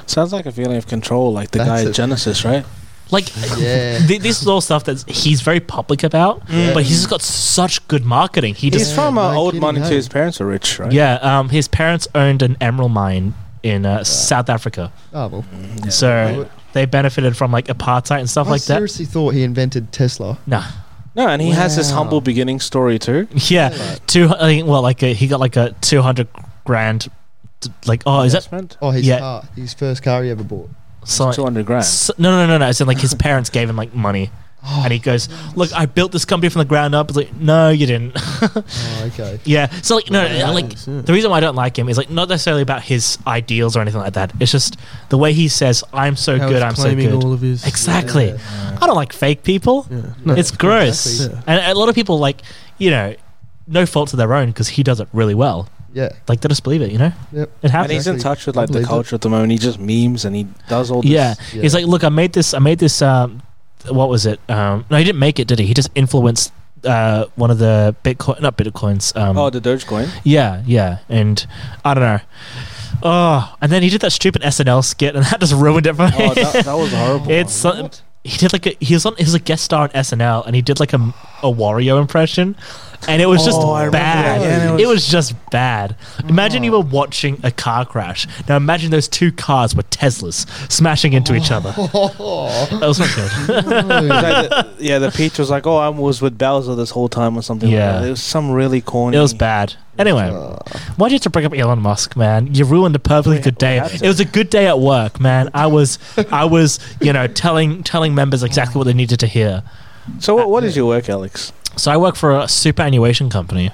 Speaker 1: Sounds like a feeling of control, like the
Speaker 6: That's
Speaker 1: guy
Speaker 6: it.
Speaker 1: at Genesis, right?
Speaker 4: Like,
Speaker 6: Yeah.
Speaker 4: th- this is all stuff that he's very public about, mm, but he's just got such good marketing. He just
Speaker 1: He's from
Speaker 6: no
Speaker 1: uh, old
Speaker 6: kidding,
Speaker 1: money
Speaker 6: hey.
Speaker 1: too. His parents are rich, right?
Speaker 4: Yeah, um, his parents owned an emerald mine in uh, South Africa,
Speaker 6: Oh well.
Speaker 4: so they benefited from like apartheid and stuff
Speaker 6: I
Speaker 4: like that.
Speaker 6: seriously thought he invented Tesla.
Speaker 4: Nah,
Speaker 1: No, and he has this
Speaker 6: Wow.
Speaker 1: humble beginning story too.
Speaker 4: yeah, two. I think well, like a, he got like a two hundred grand, t- like oh, is that
Speaker 1: Investment?
Speaker 6: Oh, his
Speaker 4: Yeah.
Speaker 6: car, his first car he ever bought.
Speaker 1: two
Speaker 4: something?
Speaker 1: hundred grand?
Speaker 4: S- No, no, no, no. I said like his parents gave him like money, and he goes, "Look, I built this company from the ground up." It's like, no, you didn't.
Speaker 6: Oh, okay.
Speaker 4: Yeah. So like no, no, like
Speaker 2: Nice, yeah.
Speaker 4: the reason why I don't like him is like not necessarily about his ideals or anything like that. It's just the way he says, "I'm so
Speaker 2: How
Speaker 4: good,
Speaker 2: he's
Speaker 4: I'm so
Speaker 2: claiming
Speaker 4: good."
Speaker 2: all of his-
Speaker 4: exactly.
Speaker 1: Uh,
Speaker 4: I don't like fake people.
Speaker 2: Yeah. No,
Speaker 4: it's gross.
Speaker 2: exactly. Yeah.
Speaker 4: And a lot of people like, you know, no fault of their own because he does it really well.
Speaker 6: Yeah.
Speaker 4: Like they just believe it, you know.
Speaker 6: Yep.
Speaker 4: It
Speaker 1: And
Speaker 4: happens.
Speaker 1: he's in
Speaker 6: Exactly.
Speaker 1: touch with like the
Speaker 6: Believe it.
Speaker 1: culture at the moment. He just memes and he does all this.
Speaker 4: Yeah.
Speaker 6: Yeah.
Speaker 4: He's like, look, I made this. I made this. Um, what was it? Um, no, he didn't make it, did he? He just influenced uh, one of the Bitcoin, not Bitcoins. Um,
Speaker 1: Oh, the Dogecoin.
Speaker 4: Yeah, yeah, and I don't know. Oh, and then he did that stupid SNL skit, and that just ruined it for me.
Speaker 1: Oh, that, that was horrible.
Speaker 4: it's so- he did like a, he was on he was a guest star on SNL, and he did like a, a Wario impression, and it was just
Speaker 1: Oh, I remember
Speaker 4: bad.
Speaker 1: that. Yeah,
Speaker 4: it,
Speaker 1: it
Speaker 4: was,
Speaker 1: was- Oh.
Speaker 4: just bad. Imagine you were watching a car crash. Now imagine those two cars were Teslas smashing into each other.
Speaker 6: Oh,
Speaker 4: That was not good.
Speaker 1: It's like the- yeah, the peach was like, "Oh, I was with Bowser this whole time" or something.
Speaker 4: Yeah.
Speaker 1: like that. it was some really corny.
Speaker 4: it was bad. Anyway, why'd you have to bring up Elon Musk, man? You ruined a perfectly good day.
Speaker 1: had
Speaker 4: It was a good day at work, man. I was, I was, you know, telling telling members exactly what they needed to hear.
Speaker 1: So, what, what is your work, Alex?
Speaker 4: So I work for a superannuation company.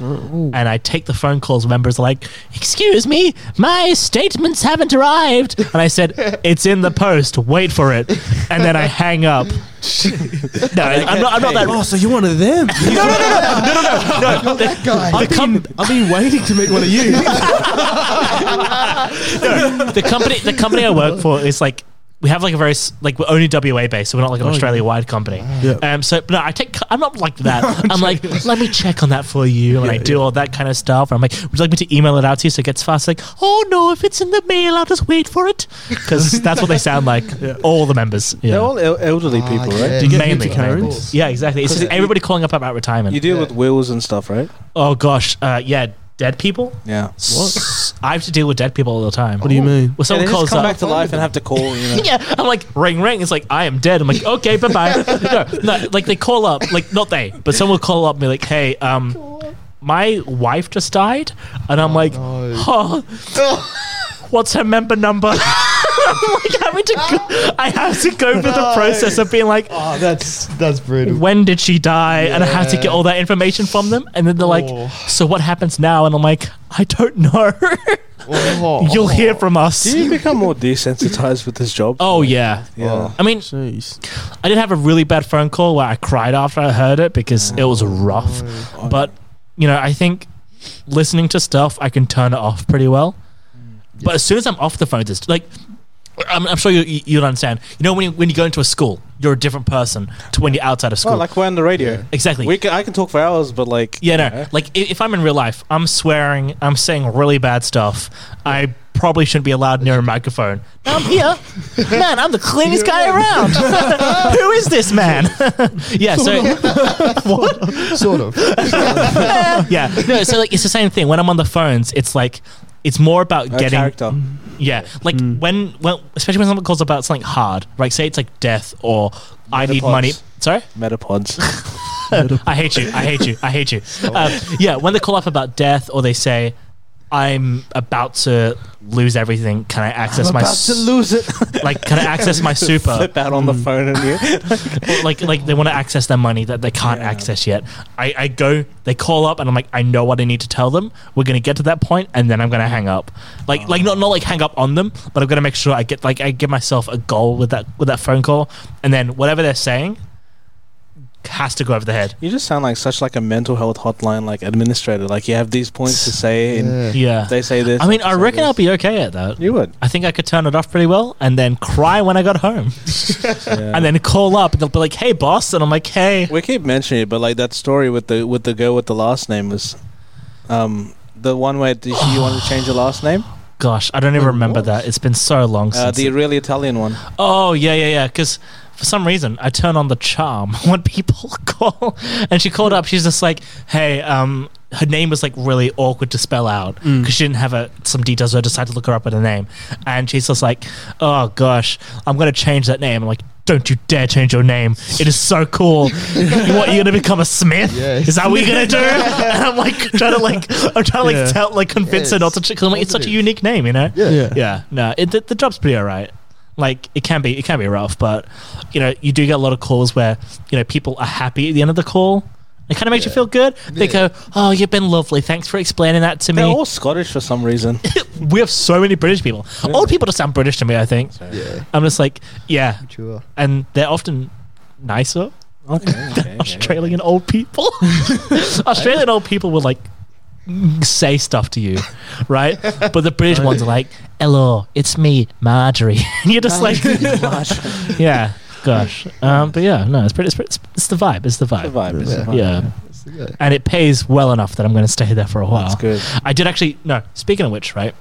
Speaker 2: oh.
Speaker 4: And I take the phone calls. Members are like, "Excuse me, my statements haven't arrived." And I said, "It's in the post. Wait for it." And then I hang up. no, I'm not. I'm not that.
Speaker 2: Oh, so you're one of them?
Speaker 6: that guy.
Speaker 4: The com-
Speaker 2: I've been waiting to meet one of you.
Speaker 4: the company the company I work for is like we have like a very s- like we're only WA based, so we're not like an
Speaker 2: Oh, yeah.
Speaker 4: Australia wide company.
Speaker 2: Yeah.
Speaker 4: Um, so no, I take I'm not like that. I'm, like let me check on that for you, and I do all that kind of stuff. And I'm like, would you like me to email it out to you so it gets fast? Like, oh no, if it's in the mail, I'll just wait for it because that's what they sound like. All the members, yeah,
Speaker 1: They're all el- elderly people, right?
Speaker 6: yeah.
Speaker 1: Do
Speaker 6: You
Speaker 1: you,
Speaker 2: get
Speaker 4: mainly
Speaker 2: into Karens?
Speaker 4: Yeah, exactly. It's
Speaker 1: 'Cause
Speaker 4: just
Speaker 1: it-
Speaker 4: everybody calling up about retirement.
Speaker 1: you deal with wills and stuff, right?
Speaker 4: oh gosh, uh, yeah, dead people.
Speaker 1: Yeah.
Speaker 4: What? I have to deal with dead people all the time.
Speaker 2: What do you mean?
Speaker 4: Well,
Speaker 1: So
Speaker 4: someone
Speaker 1: they
Speaker 4: calls
Speaker 1: just come
Speaker 4: up.
Speaker 1: back to life and have to call. You know.
Speaker 4: yeah, I'm like ring ring. It's like I am dead. I'm like okay, bye bye. no, no, like they call up, like not they, but someone will call up and be like, hey, um, my wife just died, and I'm like, oh, what's her member number? I'm like having to, go, I have to go through the process of being like,
Speaker 6: Oh, that's that's brutal.
Speaker 4: when did she die? And I have to get all that information from them, and then they're like,
Speaker 6: Oh.
Speaker 4: so what happens now? And I'm like, I don't know.
Speaker 6: Oh.
Speaker 4: You'll hear from us.
Speaker 1: Do you become more desensitized with this job?
Speaker 4: Oh yeah.
Speaker 1: yeah.
Speaker 4: I mean,
Speaker 2: Jeez.
Speaker 4: I did have a really bad phone call where I cried after I heard it because it was rough. But you know, I think listening to stuff I can turn it off pretty well. But as soon as I'm off the phone, just like I'm, I'm sure you you- you'd understand. You know, when you, when you go into a school, you're a different person to when you're outside of school.
Speaker 1: Oh, like we're on the radio.
Speaker 4: exactly.
Speaker 1: We can, I can talk for hours, but like
Speaker 4: yeah, no. Like if, if I'm in real life, I'm swearing, I'm saying really bad stuff. I probably shouldn't be allowed near a microphone. Now I'm here. Man, I'm the cleanest guy around. Who is this man? yeah, so what?
Speaker 6: sort of.
Speaker 4: yeah. No, so like it's the same thing. When I'm on the phones, it's like it's more about
Speaker 1: A
Speaker 4: getting
Speaker 1: character.
Speaker 4: yeah, like when when especially when someone calls about something hard, like say it's like death or I need
Speaker 1: Metapods.
Speaker 4: money. Sorry.
Speaker 1: Metapods.
Speaker 4: I hate you. I hate you. I hate you. Uh, yeah, when they call up about death or they say, "I'm about to lose everything. Can I access my s-
Speaker 1: lose it.
Speaker 4: like? Can I access my super? Mm.
Speaker 1: Flip out on the phone and you.
Speaker 4: Or, like like they want to access their money that they can't
Speaker 1: Yeah.
Speaker 4: access yet. I, I go. They call up and I'm like, I know what I need to tell them. We're gonna get to that point and then I'm gonna hang up. Like like not not like hang up on them, but I'm gonna make sure I get like I give myself a goal with that with that phone call and then whatever they're saying has to go over the head.
Speaker 1: You just sound like such like a mental health hotline like administrator. Like you have these points to say, and
Speaker 6: Yeah.
Speaker 4: Yeah.
Speaker 1: they say this.
Speaker 4: I mean, I
Speaker 1: say
Speaker 4: reckon
Speaker 1: this.
Speaker 4: I'll be okay at that.
Speaker 1: You would.
Speaker 4: I think I could turn it off pretty well and then cry when I got home. And then call up and they'll be like, hey, boss. And I'm like, hey.
Speaker 1: we keep mentioning it, but like that story with the with the girl with the last name was, um, the one where did she wanted to change her last name.
Speaker 4: Gosh, I don't even remember that. It's been so long
Speaker 1: Uh,
Speaker 4: since.
Speaker 1: the really Italian one.
Speaker 4: oh, yeah, yeah, yeah. Because for some reason, I turn on the charm when people call. And she called up. She's just like, hey, um, her name was like really awkward to spell out because
Speaker 6: Mm.
Speaker 4: she didn't have a, some details. So I decided to look her up with her name. And she's just like, oh, gosh, I'm going to change that name. I'm like, don't you dare change your name. It is so cool. what, you're going to become a Smith?
Speaker 6: Yes.
Speaker 4: Is that what you're going to do? and I'm like, trying to like, I'm trying to like
Speaker 2: Yeah.
Speaker 4: tell, like convince her
Speaker 6: Yes.
Speaker 4: not to change. I'm like, it's such a
Speaker 6: Positive.
Speaker 4: unique name, you know?
Speaker 6: Yeah.
Speaker 2: Yeah.
Speaker 4: yeah no it, the, the job's pretty all right like it can be it can be rough but you know you do get a lot of calls where you know people are happy at the end of the call it kind of makes you feel good they
Speaker 6: Yeah.
Speaker 4: go oh you've been lovely thanks for explaining that to me
Speaker 1: They're all Scottish for some reason.
Speaker 4: we have so many british people all people just sound british to me i think
Speaker 6: Yeah.
Speaker 4: i'm just like yeah
Speaker 6: Sure.
Speaker 4: and they're often nicer
Speaker 1: okay, okay,
Speaker 4: australian old people australian old people will like say stuff to you right but the british ones are like hello it's me marjorie and you're just like yeah. Gosh. Um, but yeah, no, it's pretty, it's pretty. it's- It's the vibe. It's the
Speaker 1: The
Speaker 4: vibe.
Speaker 1: vibe is the
Speaker 6: Yeah.
Speaker 1: vibe.
Speaker 4: Yeah.
Speaker 6: That's the guy.
Speaker 4: And it pays well enough that I'm going to stay there for a while.
Speaker 1: That's good.
Speaker 4: I did actually. No. Speaking of which, right.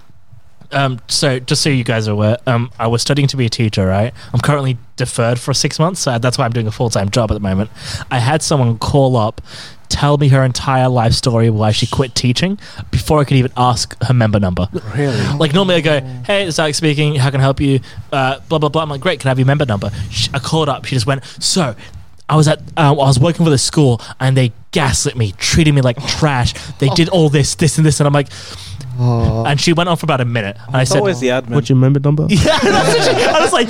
Speaker 4: Um, so just so you guys are aware, um, I was studying to be a teacher, right? I'm currently deferred for six months, so that's why I'm doing a full time job at the moment. I had someone call up, tell me her entire life story why she quit teaching before I could even ask her member number.
Speaker 1: Really?
Speaker 4: Like normally I go, hey, it's Alex speaking. How can I help you? Uh, blah blah blah. I'm like, great. Can I have your member number? Sh I called up. She just went, so. I was at um, I was working for the school and they gaslit me, treated me like trash. They did all this, this and this, and I'm like,
Speaker 6: Oh,
Speaker 4: and she went on for about a minute, and I
Speaker 1: It's
Speaker 4: said,
Speaker 1: always the admin.
Speaker 2: What's your member number?
Speaker 4: yeah, that's what she, I was like,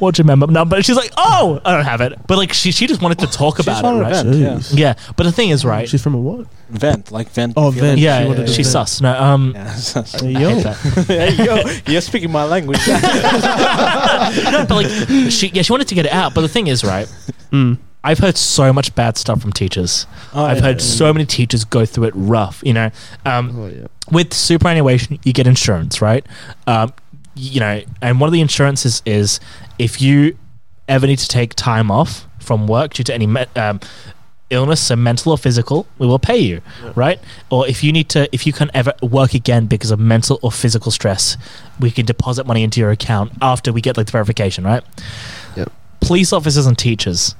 Speaker 4: what's your member number? And she's like, oh, I don't have it, but like she she just wanted to talk
Speaker 1: She's
Speaker 4: about
Speaker 1: from
Speaker 4: it,
Speaker 1: a
Speaker 4: right?
Speaker 1: vent, yeah.
Speaker 2: Jeez.
Speaker 4: Yeah, but the thing is, right?
Speaker 2: She's from a what?
Speaker 1: Vent, like vent.
Speaker 2: Oh,
Speaker 1: feeling.
Speaker 2: vent.
Speaker 4: yeah,
Speaker 2: she wanted
Speaker 4: yeah,
Speaker 2: to
Speaker 4: she's
Speaker 2: do that.
Speaker 4: sus. No, um,
Speaker 1: Yeah, sus.
Speaker 2: Hey,
Speaker 4: I hate
Speaker 2: yo.
Speaker 4: that.
Speaker 1: Hey, yo, you're speaking my language.
Speaker 4: no, but like she yeah, she wanted to get it out. But the thing is, right?
Speaker 1: Hmm.
Speaker 2: Mm.
Speaker 4: I've heard so much bad stuff from teachers.
Speaker 1: Oh,
Speaker 4: I've
Speaker 1: yeah.
Speaker 4: heard so many teachers go through it rough. You know, um,
Speaker 6: oh yeah.
Speaker 4: with superannuation, you get insurance, right? Um, you know, and one of the insurances is if you ever need to take time off from work due to any me- um, illness, so mental or physical, we will pay you, right? Or if you need to, if you can ever work again because of mental or physical stress, we can deposit money into your account after we get like the verification, right?
Speaker 6: Yep.
Speaker 4: Police officers and teachers.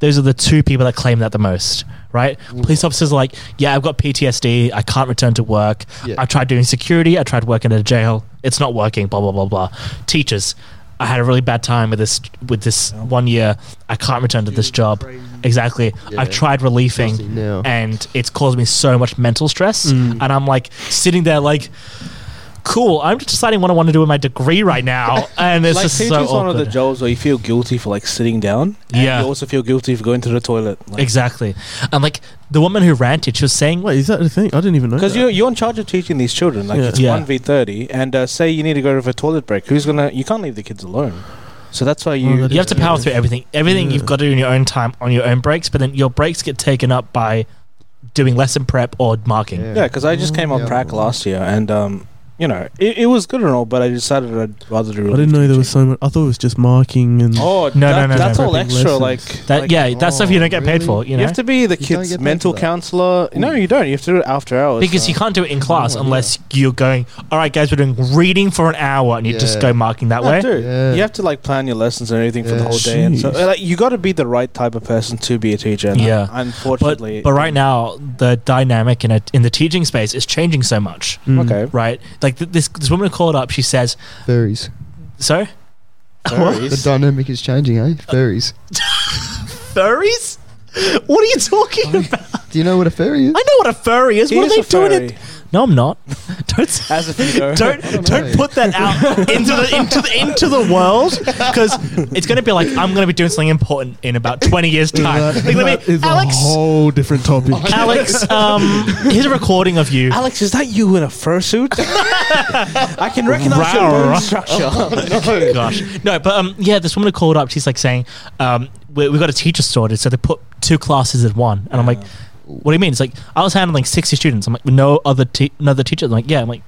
Speaker 4: Those are the two people that claim that the most, right? Police officers are like, yeah, I've got PTSD. I can't return to work.
Speaker 6: Yeah.
Speaker 4: I tried doing security. I tried working at a jail. It's not working. Blah blah blah blah. Teachers, I had a really bad time with this with this one year. I can't return to this job. Exactly.
Speaker 6: Yeah.
Speaker 4: I've tried relieving,
Speaker 6: Nothing now.
Speaker 4: and it's caused me so much mental stress.
Speaker 2: Mm.
Speaker 4: And I'm like sitting there like. Cool. I'm just deciding what I want to do with my degree right now, and it's
Speaker 1: like
Speaker 4: just
Speaker 1: teachers
Speaker 4: so
Speaker 1: one of the
Speaker 4: awkward.
Speaker 1: jobs where you feel guilty for like sitting down. And
Speaker 4: Yeah.
Speaker 1: You also feel guilty for going to the toilet. Like,
Speaker 4: Exactly. And like the woman who ranted, she was saying,
Speaker 2: Wait, is that a thing? I didn't even know.
Speaker 1: Because
Speaker 2: that.
Speaker 1: you're, you're in charge of teaching these children. Like
Speaker 2: Yeah.
Speaker 1: it's
Speaker 4: Yeah.
Speaker 1: one v thirty, and uh, say you need to go to a toilet break. Who's gonna? You can't leave the kids alone. So that's why you.
Speaker 2: that
Speaker 4: you have to
Speaker 2: Yeah.
Speaker 4: power through everything. Everything you've
Speaker 2: Yeah.
Speaker 4: got to do in your own time on your own breaks, but then your breaks get taken up by doing lesson prep or marking.
Speaker 1: yeah, because I just came on
Speaker 6: Yeah.
Speaker 1: prac last year, and um, you know, it, it was good and all, but I decided I'd rather do.
Speaker 2: I didn't know there was so much. I thought it was just marking and.
Speaker 1: Oh
Speaker 4: No,
Speaker 1: that-
Speaker 4: no, no,
Speaker 1: That's
Speaker 4: no.
Speaker 1: all extra.
Speaker 2: Lessons.
Speaker 1: Like
Speaker 4: That
Speaker 1: like,
Speaker 4: yeah, that's stuff you don't get paid
Speaker 6: really?
Speaker 4: for. You
Speaker 1: You,
Speaker 4: know,
Speaker 1: have to be the
Speaker 6: You don't
Speaker 1: kid's
Speaker 6: get paid for
Speaker 1: mental
Speaker 6: that.
Speaker 1: counselor. No, you don't. You have to do it after hours
Speaker 4: because
Speaker 1: so.
Speaker 4: you can't do it in class
Speaker 6: Oh,
Speaker 4: unless you're going. All right, guys, we're doing reading for an hour, and you just
Speaker 6: Yeah.
Speaker 4: go marking that
Speaker 1: No,
Speaker 4: way.
Speaker 1: dude,
Speaker 6: Yeah.
Speaker 1: you have to like plan your lessons and everything for the
Speaker 6: Yeah.
Speaker 1: whole day, and so
Speaker 2: Jeez.
Speaker 1: like you got to be the right type of person to be a teacher. and
Speaker 4: Yeah. But
Speaker 1: unfortunately,
Speaker 4: but right now the dynamic in a, in the teaching space is changing so much.
Speaker 2: Mm.
Speaker 1: okay,
Speaker 4: Right, like th- this this woman called up. She says,
Speaker 6: Furries.
Speaker 4: "So
Speaker 6: The
Speaker 1: furries.
Speaker 6: dynamic is changing, eh? Furries.
Speaker 4: furries? What are you talking about?
Speaker 6: Do you know what a furry is?
Speaker 4: I know what a furry is.
Speaker 1: He
Speaker 4: what are
Speaker 1: is
Speaker 4: they
Speaker 1: a
Speaker 4: doing?
Speaker 1: furry.
Speaker 4: It? No, I'm not. Don't say-
Speaker 1: As if you know.
Speaker 4: don't
Speaker 6: don't
Speaker 4: don't,
Speaker 6: know.
Speaker 4: put that out into the into the into the world because it's gonna be like I'm gonna be doing something important in about 20 years time. Like, let
Speaker 2: That
Speaker 4: me,
Speaker 2: is a
Speaker 4: Alex,
Speaker 2: whole different
Speaker 1: Oh,
Speaker 2: topic.
Speaker 4: Alex, um, here's a recording of you.
Speaker 1: Alex, is that you in a fursuit? I can recognize your
Speaker 4: Rawr.
Speaker 1: bone structure.
Speaker 4: Gosh, no, but um, yeah, this woman who called up. She's like saying, um, we, we got a teacher sorted, so they put two classes in one, and I'm like. What do you mean? It's like I was handling sixty students. I'm like no other te- another teacher. I'm like yeah. I'm like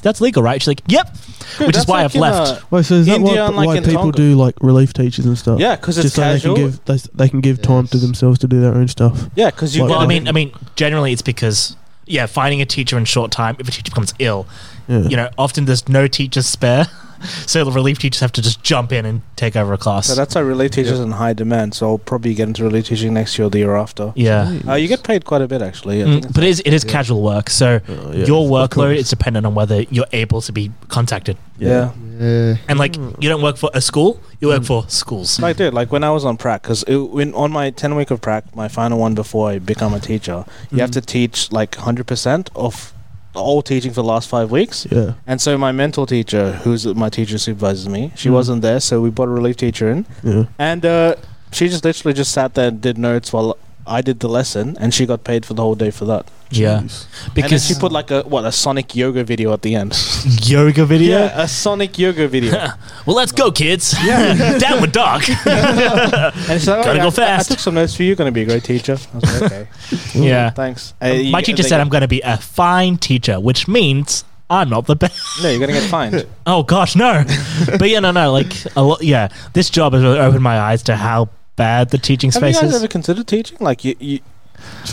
Speaker 4: that's legal, right? She's like yep, which is
Speaker 1: that's
Speaker 4: why
Speaker 1: like
Speaker 4: I've
Speaker 1: in,
Speaker 4: left.
Speaker 1: uh,
Speaker 2: Wait, so is that
Speaker 1: India
Speaker 2: why,
Speaker 1: and, like,
Speaker 2: why
Speaker 1: in
Speaker 2: people
Speaker 1: Tonga.
Speaker 2: do like relief teachers and stuff?
Speaker 1: uh, Yeah, 'cause it's
Speaker 2: just so
Speaker 1: casual.
Speaker 2: they can give they, s- they can give time to
Speaker 6: Yes.
Speaker 2: themselves to do their own stuff.
Speaker 1: yeah, because you.
Speaker 2: Well,
Speaker 1: get
Speaker 4: Well,
Speaker 1: a-
Speaker 4: I mean, I mean, generally it's because yeah, finding a teacher in short time. If a teacher becomes ill,
Speaker 2: Yeah.
Speaker 4: you know, often there's no teachers spare, so the relief teachers have to just jump in and take over a class.
Speaker 1: so that's why relay teachers in high demand. So I'll probably get into relay teaching next year or the year after.
Speaker 4: yeah,
Speaker 1: Uh, you get paid quite a bit actually. I
Speaker 4: Mm,
Speaker 1: think it's
Speaker 4: but it is it is casual work, so
Speaker 2: Oh, yeah,
Speaker 4: your
Speaker 2: of
Speaker 4: workload
Speaker 2: course.
Speaker 4: is dependent on whether you're able to be contacted.
Speaker 1: yeah.
Speaker 6: Yeah.
Speaker 4: And like,
Speaker 1: Mm.
Speaker 4: you don't work for a school, you work for schools.
Speaker 1: Like, dude, like when I was on prac, because when on my ten week of prac, my final one before I become a teacher, you
Speaker 4: Hmm.
Speaker 1: have to teach like hundred percent of all teaching for the last five weeks.
Speaker 2: Yeah,
Speaker 1: And so my mentor teacher, who's my teacher supervises me, she
Speaker 4: Hmm.
Speaker 2: Mm.
Speaker 1: wasn't there, so we brought a relief teacher in,
Speaker 2: yeah.
Speaker 1: and uh, she just literally just sat there and did notes while I did the lesson, and she got paid for the whole day for that.
Speaker 4: Yeah,
Speaker 2: Jeez.
Speaker 1: Because and then
Speaker 4: because
Speaker 1: she put like a what a Sonic yoga video at the end.
Speaker 4: yoga video.
Speaker 1: yeah, a Sonic yoga video.
Speaker 4: Well, let's go, kids. Down with dog.
Speaker 1: And she's like,
Speaker 4: Gotta
Speaker 1: "Oh, yeah,
Speaker 4: go
Speaker 1: I-
Speaker 4: fast."
Speaker 1: I, took some notes for you. You're going to be a great teacher. I was like, okay.
Speaker 4: yeah.
Speaker 1: Thanks. Uh,
Speaker 4: Um,
Speaker 1: you-
Speaker 4: my teacher
Speaker 1: they
Speaker 4: said
Speaker 1: get-
Speaker 4: I'm going to be a fine teacher, which means I'm not the best.
Speaker 1: No, you're going to get fined.
Speaker 4: oh gosh, no. but yeah, no, no. Like a lot. Yeah, this job has really opened my eyes to how bad the teaching
Speaker 1: Have you
Speaker 4: space
Speaker 1: guys
Speaker 4: is.
Speaker 1: ever considered teaching? Like, you, you,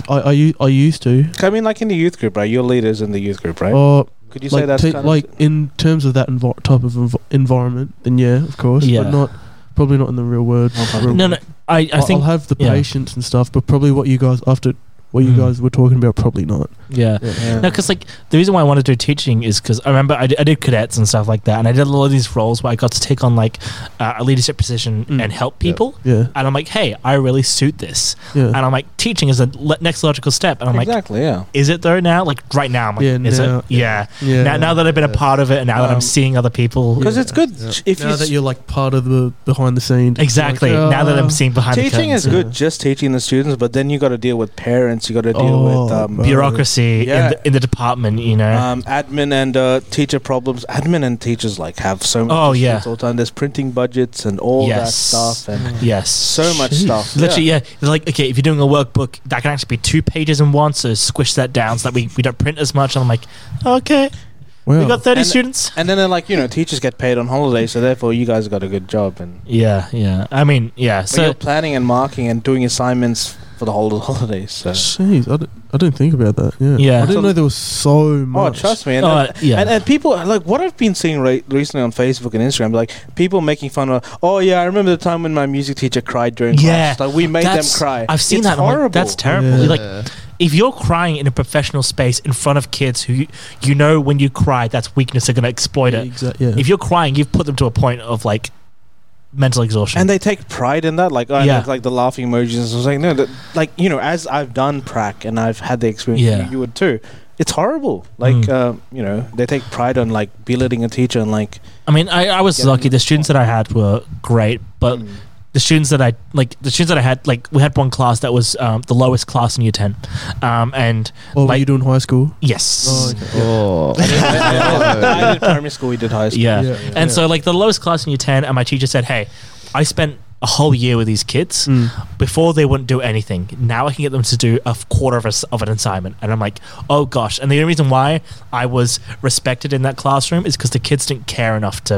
Speaker 2: I, I u- I used to. Uh,
Speaker 1: I mean, like in the youth group, right? Your leaders in the youth group, right?
Speaker 2: Or
Speaker 1: Could you say
Speaker 2: like,
Speaker 1: that's
Speaker 2: te-
Speaker 1: kind
Speaker 2: like
Speaker 1: of
Speaker 2: in terms of that envo- type of env- environment, then yeah, of course,
Speaker 4: Yeah.
Speaker 2: but not probably not in the real world.
Speaker 1: Okay.
Speaker 2: Real
Speaker 4: no, no.
Speaker 2: world.
Speaker 4: I, I
Speaker 2: I'll-
Speaker 4: think
Speaker 2: I'll have the
Speaker 4: yeah.
Speaker 2: patience and stuff, but probably what you guys after what you
Speaker 4: Mm.
Speaker 2: guys were talking about, probably not.
Speaker 4: yeah.
Speaker 1: Yeah.
Speaker 4: No, because like the reason why I wanted to do teaching is because I remember I, d- I did cadets and stuff like that, and I did a lot of these roles where I got to take on like uh, a leadership position
Speaker 2: Mm.
Speaker 4: and help
Speaker 6: Yeah.
Speaker 4: people.
Speaker 2: Yeah,
Speaker 4: And I'm like, hey, I really suit this.
Speaker 2: yeah.
Speaker 4: And I'm like, teaching is the le- next logical step. And I'm like,
Speaker 1: exactly, yeah.
Speaker 4: is it though now? Like right now, I'm like,
Speaker 2: Yeah,
Speaker 4: is
Speaker 2: now-
Speaker 4: it? Yeah.
Speaker 2: yeah.
Speaker 4: now, now that I've been a
Speaker 6: Yeah.
Speaker 4: part of it, and now that I'm
Speaker 1: Um,
Speaker 4: seeing other people,
Speaker 1: Because
Speaker 2: Yeah.
Speaker 1: it's good
Speaker 6: Yeah.
Speaker 1: j- if
Speaker 2: now
Speaker 1: you.
Speaker 2: that
Speaker 1: s-
Speaker 2: you're like part of the behind the scenes. "Oh,
Speaker 4: exactly. now that I'm seeing behind the
Speaker 1: uh, Teaching is
Speaker 4: curtains, yeah.
Speaker 1: good, just teaching the students, but then you got to deal with parents. You got to deal
Speaker 2: Oh,
Speaker 1: with um,
Speaker 2: bro.
Speaker 4: bureaucracy
Speaker 1: Yeah.
Speaker 4: in, the, in the department. You know,
Speaker 1: um, admin and uh, teacher problems. Admin and teachers like have so much
Speaker 4: Oh,
Speaker 1: issues
Speaker 4: yeah.
Speaker 1: all the time. There's printing budgets and all
Speaker 4: Yes.
Speaker 1: that stuff, and
Speaker 4: yes,
Speaker 1: so much stuff.
Speaker 4: Literally, yeah. They're Like, okay, if you're doing a workbook, that can actually be two pages in one, so squish that down so that we, we don't print as much. And I'm like, okay, we got 30
Speaker 1: And- uh,
Speaker 4: students.
Speaker 1: And then they're like, you know, teachers get paid on holiday, so therefore you guys got a good job. And
Speaker 4: Yeah, yeah. I mean, yeah.
Speaker 1: so you're
Speaker 4: So,
Speaker 1: planning and marking and doing assignments for the whole holidays. So. Oh,
Speaker 2: Jeez, I, d- I didn't think about that. Yeah.
Speaker 4: Yeah.
Speaker 2: I didn't know there was so
Speaker 1: Oh,
Speaker 2: much.
Speaker 1: trust me, and,
Speaker 4: Oh,
Speaker 1: and,
Speaker 4: yeah.
Speaker 1: and, uh, and people like what I've been seeing re- recently on Facebook and Instagram, like people making fun of. Oh yeah, I remember the time when my music teacher cried during
Speaker 4: Yeah,
Speaker 1: class. Like we made them
Speaker 4: that's-
Speaker 1: cry.
Speaker 4: I've seen
Speaker 1: It's
Speaker 4: that. and I'm like,
Speaker 1: Horrible.
Speaker 4: that's terrible.
Speaker 2: Yeah.
Speaker 4: Like, if you're crying in a professional space in front of kids who you, you know when you cry that's weakness they're going to exploit
Speaker 2: Yeah,
Speaker 4: it
Speaker 2: exa- yeah.
Speaker 4: if you're crying you've put them to a point of like mental exhaustion
Speaker 1: and they take pride in that like oh, and
Speaker 4: Yeah.
Speaker 1: it's like the laughing emojis and stuff like no that, like you know as i've done prac and i've had the experience
Speaker 4: Yeah.
Speaker 1: you, you would too it's horrible like
Speaker 4: Mm.
Speaker 1: uh, you know they take pride on like belittling a teacher and like
Speaker 4: i mean i, I was
Speaker 1: Yeah.
Speaker 4: lucky the students that i had were great but
Speaker 1: mm,
Speaker 4: the students that i like the students that i had like we had one class that was um, the lowest class in year 10 um, and
Speaker 2: Or were
Speaker 4: like-
Speaker 2: Oh, you doing high school?
Speaker 4: yes
Speaker 6: Oh.
Speaker 1: I, did primary school we did high school
Speaker 4: Yeah.
Speaker 2: Yeah.
Speaker 4: And so like the lowest class in year 10 and my teacher said, "Hey, I spent a whole year with these kids.
Speaker 2: Hmm.
Speaker 4: Before they wouldn't do anything. Now I can get them to do a f- quarter of, a s of an assignment, and I'm like, oh gosh. And the only reason why I was respected in that classroom is because the kids didn't care enough to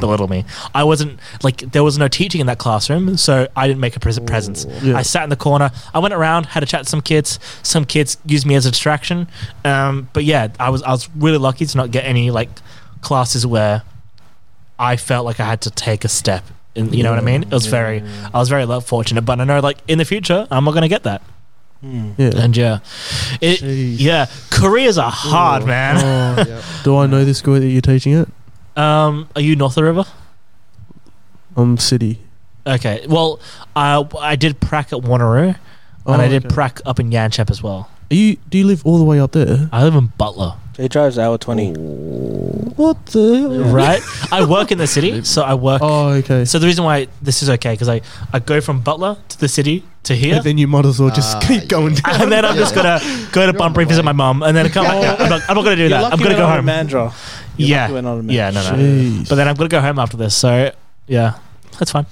Speaker 4: belittle me. I wasn't like there was no teaching in that classroom, so I didn't make a pres- presence.
Speaker 2: Yeah.
Speaker 4: I sat in the corner. I went around, had a chat to some kids. Some kids used me as a distraction. Um, but yeah, I was I was really lucky to not get any like classes where I felt like I had to take a step. In, you know what I mean? It was very I was very luck fortunate, but I know like in the future I'm not going to get that.
Speaker 1: Hmm.
Speaker 2: Yeah.
Speaker 4: And yeah, it,
Speaker 2: Jeez.
Speaker 4: yeah, careers are hard,
Speaker 6: Oh.
Speaker 4: man.
Speaker 2: Oh,
Speaker 6: yeah.
Speaker 2: do I know this school that you're teaching at?
Speaker 4: Um, are you north of the river?
Speaker 2: Um, City.
Speaker 4: Okay. Well, I I did prac at Wanneroo,
Speaker 2: Oh,
Speaker 4: and I did
Speaker 2: okay.
Speaker 4: prac up in Yanchep as well.
Speaker 2: Are you? Do you live all the way up there?
Speaker 4: I live in Butler,
Speaker 1: It drives hour twenty.
Speaker 4: Uh,
Speaker 2: What the? hell?
Speaker 4: right? I work in the city, so I work.
Speaker 2: Oh, okay.
Speaker 4: So the reason why this is okay because I I go from Butler to the city to here.
Speaker 2: And then you might as well just
Speaker 6: Ah,
Speaker 2: keep going down.
Speaker 4: And then I'm just gonna go to
Speaker 6: You're on
Speaker 4: Bunbury
Speaker 6: the
Speaker 4: visit
Speaker 6: way.
Speaker 4: my mum, and then I come. back. I'm not, I'm not gonna do that. I'm gonna go home.
Speaker 1: Mandra. You're
Speaker 4: Yeah,
Speaker 1: lucky we're not in
Speaker 4: yeah, no, no.
Speaker 2: Jeez.
Speaker 4: But then I'm gonna go home after this. So yeah, that's fine.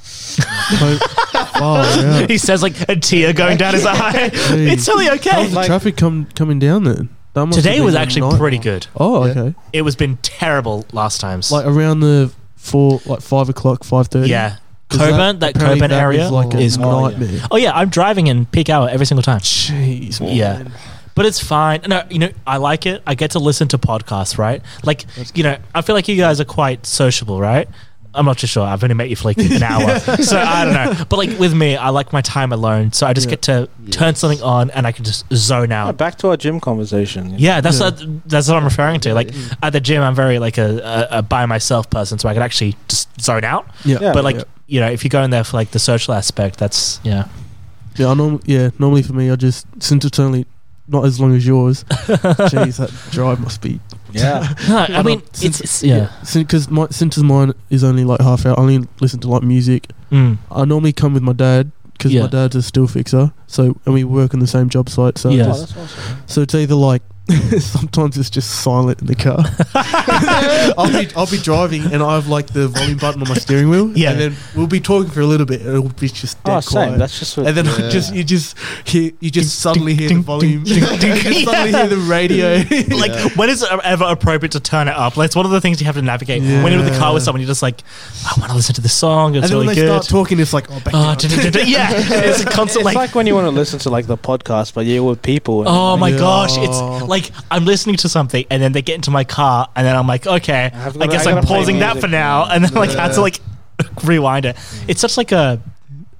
Speaker 2: Ho- oh, yeah.
Speaker 4: he says like a tear going down his eye. it's totally
Speaker 2: How's
Speaker 4: okay.
Speaker 2: the
Speaker 1: Like-
Speaker 2: traffic come coming down then? That must have
Speaker 4: Today
Speaker 2: been
Speaker 4: was
Speaker 2: a
Speaker 4: actually
Speaker 2: night-
Speaker 4: pretty good.
Speaker 2: Oh,
Speaker 6: Yeah.
Speaker 2: okay.
Speaker 4: It was been terrible last times.
Speaker 2: Like around the four, like five o'clock, five thirty.
Speaker 4: yeah,
Speaker 2: 'Cause
Speaker 4: Coburn, that,
Speaker 2: apparently
Speaker 4: Coburn
Speaker 2: that
Speaker 4: area
Speaker 2: is like a
Speaker 4: is
Speaker 1: Oh, yeah.
Speaker 2: nightmare.
Speaker 4: Oh yeah, I'm driving in peak hour every single time.
Speaker 2: Jeez, man.
Speaker 4: Yeah. But it's fine. No, you know, I like it. I get to listen to podcasts, right? Like, you know, I feel like you guys are quite sociable, right? I'm not too sure. I've only met you for like an hour. So I don't know. But like with me, I like my time alone. So I just
Speaker 2: Yeah.
Speaker 4: get to turn something on and I can just zone
Speaker 1: Yeah,
Speaker 4: out.
Speaker 1: back to our gym conversation.
Speaker 4: Yeah, that's
Speaker 2: Yeah.
Speaker 4: What, that's what I'm referring to. Like at the gym, I'm very like a, a, a by myself person, so I could actually just zone out.
Speaker 2: yeah.
Speaker 1: Yeah.
Speaker 4: but like
Speaker 2: yeah.
Speaker 4: you know, if you go in there for like the social aspect, that's yeah.
Speaker 2: yeah, I norm- yeah. Normally for me, I just since it's only not as long as yours. Jeez, that drive must be.
Speaker 1: yeah. Oh,
Speaker 4: No, I mean,
Speaker 2: since-
Speaker 4: it's, it's yeah.
Speaker 2: Because my since mine is only like half hour, I only listen to like music.
Speaker 4: Mm.
Speaker 2: I normally come with my dad because
Speaker 4: Yeah.
Speaker 2: my dad's a steel fixer. So and we work on the same job site. So
Speaker 4: Yeah.
Speaker 2: just-
Speaker 1: Oh, that's awesome.
Speaker 2: So it's either like sometimes it's just silent in the car. I'll be I'll be driving and I have like the volume button on my steering wheel.
Speaker 4: Yeah.
Speaker 2: And then we'll be talking for a little bit and it'll be just dead
Speaker 1: Oh,
Speaker 2: quiet.
Speaker 1: same. That's just. What,
Speaker 2: and then I
Speaker 6: Yeah.
Speaker 2: just you just hear you just suddenly hear the volume. You just suddenly hear the radio.
Speaker 4: like
Speaker 6: Yeah.
Speaker 4: when is it ever appropriate to turn it up? Like it's one of the things you have to navigate. When you're in the car with
Speaker 2: Yeah.
Speaker 4: someone, you're just like, I want to listen to this song. It's
Speaker 2: and then
Speaker 4: really
Speaker 2: when they
Speaker 4: good.
Speaker 2: start talking, it's like oh back
Speaker 4: Oh,
Speaker 2: down.
Speaker 4: yeah, it's a
Speaker 1: it's
Speaker 4: constant
Speaker 1: like,
Speaker 4: like,
Speaker 1: when you want to listen to like the podcast, but you're with people. and
Speaker 4: Oh my
Speaker 2: Yeah.
Speaker 4: gosh! It's like I'm listening to something, and then they get into my car, and then I'm like, okay,
Speaker 1: I've
Speaker 4: I
Speaker 1: gotta-
Speaker 4: guess
Speaker 1: I
Speaker 4: I'm
Speaker 1: gotta play
Speaker 4: pausing that
Speaker 1: music
Speaker 4: for now, and then like I have to
Speaker 6: Yeah.
Speaker 4: like rewind it. It's such like a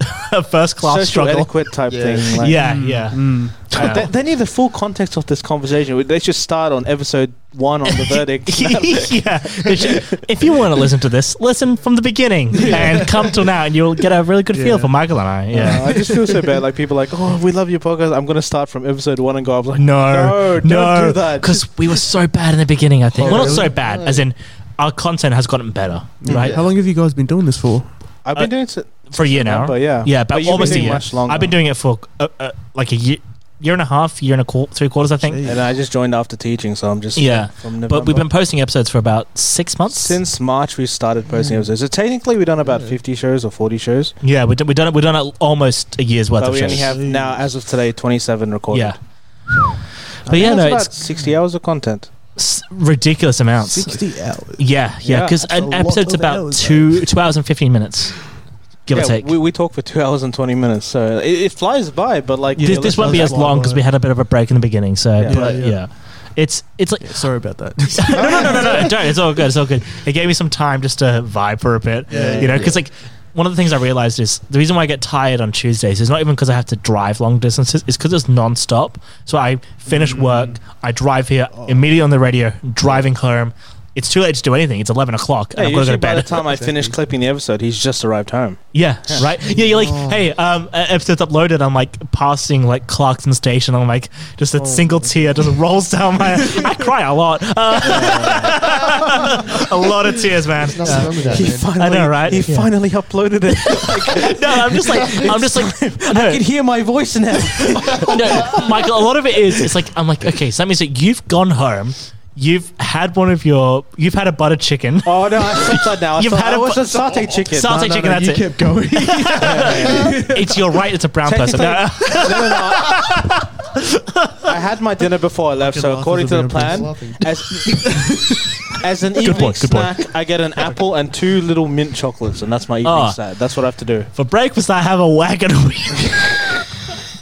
Speaker 4: a first class
Speaker 1: social
Speaker 4: struggle.
Speaker 1: etiquette type
Speaker 6: Yeah.
Speaker 1: thing. Like,
Speaker 4: yeah, yeah.
Speaker 1: They,
Speaker 4: I know.
Speaker 1: they need the full context of this conversation. They should start on episode one on the verdict.
Speaker 4: yeah. It should- If you want to listen to this, listen from the beginning and come till now, and you'll get a really good feel
Speaker 2: Yeah.
Speaker 4: for Michael and I. Yeah.
Speaker 1: Uh, I just feel so bad. Like people are like, oh, we love your podcast. I'm gonna start from episode one and go. I'm like,
Speaker 4: No,
Speaker 1: no, don't do that.
Speaker 4: Because we were so bad in the beginning, I think.
Speaker 2: Oh,
Speaker 4: well, not
Speaker 2: really?
Speaker 4: so bad, as in our content has gotten better, right?
Speaker 2: How long have you guys been doing this for?
Speaker 1: I've been doing it. since-
Speaker 4: For a year now.
Speaker 1: November, yeah,
Speaker 4: Yeah, but
Speaker 1: you've been
Speaker 4: almost a
Speaker 1: doing
Speaker 4: year.
Speaker 1: Much longer.
Speaker 4: I've been doing it for uh, uh, like a year, year and a half, year and a quarter, three quarters, I think.
Speaker 2: Jeez.
Speaker 1: and I just joined after teaching, so I'm just
Speaker 4: Yeah.
Speaker 1: From November.
Speaker 4: But we've been posting episodes for about six months.
Speaker 1: since March we started
Speaker 4: Mm.
Speaker 1: posting episodes. So technically we've done about 50 shows or 40 shows,
Speaker 4: yeah, we've done, we've done it. We've done it almost a year's worth
Speaker 1: but
Speaker 4: of
Speaker 1: we
Speaker 4: shows.
Speaker 1: only have now, as of today, 27 recorded.
Speaker 4: yeah,
Speaker 1: I
Speaker 4: but
Speaker 1: think
Speaker 4: yeah,
Speaker 1: that's
Speaker 4: no,
Speaker 1: about
Speaker 4: it's
Speaker 1: 60 hours of content.
Speaker 4: s- ridiculous amounts.
Speaker 2: hours.
Speaker 4: Yeah, yeah,
Speaker 1: Yeah,
Speaker 4: because
Speaker 2: that's a
Speaker 4: an
Speaker 2: lot
Speaker 4: episode's
Speaker 2: of
Speaker 4: about
Speaker 2: hours,
Speaker 4: two two hours and fifteen minutes, give
Speaker 1: yeah,
Speaker 4: or take.
Speaker 1: We, we talk for two hours and 20 minutes, so it, it flies by. But like,
Speaker 4: this this won't be
Speaker 2: that's
Speaker 4: as
Speaker 2: why I
Speaker 4: long because
Speaker 2: wanna-
Speaker 4: we had a bit of a break in the beginning. So,
Speaker 1: Yeah.
Speaker 4: but,
Speaker 2: Yeah,
Speaker 4: yeah,
Speaker 2: yeah.
Speaker 4: it's it's like.
Speaker 2: Sorry about that.
Speaker 4: no, no, no, no, no! Don't. It's all good. It's all good. It gave me some time just to vibe for a bit,
Speaker 2: Yeah,
Speaker 4: you know. Because like one of the things I realized is the reason why I get tired on Tuesdays is not even because I have to drive long distances. It's because it's non-stop. So I finish
Speaker 1: Mm.
Speaker 4: work, I drive here
Speaker 1: Oh.
Speaker 4: immediately on the radio, driving home. It's too late to do anything. It's eleven o'clock,
Speaker 1: Yeah,
Speaker 4: and I've got to go
Speaker 1: usually
Speaker 4: to bed.
Speaker 1: by the time I finish clipping the episode, he's just arrived home.
Speaker 4: Yeah, right. Yeah, you're like,
Speaker 1: Oh.
Speaker 4: hey, um, uh, episode's uploaded. I'm like passing like Clarkson Station. I'm like, just
Speaker 1: Oh,
Speaker 4: a single tear just rolls down my. I cry a lot, uh, a lot of tears, man.
Speaker 6: There's nothing wrong with that, man.
Speaker 1: finally,
Speaker 4: know, right?
Speaker 1: He
Speaker 4: Yeah.
Speaker 1: finally uploaded it.
Speaker 4: No, I'm just like, I'm just like,
Speaker 1: I
Speaker 4: no,
Speaker 1: can hear my voice now.
Speaker 4: no, Michael. A lot of it is, it's like, I'm like, okay, so that means that you've gone home. you've had one of your you've had a butter chicken.
Speaker 1: Oh no, I stopped that now. I
Speaker 4: You've
Speaker 1: thought-
Speaker 4: had
Speaker 1: I
Speaker 4: a
Speaker 1: was
Speaker 4: bu-
Speaker 1: a satay chicken. No, no,
Speaker 4: Satay
Speaker 1: no,
Speaker 4: chicken, that's
Speaker 1: you
Speaker 4: it.
Speaker 1: kept going.
Speaker 4: it's your right. It's a brown person.
Speaker 1: Technically,
Speaker 4: No,
Speaker 1: no, no, no. I had my dinner before I left,
Speaker 2: Fucking
Speaker 1: so
Speaker 2: laugh
Speaker 1: according
Speaker 2: at
Speaker 1: to
Speaker 2: the
Speaker 1: the
Speaker 2: man,
Speaker 1: plan, as, as an evening
Speaker 4: point, good point.
Speaker 1: snack, I get an apple and two little mint chocolates, and that's my evening
Speaker 4: Ah.
Speaker 1: snack. That's what I have to do.
Speaker 4: For breakfast, I have a wagon wheel.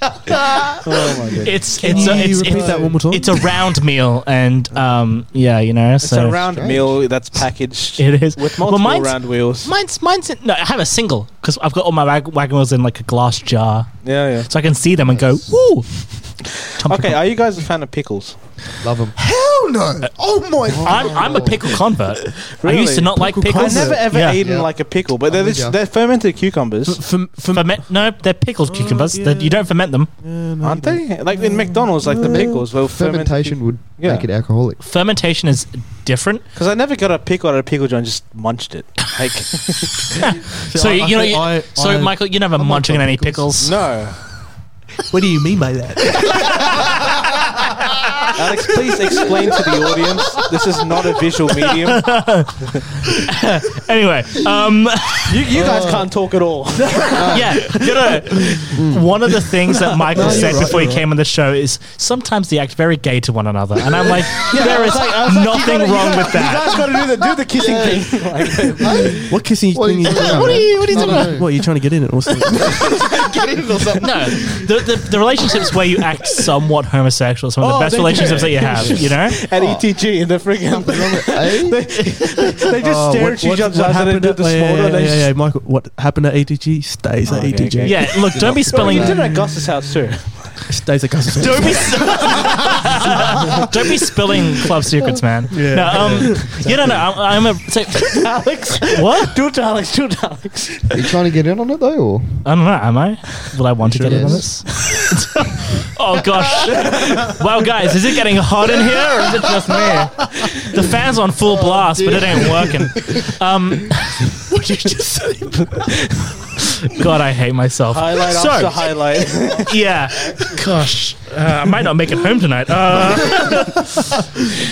Speaker 1: Oh my god!
Speaker 4: It's it's a,
Speaker 2: you
Speaker 4: it's,
Speaker 2: repeat
Speaker 4: it's,
Speaker 2: that one more time?
Speaker 4: it's a round meal, and um, yeah, you know,
Speaker 1: It's
Speaker 4: so
Speaker 1: a round
Speaker 6: strange.
Speaker 1: meal that's packaged
Speaker 4: it is
Speaker 1: with
Speaker 4: Well,
Speaker 1: multiple
Speaker 4: mine's-
Speaker 1: round wheels.
Speaker 4: Mine's mine's in, no. I have a single because I've got all my wag- wagon wheels in like a glass jar,
Speaker 1: yeah,
Speaker 4: so I can see them and go, "Woo!"
Speaker 1: yeah. Okay, are you guys a fan of pickles?
Speaker 6: Love them.
Speaker 7: Hell no! Oh my!
Speaker 4: I'm I'm a pickle convert. I used to
Speaker 1: Really?
Speaker 4: not like
Speaker 2: Pickle
Speaker 1: I
Speaker 4: pickles.
Speaker 1: never ever
Speaker 4: yeah.
Speaker 1: eaten
Speaker 6: Yeah.
Speaker 1: like a pickle, but they're,
Speaker 6: I'm with
Speaker 1: this,
Speaker 6: ya.
Speaker 1: they're fermented cucumbers,
Speaker 2: For, for,
Speaker 4: Ferment? No, they're pickled cucumbers.
Speaker 2: Oh, yeah.
Speaker 4: That You don't ferment them.
Speaker 2: yeah, no,
Speaker 1: aren't
Speaker 2: you
Speaker 1: they? Like in McDonald's, like the
Speaker 6: Mm.
Speaker 1: pickles. Well,
Speaker 6: Fermentation would
Speaker 1: Yeah.
Speaker 6: make it alcoholic.
Speaker 4: Fermentation is different.
Speaker 1: Because I never got a pickle out of a pickle joint, just munched it. Like
Speaker 2: don't.
Speaker 4: So
Speaker 2: I-
Speaker 4: you know,
Speaker 2: I-
Speaker 4: you-
Speaker 2: I-
Speaker 4: so
Speaker 2: I-
Speaker 4: Michael, you're never
Speaker 2: I'm not
Speaker 4: munching
Speaker 2: for
Speaker 4: on any
Speaker 2: pickles.
Speaker 4: pickles.
Speaker 1: no,
Speaker 2: What do you mean by that?
Speaker 1: Alex, please explain to the audience. This is not a visual medium.
Speaker 4: Anyway, um,
Speaker 1: You, you guys can't talk at all.
Speaker 4: yeah, you know, one of the things that Michael
Speaker 6: No, you're
Speaker 4: said
Speaker 6: right,
Speaker 4: before he
Speaker 6: you're
Speaker 4: came on the show is sometimes they act very gay to one another, and I'm like, there is nothing wrong with that.
Speaker 1: guys got to do the do the kissing thing. Like,
Speaker 2: what kissing
Speaker 6: What are
Speaker 2: thing
Speaker 6: you
Speaker 2: is
Speaker 6: talking
Speaker 2: that?
Speaker 6: about?
Speaker 4: What are you? What are you
Speaker 6: No,
Speaker 4: talking
Speaker 6: no,
Speaker 4: about?
Speaker 6: no.
Speaker 2: What, are you trying to get in it or something?
Speaker 4: No, the, the, the relationships where you act somewhat homosexual, are some of the
Speaker 1: Oh,
Speaker 4: best
Speaker 1: they do.
Speaker 4: relationships that you have, you know.
Speaker 1: at ETG in the friggin'
Speaker 6: Eh?
Speaker 1: they, they just
Speaker 2: Oh,
Speaker 1: stare
Speaker 2: what-
Speaker 1: at each other's
Speaker 2: what-
Speaker 1: eyes
Speaker 2: what
Speaker 1: and then
Speaker 2: happened
Speaker 1: do
Speaker 2: at-
Speaker 1: the
Speaker 2: yeah,
Speaker 1: small.
Speaker 2: yeah,
Speaker 1: and they
Speaker 2: yeah,
Speaker 1: just-
Speaker 2: yeah, yeah, Michael, what happened at ATG stays at
Speaker 1: Oh, okay,
Speaker 2: ATG.
Speaker 1: okay.
Speaker 4: Yeah, look, don't be
Speaker 1: Oh,
Speaker 4: spelling.
Speaker 1: you did it at Gus's house too.
Speaker 2: Stays at Cousins.
Speaker 4: Don't be, don't be spilling club secrets, man.
Speaker 2: Yeah.
Speaker 4: No, um, you don't know. I'm, I'm a so,
Speaker 1: Alex,
Speaker 4: what?
Speaker 1: do it to Alex, do it to Alex.
Speaker 6: Are you trying to get in on it though, or
Speaker 4: I don't know. Am I? Will I want to get in on this? oh gosh! Wow, guys, is it getting hot in here, or is it just me? The fans on full blast, but it ain't working. Um, what you just God, I hate myself.
Speaker 1: Highlight
Speaker 4: So-
Speaker 1: after highlight.
Speaker 4: yeah. Gosh, uh, I might not make it home tonight. Uh,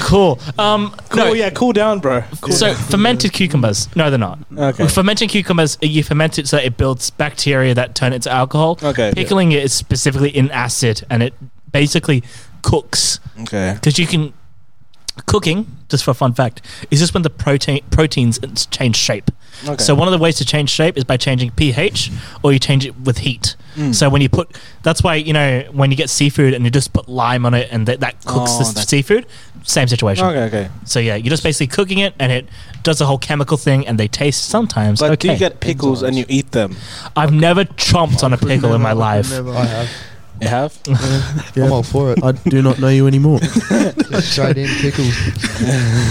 Speaker 4: cool. Um,
Speaker 1: cool,
Speaker 4: no,
Speaker 1: yeah, cool down, bro. Cool
Speaker 4: So fermented cucumbers? No, they're not.
Speaker 1: Okay.
Speaker 4: Fermenting cucumbers, you ferment it so it builds bacteria that turn it to alcohol.
Speaker 1: Okay.
Speaker 4: Pickling it is specifically in acid, and it basically cooks
Speaker 1: Okay.
Speaker 4: because you can. Cooking, just for a fun fact, is just when the protein proteins change shape.
Speaker 1: Okay.
Speaker 4: So one of the ways to change shape is by changing pH, or you change it with heat.
Speaker 1: Mm.
Speaker 4: So when you put, that's why you know when you get seafood and you just put lime on it, and that that cooks
Speaker 1: Oh,
Speaker 4: the
Speaker 1: that-
Speaker 4: seafood. Same situation.
Speaker 1: Okay, okay.
Speaker 4: So yeah, you're just basically cooking it, and it does the whole chemical thing, and they taste sometimes.
Speaker 1: But
Speaker 4: okay.
Speaker 1: do you get pickles and you eat them?
Speaker 4: I've never chomped on a pickle in my life.
Speaker 6: I have?
Speaker 1: You have?
Speaker 6: I'm all for it.
Speaker 2: I do not know you anymore.
Speaker 6: Just straight in pickles.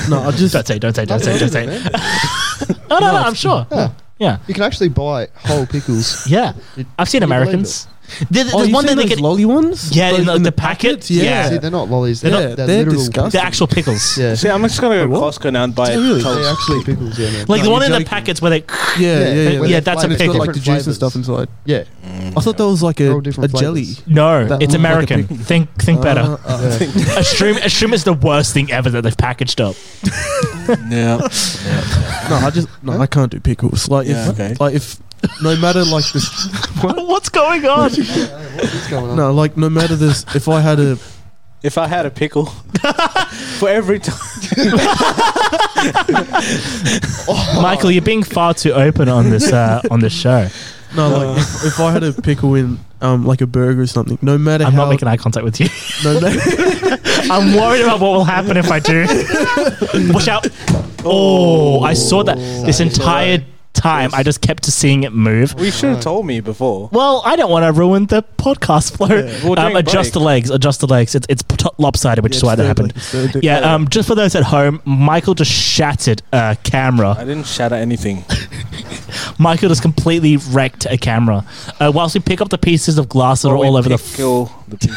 Speaker 2: No, I just
Speaker 4: Don't say, don't say, don't say, don't say.
Speaker 6: Man.
Speaker 4: No, no, no, I'm sure.
Speaker 6: Yeah.
Speaker 4: Yeah,
Speaker 6: You can actually buy whole pickles.
Speaker 4: yeah.
Speaker 6: It-
Speaker 4: I've seen
Speaker 6: can you believe
Speaker 4: Americans. There- There's
Speaker 2: Oh,
Speaker 4: one that
Speaker 2: thing
Speaker 4: they
Speaker 2: those
Speaker 4: get.
Speaker 2: lolly ones.
Speaker 4: Yeah, in
Speaker 2: Those
Speaker 4: the- the packets? Yeah.
Speaker 6: See, they're not lollies. They're,
Speaker 2: They're
Speaker 6: they're,
Speaker 2: not- they're
Speaker 6: literal
Speaker 2: disgusting.
Speaker 4: the actual pickles.
Speaker 6: Yeah,
Speaker 1: See, I'm just gonna go to
Speaker 2: Wait, what?
Speaker 1: Costco now and buy
Speaker 2: Yeah, really?
Speaker 1: pickles.
Speaker 6: they're actually pickles. Yeah, man.
Speaker 4: Like
Speaker 2: No,
Speaker 4: the one
Speaker 2: you're
Speaker 4: in the
Speaker 2: joking.
Speaker 4: packets where they.
Speaker 2: Yeah, yeah, yeah.
Speaker 6: where
Speaker 4: Yeah,
Speaker 6: they're
Speaker 4: that's a
Speaker 2: And
Speaker 6: flavours,
Speaker 2: it's got
Speaker 4: pickle.
Speaker 2: like the
Speaker 6: different
Speaker 2: juice and
Speaker 6: flavours.
Speaker 2: stuff inside.
Speaker 6: Yeah,
Speaker 2: I thought that was like
Speaker 6: They're
Speaker 2: a,
Speaker 6: all
Speaker 2: a
Speaker 6: different
Speaker 2: jelly.
Speaker 6: flavours.
Speaker 4: No,
Speaker 2: That
Speaker 4: it's
Speaker 2: looks like a
Speaker 4: American.
Speaker 2: pickle.
Speaker 4: think, think better.
Speaker 2: Uh, uh,
Speaker 6: yeah.
Speaker 4: A shroom, a shroom is the worst thing ever that they've packaged up.
Speaker 1: Yeah.
Speaker 2: uh, no, I just no, I can't do pickles. Like
Speaker 1: Yeah,
Speaker 2: if
Speaker 1: okay.
Speaker 2: like if no matter like this
Speaker 4: What's going on?
Speaker 6: what's going on?
Speaker 2: no like no matter this if I had a
Speaker 1: If I had a pickle for every time,
Speaker 4: Michael, you're being far too open on this uh, on this show.
Speaker 2: no like if, if I had a pickle in um like a burger or something, no matter
Speaker 4: I'm
Speaker 2: how
Speaker 4: not making eye contact with you.
Speaker 2: no matter
Speaker 4: I'm worried about what will happen if I do. Watch out. Oh, I saw that this entire time. I just kept seeing it move.
Speaker 1: we should have told me before.
Speaker 4: Well, I don't want to ruin the podcast flow.
Speaker 1: Well,
Speaker 4: Um,
Speaker 1: during
Speaker 4: adjust
Speaker 1: break.
Speaker 4: the legs. Adjust the legs. It's it's t- lopsided, which is why that happened. yeah. Um. Just for those at home, Michael just shattered a
Speaker 1: I
Speaker 4: camera.
Speaker 1: didn't shatter anything.
Speaker 4: Michael just completely wrecked a camera. Uh, whilst we pick up the pieces of glass that are
Speaker 1: Or we
Speaker 4: all over the
Speaker 1: pickle the pickle.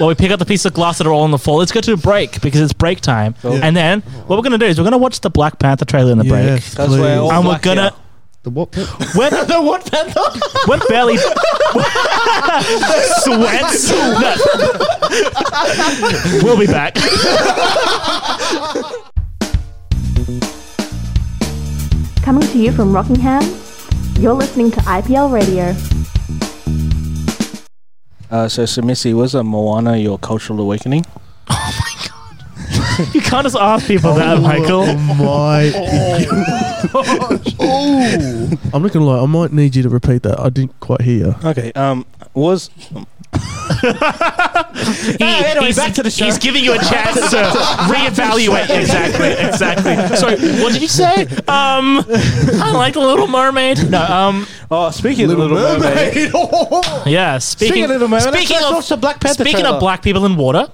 Speaker 4: Well, we pick up the piece of glass that are all on the floor. Let's go to a break because it's break time.
Speaker 1: Cool.
Speaker 4: And then what we're going to do is we're going to watch the Black Panther trailer in the break.
Speaker 2: yes,
Speaker 1: That's where
Speaker 2: please.
Speaker 1: all-
Speaker 4: And we're
Speaker 1: black
Speaker 4: going
Speaker 1: hair.
Speaker 4: to.
Speaker 6: The what? Pip?
Speaker 4: When the what panther? When barely sweats. No. we'll be back.
Speaker 8: Coming to you from Rockingham, you're listening to IPL Radio.
Speaker 1: Uh, so, Sumisi, was a Moana your cultural awakening?
Speaker 4: You can't just ask people that, Michael.
Speaker 2: My. Oh. I'm not gonna lie. I might need you to repeat that. I didn't quite hear. you.
Speaker 1: Okay. Um, was
Speaker 4: anyway, he's, back to the show. He's giving you a chance to reevaluate. exactly, exactly. So, what did you say? Um, I like the Little Mermaid. No, um,
Speaker 1: oh, speaking of Little Mermaid,
Speaker 4: yeah. Speaking,
Speaker 1: Speaking of Little Mermaid,
Speaker 4: speaking
Speaker 1: let's
Speaker 4: of
Speaker 1: watch the Black Panther
Speaker 4: Speaking
Speaker 1: trailer.
Speaker 4: of black people in water,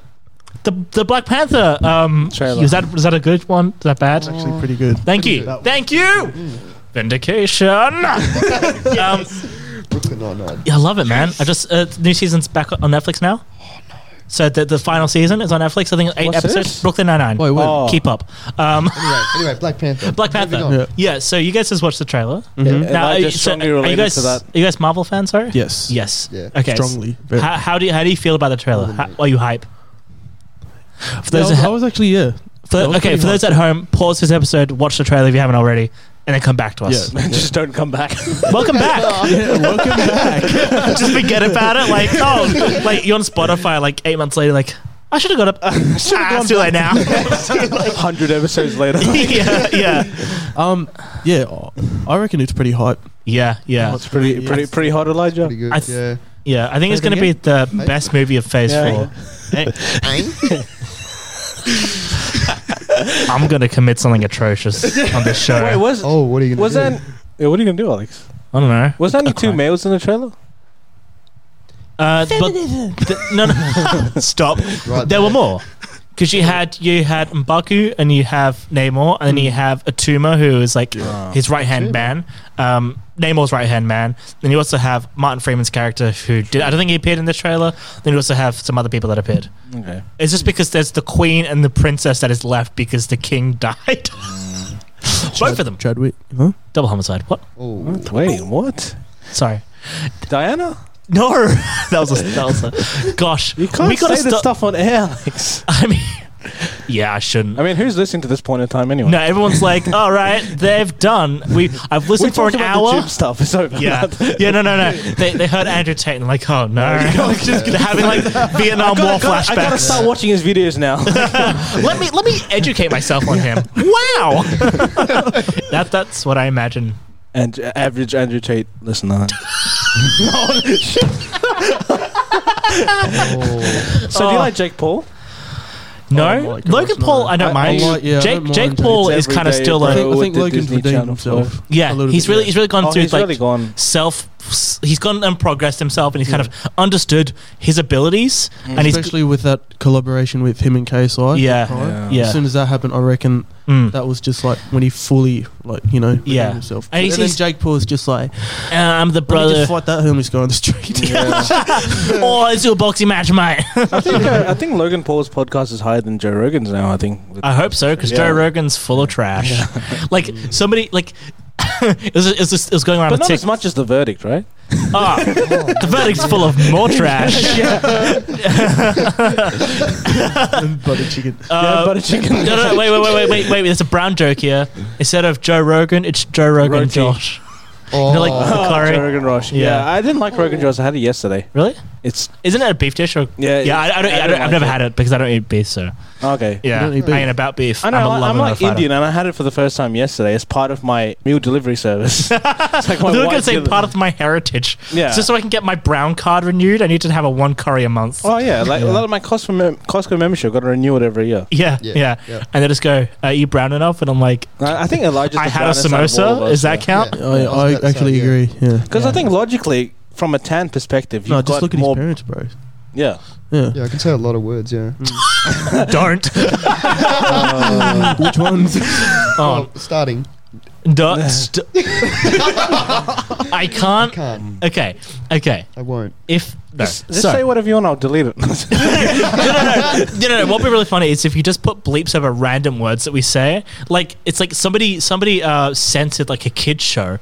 Speaker 4: the the Black Panther um,
Speaker 1: Trailer.
Speaker 4: Is that is that a good one? Is that bad?
Speaker 2: Actually, pretty good.
Speaker 4: Thank you.
Speaker 6: That one.
Speaker 4: Thank you. Vindication. um,
Speaker 6: Brooklyn Nine-Nine.
Speaker 4: yeah, I love it, man. I just uh, new season's back on Netflix now. So the, the final season is on Netflix. I think eight
Speaker 1: What's
Speaker 4: episodes.
Speaker 1: this?
Speaker 4: Brooklyn Nine Nine.
Speaker 2: Wait, wait.
Speaker 1: Oh.
Speaker 4: Keep up. Um,
Speaker 6: Anyway, anyway, Black Panther.
Speaker 4: Black
Speaker 6: Moving
Speaker 4: Panther.
Speaker 6: on.
Speaker 2: Yeah.
Speaker 4: Yeah, so you guys just watched the trailer.
Speaker 2: Mm-hmm.
Speaker 1: and I just strongly
Speaker 4: are you
Speaker 1: related
Speaker 4: guys,
Speaker 1: to that.
Speaker 4: Are you guys Marvel fans, sorry?
Speaker 2: Yes.
Speaker 4: Yes.
Speaker 6: Yeah.
Speaker 4: Okay.
Speaker 2: Strongly. Very.
Speaker 4: How, how do you how do you feel about the trailer? How, are you hype? For
Speaker 2: Yeah, I,
Speaker 4: those,
Speaker 2: was, I was actually yeah.
Speaker 4: for,
Speaker 2: I was
Speaker 4: okay,
Speaker 2: pretty
Speaker 4: for those at home, pause this episode, watch the trailer if you haven't already, and then come back to us.
Speaker 1: just don't come back.
Speaker 4: Welcome back.
Speaker 2: Yeah, welcome back.
Speaker 4: Just forget about it. Like oh, like you're on Spotify. Like eight months later, like I should have got up. ah, it's too late now.
Speaker 1: Hundred episodes later.
Speaker 4: yeah, yeah,
Speaker 2: Um, yeah, I reckon it's pretty hype.
Speaker 4: yeah, yeah,
Speaker 1: That's pretty, pretty, pretty hot, Elijah.
Speaker 6: Pretty good.
Speaker 4: I th-
Speaker 6: yeah.
Speaker 4: yeah. I think it's
Speaker 6: Say it
Speaker 4: gonna be the
Speaker 6: Hey.
Speaker 4: best movie of Phase
Speaker 1: Yeah.
Speaker 4: Four. Eh, I'm gonna commit something atrocious on this show.
Speaker 1: Wait, was
Speaker 6: Oh, what are you gonna
Speaker 1: was
Speaker 6: do?
Speaker 1: that? Yeah, what are you gonna do, Alex?
Speaker 4: I don't know.
Speaker 1: Was there only two
Speaker 4: Okay.
Speaker 1: males in the trailer?
Speaker 4: Uh, but th- no, no, stop.
Speaker 6: Right
Speaker 4: there were more because you had you had Mbaku and you have Namor and then you have Atuma who is like his right hand man, um, Namor's right hand man. Then you also have Martin Freeman's character who did I don't think he appeared in the trailer. Then you also have some other people that appeared.
Speaker 1: Okay.
Speaker 4: It's just because there's the queen and the princess that is left because the king died.
Speaker 1: Mm.
Speaker 4: Both of them
Speaker 2: Chadwick, huh?
Speaker 4: double homicide. What?
Speaker 6: Oh,
Speaker 1: Wait, what?
Speaker 4: Sorry.
Speaker 1: Diana?
Speaker 4: No, that was a, that was a gosh.
Speaker 1: You can't
Speaker 4: we gotta
Speaker 1: say this
Speaker 4: stop-
Speaker 1: stuff on air, Alex.
Speaker 4: I mean, yeah, I shouldn't.
Speaker 1: I mean, who's listening to this point in time anyway?
Speaker 4: no, everyone's like, all right, they've done. We I've
Speaker 1: we
Speaker 4: listened for
Speaker 1: talked
Speaker 4: an
Speaker 1: about the
Speaker 4: hour.
Speaker 1: gym stuff. It's over.
Speaker 4: Yeah, yeah, no, no, no. They, they heard Andrew Tate and like, oh no, they're having like Vietnam War
Speaker 1: I gotta, I gotta
Speaker 4: flashbacks.
Speaker 1: start watching his videos now.
Speaker 4: let me let me educate myself on him. Wow, that that's what I imagine.
Speaker 1: and uh, average Andrew Tate listener.
Speaker 6: oh.
Speaker 1: So do
Speaker 4: Oh.
Speaker 1: you like Jake Paul?
Speaker 2: Oh
Speaker 4: No,
Speaker 2: my gosh,
Speaker 4: Logan
Speaker 2: no.
Speaker 4: Paul, I don't
Speaker 2: I- I
Speaker 4: mind.
Speaker 2: like- yeah, I
Speaker 4: Jake
Speaker 2: don't mind
Speaker 4: Jake
Speaker 2: Jake.
Speaker 4: Paul
Speaker 1: It's
Speaker 4: is kind of
Speaker 1: every
Speaker 4: still
Speaker 1: day,
Speaker 2: I
Speaker 4: a
Speaker 1: bro.
Speaker 2: think, I
Speaker 1: with
Speaker 2: think
Speaker 1: the
Speaker 2: Logan's
Speaker 1: Disney
Speaker 2: redeemed
Speaker 1: Channel for-
Speaker 2: himself.
Speaker 4: yeah.
Speaker 2: a little
Speaker 4: He's
Speaker 2: bit,
Speaker 4: really
Speaker 2: yeah.
Speaker 4: he's really gone
Speaker 1: Oh,
Speaker 4: through
Speaker 1: he's
Speaker 4: like
Speaker 1: really gone.
Speaker 4: self he's gone and progressed himself and he's kind of understood his abilities and he's
Speaker 2: Mm. Especially with that collaboration with him and KSI. at the
Speaker 4: Yeah.
Speaker 2: time.
Speaker 1: Yeah.
Speaker 4: yeah
Speaker 2: As soon as that happened, I reckon
Speaker 4: Mm.
Speaker 2: that was just like when he fully, like you know, redeemed
Speaker 4: Yeah.
Speaker 2: himself.
Speaker 4: And
Speaker 2: And,
Speaker 4: he's-
Speaker 2: then
Speaker 4: he's-
Speaker 2: Jake Paul's just like,
Speaker 4: I'm
Speaker 2: let
Speaker 4: the
Speaker 2: me
Speaker 4: brother
Speaker 2: just fight that homeless guy on the street.
Speaker 4: oh let's do a boxing match mate
Speaker 1: I think uh, I think Logan Paul's podcast is higher than Joe Rogan's now. I think.
Speaker 4: I hope so because
Speaker 1: Yeah.
Speaker 4: Joe Rogan's full of trash like somebody like it, was, it, was just- it was going around
Speaker 1: but
Speaker 4: a
Speaker 1: not
Speaker 4: tick.
Speaker 1: as much as the verdict, right?
Speaker 4: Ah, the verdict's full of more trash
Speaker 2: Butter chicken.
Speaker 4: Uh,
Speaker 1: butter chicken.
Speaker 4: no, no, no, wait, wait, wait, wait, wait, wait. There's a brown joke here. Instead of Joe Rogan, it's Joe Rogan
Speaker 1: Roti.
Speaker 4: Josh.
Speaker 6: oh.
Speaker 4: You know, like the curry.
Speaker 1: Joe Rogan Rush.
Speaker 4: Yeah.
Speaker 1: Yeah. I didn't like Rogan Josh. I had it yesterday.
Speaker 4: Really?
Speaker 1: It's
Speaker 4: Isn't it a beef dish? Or
Speaker 1: Yeah,
Speaker 4: yeah. I,
Speaker 1: it's-
Speaker 4: I don't.
Speaker 1: I
Speaker 4: I
Speaker 1: don't
Speaker 4: don't I've
Speaker 1: like
Speaker 4: never
Speaker 1: it.
Speaker 4: had it because I don't eat beef. So
Speaker 1: okay.
Speaker 4: yeah,
Speaker 2: don't eat
Speaker 4: I
Speaker 2: beef?
Speaker 4: ain't about beef.
Speaker 1: I know,
Speaker 4: I'm
Speaker 1: I'm,
Speaker 4: a lover,
Speaker 1: I'm
Speaker 4: not a
Speaker 1: like
Speaker 4: fighter.
Speaker 1: Indian, and I had it for the first time yesterday as part of my meal delivery service. it's like
Speaker 4: I
Speaker 1: my
Speaker 4: thought you were going to
Speaker 1: wife's
Speaker 4: say
Speaker 1: given-
Speaker 4: part of my heritage.
Speaker 1: Yeah.
Speaker 4: So, so I can get my brown card renewed, I need to have a one curry a month.
Speaker 1: Oh yeah, like a lot of my Costco, mem- Costco membership got to renew it every year.
Speaker 4: Yeah, yeah,
Speaker 6: Yeah, yeah.
Speaker 4: And they just go, Are you brown enough? And I'm like,
Speaker 1: I, I think Elijah's.
Speaker 4: I had a samosa. Does that count?
Speaker 6: Yeah.
Speaker 2: I,
Speaker 6: Yeah, I was
Speaker 2: I
Speaker 6: about to say,
Speaker 2: actually
Speaker 6: yeah.
Speaker 2: agree. Yeah.
Speaker 1: Because I think logically, from a tan perspective, you've
Speaker 2: No,
Speaker 1: got
Speaker 2: just look at
Speaker 1: more.
Speaker 2: his parents, bro.
Speaker 1: yeah.
Speaker 2: Yeah.
Speaker 6: Yeah, I can say a lot of words. Yeah.
Speaker 4: Mm. Don't.
Speaker 2: Which ones?
Speaker 4: oh,
Speaker 6: Oh, starting.
Speaker 4: duh, st- I can't.
Speaker 6: Can't.
Speaker 4: Okay, okay.
Speaker 6: I won't.
Speaker 4: If. No.
Speaker 1: Just
Speaker 4: So-
Speaker 1: say whatever you want. I'll delete it.
Speaker 4: no, no, no, no, no, no. What would be really funny is if you just put bleeps over random words that we say. Like it's like somebody somebody uh, censored like a kids show,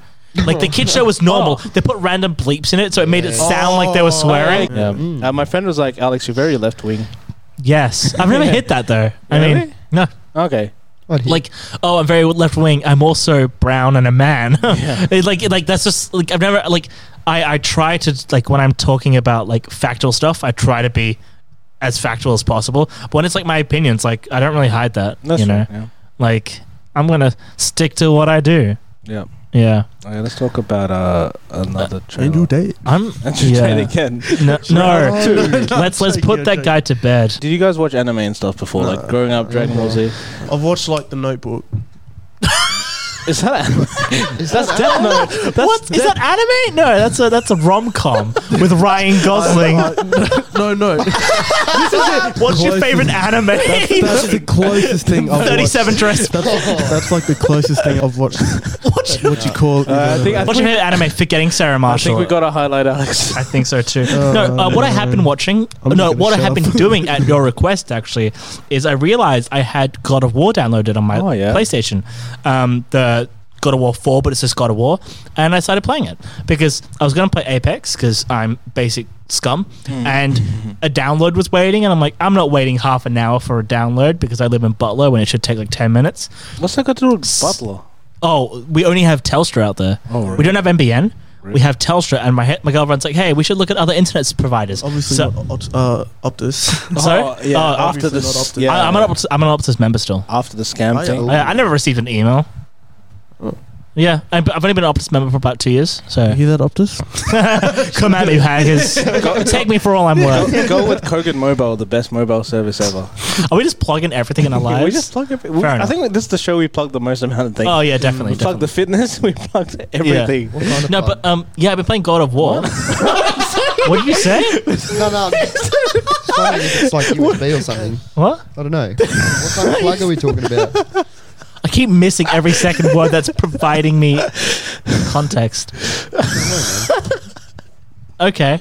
Speaker 4: Like the kid show was normal. They put random bleeps in it, so it made it sound like they were swearing.
Speaker 1: Yeah. Uh, my friend was like, Alex, you're very left wing.
Speaker 4: Yes, I've never hit that though. I mean,
Speaker 1: Really?
Speaker 4: no.
Speaker 1: Okay.
Speaker 6: What here?
Speaker 4: Like, oh, I'm very left wing. I'm also brown and a man. It's like, like that's just like I've never like I I try to like when I'm talking about like factual stuff, I try to be as factual as possible. But when it's like my opinions, like I don't really hide that.
Speaker 1: That's
Speaker 4: you know,
Speaker 1: right, yeah.
Speaker 4: like I'm gonna stick to what I do.
Speaker 1: Yeah.
Speaker 4: Yeah,
Speaker 1: Okay, let's talk about uh, another trailer.
Speaker 2: Angel Day.
Speaker 4: I'm.
Speaker 1: Andrew
Speaker 4: Yeah.
Speaker 1: Tate again.
Speaker 4: No, no.
Speaker 2: Two.
Speaker 4: let's let's put that guy to bed.
Speaker 1: Did you guys watch anime and stuff before?
Speaker 2: No.
Speaker 1: Like growing up, Dragon Ball Z.
Speaker 2: I've watched like The Notebook.
Speaker 1: Is that anime? that's Death Note. That's
Speaker 4: What is that anime? No, that's a that's a rom com with Ryan Gosling.
Speaker 2: no, no.
Speaker 4: What's your
Speaker 2: Close.
Speaker 4: favorite anime?
Speaker 2: That's the closest thing
Speaker 1: Oh,
Speaker 2: I've
Speaker 4: 37
Speaker 2: watched.
Speaker 4: dress.
Speaker 2: That's, that's like the closest thing I've watched.
Speaker 4: What's your,
Speaker 2: What you call? it?
Speaker 1: Uh, I think I
Speaker 4: what's your favorite anime? Forgetting Sarah
Speaker 1: I
Speaker 4: Marshall.
Speaker 1: think we got to highlight Alex.
Speaker 4: I think so too.
Speaker 2: Oh,
Speaker 4: no, uh, what I
Speaker 2: no.
Speaker 4: have been watching,
Speaker 2: I'm
Speaker 4: no,
Speaker 2: gonna
Speaker 4: what I
Speaker 2: shut
Speaker 4: have been
Speaker 2: up.
Speaker 4: doing at your request actually is I realized I had God of War downloaded on my
Speaker 1: Oh, yeah.
Speaker 4: PlayStation, um, the God of War Four, but it's just God of War, and I started playing it because I was going to play Apex because I'm basic scum,
Speaker 1: Hmm.
Speaker 4: and a download was waiting, and I'm like, I'm not waiting half an hour for a download because I live in Butler when it should take like ten minutes.
Speaker 1: What's that got to do with Butler?
Speaker 4: Oh, we only have Telstra out there.
Speaker 1: Oh, really?
Speaker 4: We don't have MBN. We
Speaker 1: Really?
Speaker 4: have Telstra, and my he- my girlfriend's like, "Hey, we should look at other internet providers."
Speaker 2: Obviously,
Speaker 4: so,
Speaker 2: not, uh, Optus.
Speaker 4: sorry?
Speaker 1: Oh, yeah,
Speaker 4: Oh,
Speaker 1: after
Speaker 2: obviously
Speaker 1: the
Speaker 2: not
Speaker 1: s-
Speaker 2: Optus.
Speaker 1: yeah,
Speaker 4: I, I'm an Optus, I'm an Optus member still.
Speaker 1: after the scam
Speaker 2: I-
Speaker 1: thing.
Speaker 2: Oh.
Speaker 4: I, I never received an email.
Speaker 1: Oh.
Speaker 4: Yeah, I, I've only been an Optus member for about two years. So
Speaker 2: You hear that, Optus?
Speaker 4: come at me, you hackers! Take me for all I'm worth.
Speaker 1: Go, go with Kogan Mobile, the best mobile service ever.
Speaker 4: Are we just plugging everything in our lives?
Speaker 1: we just plug. Every, we,
Speaker 4: Fair
Speaker 1: I
Speaker 4: enough.
Speaker 1: think this is the show we plugged the most amount of things.
Speaker 4: oh yeah,
Speaker 1: we
Speaker 4: definitely.
Speaker 1: plugged
Speaker 4: definitely.
Speaker 1: the fitness. We plugged everything.
Speaker 6: What kind of
Speaker 4: no,
Speaker 6: fun?
Speaker 4: but um, yeah, I've been playing God of War. what did you say?
Speaker 6: no, no. I'm just- it's funny if it's like USB or something.
Speaker 4: What?
Speaker 6: I don't know. What kind of plug are we talking about?
Speaker 4: I keep missing every second word that's providing me context. Okay.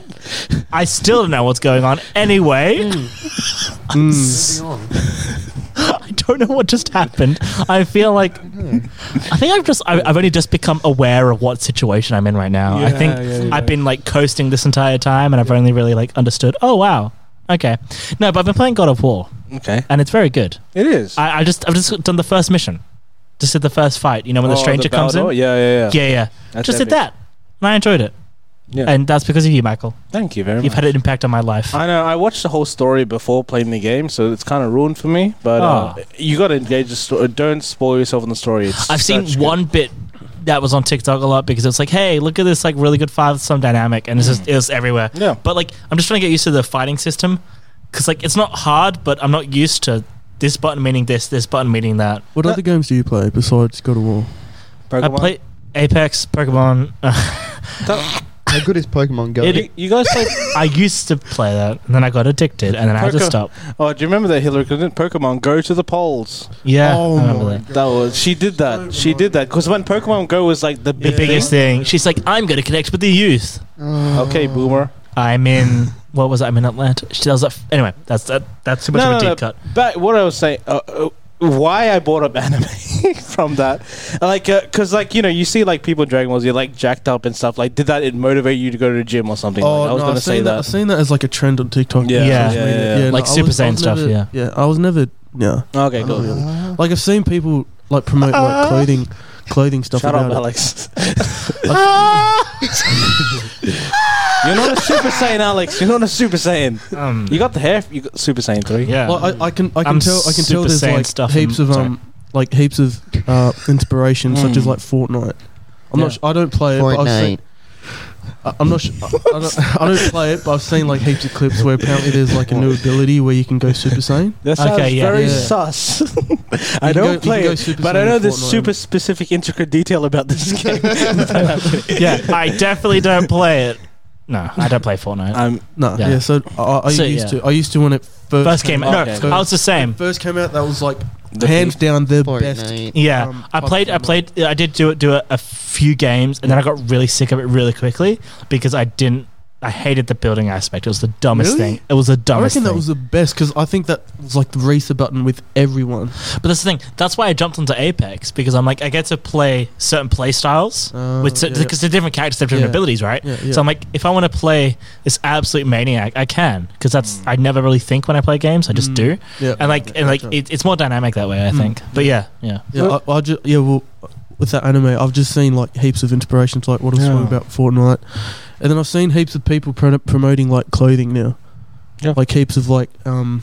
Speaker 4: I still don't know what's going on anyway.
Speaker 1: Hmm.
Speaker 2: Hmm.
Speaker 4: I don't know what just happened. I feel like I think I've just I, I've only just become aware of what situation I'm in right now. I
Speaker 1: Yeah,
Speaker 4: think
Speaker 1: yeah, yeah.
Speaker 4: I've been like coasting this entire time and I've only really like understood, "Oh wow." Okay. No, but I've been playing God of War
Speaker 1: Okay,
Speaker 4: and it's very good.
Speaker 1: it is.
Speaker 4: I, I just I've just done the first mission, just did the first fight. You know when
Speaker 1: Oh,
Speaker 4: the stranger comes in.
Speaker 1: Baldor? Yeah, yeah, yeah.
Speaker 4: yeah, yeah.
Speaker 1: That's
Speaker 4: just did
Speaker 1: epic.
Speaker 4: that, and I enjoyed it.
Speaker 1: Yeah.
Speaker 4: And that's because of you, Michael.
Speaker 1: Thank you very
Speaker 4: You've
Speaker 1: much.
Speaker 4: had an impact on my life.
Speaker 1: I know. I watched the whole story before playing the game, so it's kind of ruined for me. But uh,
Speaker 4: Oh.
Speaker 1: you got to engage the story. Don't spoil yourself in the story. It's
Speaker 4: I've seen
Speaker 1: such good-
Speaker 4: one bit that was on TikTok a lot because it's like, hey, look at this like really good five some dynamic, and it's just it was everywhere.
Speaker 1: Mm. Yeah.
Speaker 4: But like, I'm just trying to get used to the fighting system because like it's not hard, but I'm not used to this button meaning this, this button meaning that.
Speaker 2: What other games do you play besides God of War?
Speaker 1: Pokemon.
Speaker 4: I play Apex, Pokemon.
Speaker 6: How good is Pokemon Go?
Speaker 1: You, you guys play?
Speaker 4: I used to play that, and then I got addicted, and then I had to
Speaker 1: Pokemon-
Speaker 4: stop.
Speaker 1: oh, do you remember that Hillary Clinton Pokemon Go to the polls?
Speaker 4: Yeah,
Speaker 2: Oh
Speaker 4: I remember
Speaker 2: my
Speaker 4: that.
Speaker 1: That was she did that. She did that because when Pokemon Go was like the,
Speaker 4: the biggest thing. She's like, I'm going to connect with the youth.
Speaker 6: Oh.
Speaker 1: Okay, boomer.
Speaker 4: I'm in. What was I? I'm in Atlanta. She tells that. f- Anyway, that's that. That's too much of a deep cut.
Speaker 1: But what I was saying, uh, uh, why I brought up anime from that, like, because like you know, you see like people in Dragon Balls, you're like jacked up and stuff. Like, did that it motivate you to go to the gym or something? like, I was
Speaker 2: Oh, no,
Speaker 1: gonna
Speaker 2: I've
Speaker 1: say
Speaker 2: seen
Speaker 1: that.
Speaker 2: I've seen that as like a trend on TikTok.
Speaker 1: Yeah,
Speaker 4: Yeah.
Speaker 2: social
Speaker 1: yeah,
Speaker 2: media.
Speaker 1: yeah, yeah.
Speaker 4: Like
Speaker 2: I
Speaker 4: Super
Speaker 2: was- I
Speaker 4: Saiyan
Speaker 2: was
Speaker 4: stuff,
Speaker 2: never-
Speaker 4: yeah.
Speaker 2: yeah. I was never. Yeah,
Speaker 1: Okay,
Speaker 2: not
Speaker 1: cool.
Speaker 2: really.
Speaker 4: Uh-huh.
Speaker 2: Like I've seen people like promote like clothing, clothing stuff.
Speaker 1: Shut
Speaker 2: about
Speaker 1: up,
Speaker 2: it.
Speaker 1: Alex. you're not a Super Saiyan, Alex. You're not a Super Saiyan.
Speaker 4: Um,
Speaker 1: You got the hair. You got Super Saiyan three.
Speaker 4: yeah.
Speaker 2: Well, I, I can I can
Speaker 4: I'm
Speaker 2: tell I can tell
Speaker 4: Super
Speaker 2: there's
Speaker 4: Saiyan
Speaker 2: like
Speaker 4: stuff,
Speaker 2: heaps
Speaker 4: I'm
Speaker 2: of um like heaps of uh, inspiration such
Speaker 4: Mm.
Speaker 2: as like Fortnite. I'm
Speaker 1: Yeah.
Speaker 2: not su- I don't play it. But I've seen,
Speaker 6: Fortnite.
Speaker 2: I- I'm not. Sh- I, I don't, I don't play it, but I've seen like heaps of clips where apparently there's like a new ability where you can go Super Saiyan.
Speaker 1: That
Speaker 4: Okay,
Speaker 1: sounds
Speaker 4: yeah.
Speaker 1: very
Speaker 2: Yeah.
Speaker 1: sus. I
Speaker 2: You can go-
Speaker 1: don't
Speaker 2: you
Speaker 1: play
Speaker 2: can go
Speaker 1: it,
Speaker 2: Super
Speaker 1: but I
Speaker 2: Saiyan
Speaker 1: know
Speaker 2: in
Speaker 1: there's
Speaker 2: Fortnite.
Speaker 1: super specific, intricate detail about this game.
Speaker 4: yeah, I definitely don't play it. No, I don't play Fortnite.
Speaker 1: um,
Speaker 2: No,
Speaker 4: Yeah.
Speaker 2: yeah. so I, I
Speaker 4: So,
Speaker 2: used
Speaker 4: yeah.
Speaker 2: to. I used to when it first,
Speaker 4: First came out.
Speaker 1: okay.
Speaker 4: No, I was the same.
Speaker 2: First came out. That was like
Speaker 1: The
Speaker 2: hands
Speaker 1: peak.
Speaker 2: down the best.
Speaker 6: Fortnite.
Speaker 4: Yeah,
Speaker 2: um,
Speaker 4: I played. I
Speaker 2: platformer.
Speaker 4: played. I did do it. Do a, a few games, and then I got really sick of it really quickly because I didn't I hated the building aspect. It was the dumbest
Speaker 2: Really?
Speaker 4: thing. It was the
Speaker 2: I
Speaker 4: dumbest
Speaker 2: reckon
Speaker 4: thing.
Speaker 2: that was the best because I think that was like the reset button with everyone.
Speaker 4: But that's the thing. That's why I jumped onto Apex because I'm like, I get to play certain play styles
Speaker 2: Uh,
Speaker 4: with because
Speaker 2: yeah.
Speaker 4: they're different characters, they have different
Speaker 2: Yeah.
Speaker 4: abilities, right?
Speaker 2: Yeah, yeah.
Speaker 4: So I'm like, if I want to play this absolute maniac, I can because that's I never really think when I play games. I just do.
Speaker 2: Yeah.
Speaker 4: And like, and like, it, it's more dynamic that way. I think. But yeah, yeah.
Speaker 2: Yeah, I, I ju- yeah, well, with that anime, I've just seen like heaps of inspirations, like what I was talking about Fortnite, and then I've seen heaps of people pro- promoting like clothing now,
Speaker 1: Yeah.
Speaker 2: like heaps of like um,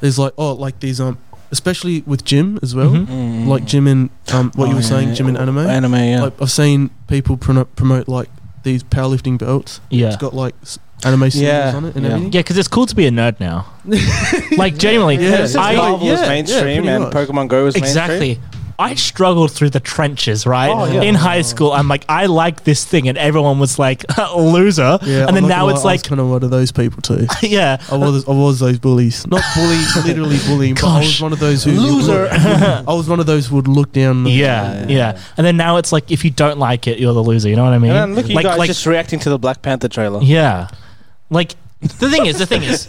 Speaker 2: there's like oh like these um, especially with gym as well,
Speaker 4: Mhm.
Speaker 2: like gym and um, what
Speaker 1: Mm-hmm. Oh,
Speaker 2: you were
Speaker 1: yeah,
Speaker 2: saying,
Speaker 1: yeah.
Speaker 2: gym and anime.
Speaker 1: Anime, yeah.
Speaker 2: Like I've seen people pro- promote like these powerlifting belts.
Speaker 4: Yeah.
Speaker 2: It's got like s- anime symbols
Speaker 1: Yeah,
Speaker 2: on it and
Speaker 1: yeah.
Speaker 2: everything.
Speaker 4: Yeah, because it's cool to be a nerd now. like genuinely,
Speaker 2: Yeah, it's
Speaker 1: Since
Speaker 2: just
Speaker 4: I,
Speaker 2: like-
Speaker 1: Marvel was
Speaker 2: yeah, yeah,
Speaker 1: mainstream
Speaker 2: pretty
Speaker 1: and
Speaker 2: much.
Speaker 1: Pokemon Go was mainstream.
Speaker 4: exactly. I struggled through the trenches, right?
Speaker 1: Oh, yeah.
Speaker 4: In high school, I'm like, I like this thing, and everyone was like, loser.
Speaker 2: Yeah,
Speaker 4: and then now it's like,
Speaker 2: kind of one of those people too.
Speaker 4: yeah,
Speaker 2: I was I was those bullies, not bully, literally bullying. But I
Speaker 4: Gosh.
Speaker 2: was one of those who
Speaker 4: Loser.
Speaker 2: I was one of those who would look down.
Speaker 4: yeah,
Speaker 1: Yeah,
Speaker 4: yeah,
Speaker 1: yeah,
Speaker 4: And then now it's like, if you don't like it, you're the loser. You know what I mean?
Speaker 1: And then look, you
Speaker 4: like,
Speaker 1: guys
Speaker 4: like,
Speaker 1: just reacting to the Black Panther trailer.
Speaker 4: yeah, like the thing is, the thing is,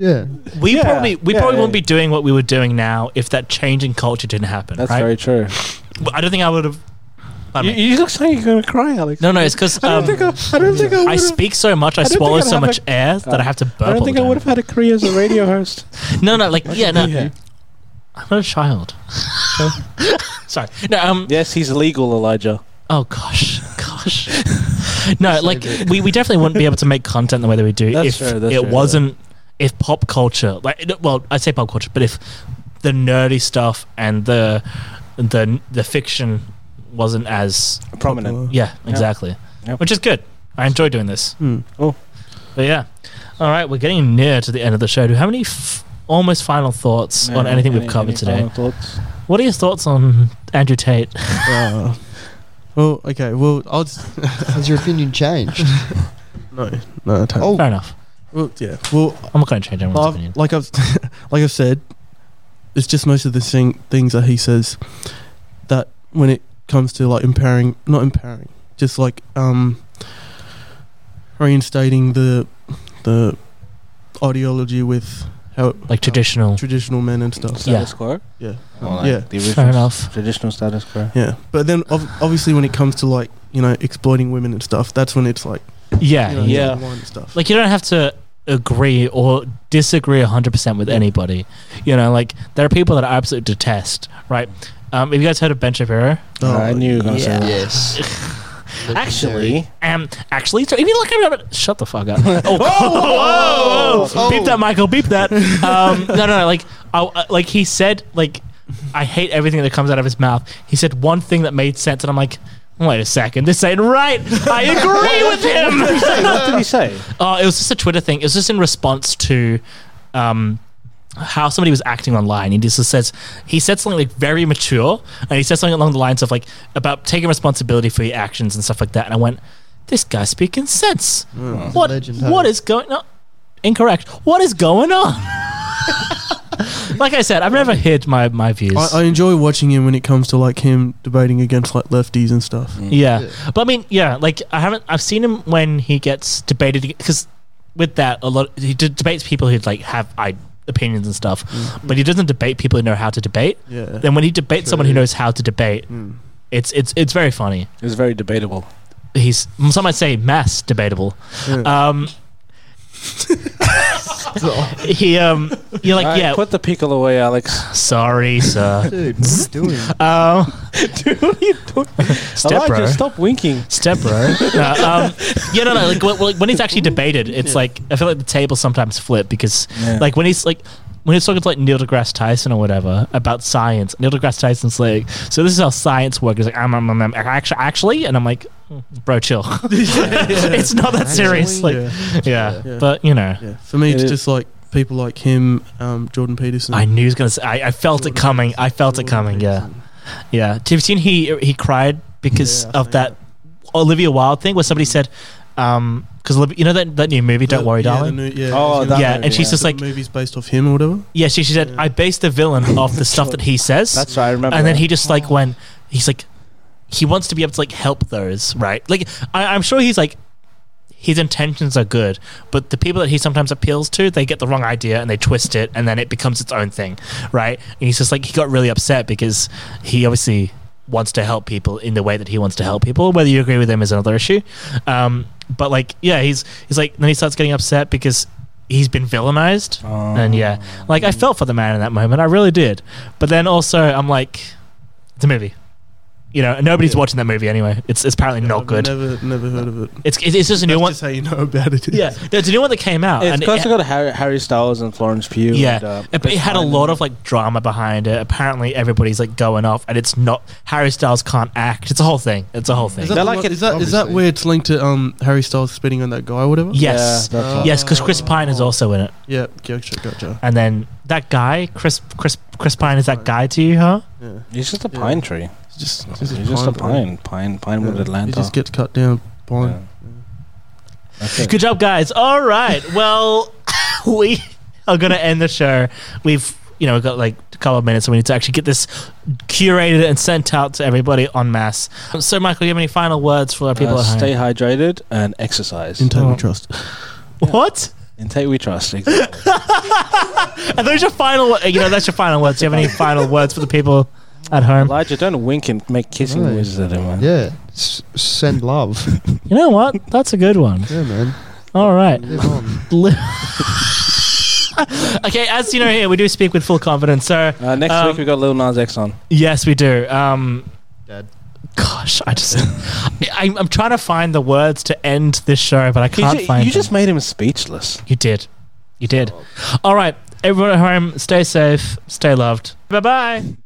Speaker 6: Yeah.
Speaker 4: we
Speaker 1: Yeah,
Speaker 4: probably we
Speaker 1: yeah,
Speaker 4: probably
Speaker 1: yeah.
Speaker 4: wouldn't be doing what we were doing now if that change in culture didn't happen.
Speaker 1: That's
Speaker 4: right?
Speaker 1: very true.
Speaker 4: I don't think I would have.
Speaker 1: You, you look like you're gonna cry, Alex.
Speaker 4: No, no, it's because
Speaker 1: I don't
Speaker 4: um,
Speaker 1: think I, I don't think I
Speaker 4: I
Speaker 1: would've-
Speaker 4: speak so much, I,
Speaker 1: don't think
Speaker 4: swallow
Speaker 1: I'd
Speaker 4: so
Speaker 1: have
Speaker 4: much
Speaker 1: a-
Speaker 4: air that I have to burp.
Speaker 1: I don't
Speaker 4: all
Speaker 1: think
Speaker 4: the
Speaker 1: I
Speaker 4: time.
Speaker 1: would have had a career as a radio host.
Speaker 4: No, no, like yeah, no.
Speaker 1: Yeah.
Speaker 4: I'm not a child. Sorry. No. Um.
Speaker 1: Yes, he's legal, Elijah.
Speaker 4: Oh gosh, gosh. no, like we, we definitely wouldn't be able to make content the way that we do
Speaker 1: That's
Speaker 4: if
Speaker 1: true, that's
Speaker 4: it
Speaker 1: true,
Speaker 4: wasn't if pop culture like it- well I say pop culture, but if the nerdy stuff and the the the fiction wasn't as
Speaker 1: Prominent.
Speaker 4: yeah exactly,
Speaker 1: Yeah.
Speaker 4: which is good. I enjoy doing this.
Speaker 2: Hmm.
Speaker 1: Oh.
Speaker 4: but yeah. All right, we're getting near to the end of the show. Do you have any f- almost final thoughts on
Speaker 1: Yeah,
Speaker 4: anything
Speaker 1: any-
Speaker 4: we've covered
Speaker 1: any
Speaker 4: today?
Speaker 1: final thoughts?
Speaker 4: What are your thoughts on Andrew Tate?
Speaker 2: Uh, well, okay. Well, I'll just,
Speaker 6: Has your opinion changed?
Speaker 2: no, no. I don't.
Speaker 6: Oh.
Speaker 4: Fair enough.
Speaker 2: Well, yeah. Well,
Speaker 4: I'm not going to change anyone's opinion.
Speaker 2: I've, like I've like I've said, it's just most of the thing, things that he says that when it comes to like empowering, not empowering, just like um reinstating the the ideology with how
Speaker 4: like traditional.
Speaker 2: traditional men and stuff.
Speaker 1: Status quo.
Speaker 2: Yeah.
Speaker 1: Or like
Speaker 2: Yeah.
Speaker 1: the
Speaker 4: Fair
Speaker 1: original
Speaker 4: enough.
Speaker 1: Traditional status quo.
Speaker 2: Yeah, but then ob- obviously when it comes to like you know exploiting women and stuff, that's when it's like
Speaker 4: Yeah,
Speaker 2: you know,
Speaker 4: yeah.
Speaker 2: down the line and stuff.
Speaker 4: Like you don't have to agree or disagree 100% with anybody. You know, like there are people that I absolutely detest, right? Um, have you guys heard of Ben Shapiro?
Speaker 2: Oh,
Speaker 1: I knew you were gonna say that.
Speaker 6: Yes.
Speaker 1: Actually,
Speaker 4: Um, actually, so if you look at it, shut the fuck up. Oh, whoa, whoa, whoa. beep that, Michael, beep that. Um, no, no, no, like, I, uh, like he said, like, I hate everything that comes out of his mouth. He said one thing that made sense, and I'm like, wait a second, this ain't right. I agree with him.
Speaker 1: what did he say?
Speaker 4: Oh, it was just a Twitter thing. It was just in response to um, how somebody was acting online. He just says he said something like very mature, and he said something along the lines of like about taking responsibility for your actions and stuff like that. And I went, "This guy's speaking sense. What?
Speaker 6: Hmm. legend, huh?
Speaker 4: what is going on? Incorrect. What is going on?" like I said, I've never hid my my views.
Speaker 2: I, I enjoy watching him when it comes to like him debating against like lefties and stuff.
Speaker 4: Yeah. But I mean, yeah, like I haven't I've seen him when he gets debated because with that a lot he d- debates people who like have I opinions and stuff,
Speaker 6: Mm.
Speaker 4: but he doesn't debate people who know how to debate.
Speaker 2: Yeah.
Speaker 4: Then when he debates someone who knows how to debate, it's it's it's very funny.
Speaker 1: It was very debatable.
Speaker 4: He's some might say mass debatable. Um he um you're like
Speaker 1: Alright,
Speaker 4: yeah
Speaker 1: Put the pickle away, Alex.
Speaker 4: sorry sir
Speaker 6: Dude, what are you doing?
Speaker 4: um
Speaker 1: Dude, what are you doing?
Speaker 4: Step
Speaker 1: Elijah,
Speaker 4: bro.
Speaker 1: stop winking.
Speaker 4: step bro. no, um, yeah, no, no. Like when, like, when it's actually debated, it's like I feel like the tables sometimes flip because
Speaker 1: Yeah.
Speaker 4: like when he's like. When he's talking to like Neil deGrasse Tyson or whatever about science, Neil deGrasse Tyson's like, "So this is how science works." He's like, "Um, "I'm, I'm, I'm, I'm actually, actually," and I'm like,
Speaker 2: Hmm.
Speaker 4: "Bro, chill. it's not that serious." Like,
Speaker 2: yeah.
Speaker 4: yeah.
Speaker 2: Yeah.
Speaker 4: but you know,
Speaker 2: Yeah. For me, it's
Speaker 1: It-
Speaker 2: just like people like him, um, Jordan Peterson.
Speaker 4: I knew he was gonna. Say, I, I felt it coming. I felt it coming. Yeah, yeah. Have you seen he he cried because
Speaker 2: Yeah, I
Speaker 4: of
Speaker 2: think-
Speaker 4: that Olivia Wilde thing where somebody said, um, because you know that that new movie, Don't Worry,
Speaker 2: yeah, the
Speaker 4: Darling.
Speaker 2: new- yeah,
Speaker 1: Oh,
Speaker 2: it's
Speaker 1: that
Speaker 2: gonna-
Speaker 4: yeah,
Speaker 1: movie,
Speaker 4: and she's
Speaker 1: yeah.
Speaker 4: just like,
Speaker 2: the movies based off him or whatever.
Speaker 4: yeah, she, she said, I based the villain off the stuff that he says,
Speaker 1: That's right. I remember.
Speaker 4: and then
Speaker 1: that.
Speaker 4: he just like went, he's like, he wants to be able to like help those, right? Like, I, I'm sure he's like. his intentions are good, but the people that he sometimes appeals to, they get the wrong idea and they twist it, and then it becomes its own thing, right? And he's just like he got really upset because he obviously wants to help people in the way that he wants to help people. Whether you agree with him is another issue. Um, but like, yeah, he's he's like then he starts getting upset because he's been villainized, and yeah, like
Speaker 2: Hmm.
Speaker 4: I felt for the man in that moment, I really did. But then also, I'm like, it's a movie. You know, and nobody's watching that movie anyway. It's, it's apparently not good.
Speaker 2: Never, never heard of it.
Speaker 4: It's it's it's just a new
Speaker 2: That's
Speaker 4: one.
Speaker 2: just how you know about it.
Speaker 4: Yeah, there's a new one that came out.
Speaker 1: It's
Speaker 4: and
Speaker 1: because
Speaker 4: it,
Speaker 1: it got Harry, Harry Styles and Florence Pugh.
Speaker 4: yeah,
Speaker 1: and, uh,
Speaker 4: it, but it had a lot of like drama behind it. Apparently, everybody's like going off, and it's not Harry Styles can't act. It's a whole thing. It's a whole thing.
Speaker 2: Is that,
Speaker 1: They're
Speaker 2: the
Speaker 1: like
Speaker 2: one-
Speaker 1: it-
Speaker 2: is that is that
Speaker 6: obviously.
Speaker 2: where it's linked to um, Harry Styles spitting on that guy or whatever?
Speaker 4: yes,
Speaker 1: Yeah, that's
Speaker 2: right.
Speaker 4: yes, because Chris Pine is also in it,
Speaker 2: Yeah. Gotcha. Gotcha.
Speaker 4: and then that guy, Chris Chris Chris Pine, is that guy to you, huh?
Speaker 2: Yeah.
Speaker 1: He's just a
Speaker 2: Yeah.
Speaker 1: pine tree.
Speaker 2: It's just, it's
Speaker 1: He's just a pine, pine, pine with
Speaker 2: Yeah.
Speaker 1: Atlanta.
Speaker 2: He just gets cut down. Pine.
Speaker 1: Yeah. That's it.
Speaker 4: Good job, guys. All right. Well, we are going to end the show. We've, you know, we've got like a couple of minutes, so we need to actually get this curated and sent out to everybody en masse. So, Michael, do you have any final words for our people
Speaker 1: Uh,
Speaker 4: at home?
Speaker 1: stay hydrated and exercise.
Speaker 2: Intake
Speaker 4: Oh.
Speaker 2: we trust.
Speaker 4: what?
Speaker 1: Intake we trust. Exactly.
Speaker 4: Are those your final? wo- You know, that's your final words. Do you have any final words for the people at home?
Speaker 1: Elijah, don't wink and make kissing
Speaker 6: Right.
Speaker 1: noises at him, man.
Speaker 6: Yeah, S- send love.
Speaker 4: You know what? That's a good one.
Speaker 6: yeah, man.
Speaker 4: All right.
Speaker 6: Live on.
Speaker 4: Li- okay, as you know here, we do speak with full confidence. So
Speaker 1: Uh, next
Speaker 4: Um,
Speaker 1: week we got Lil Nas X on.
Speaker 4: yes, we do. Um,
Speaker 6: Dad.
Speaker 4: Gosh, I just I, I'm trying to find the words to end this show, but I
Speaker 1: You,
Speaker 4: can't
Speaker 1: ju-
Speaker 4: find.
Speaker 1: you
Speaker 4: them.
Speaker 1: just made him speechless.
Speaker 4: you did, you did. All right, everyone at home, stay safe, stay loved. Bye bye.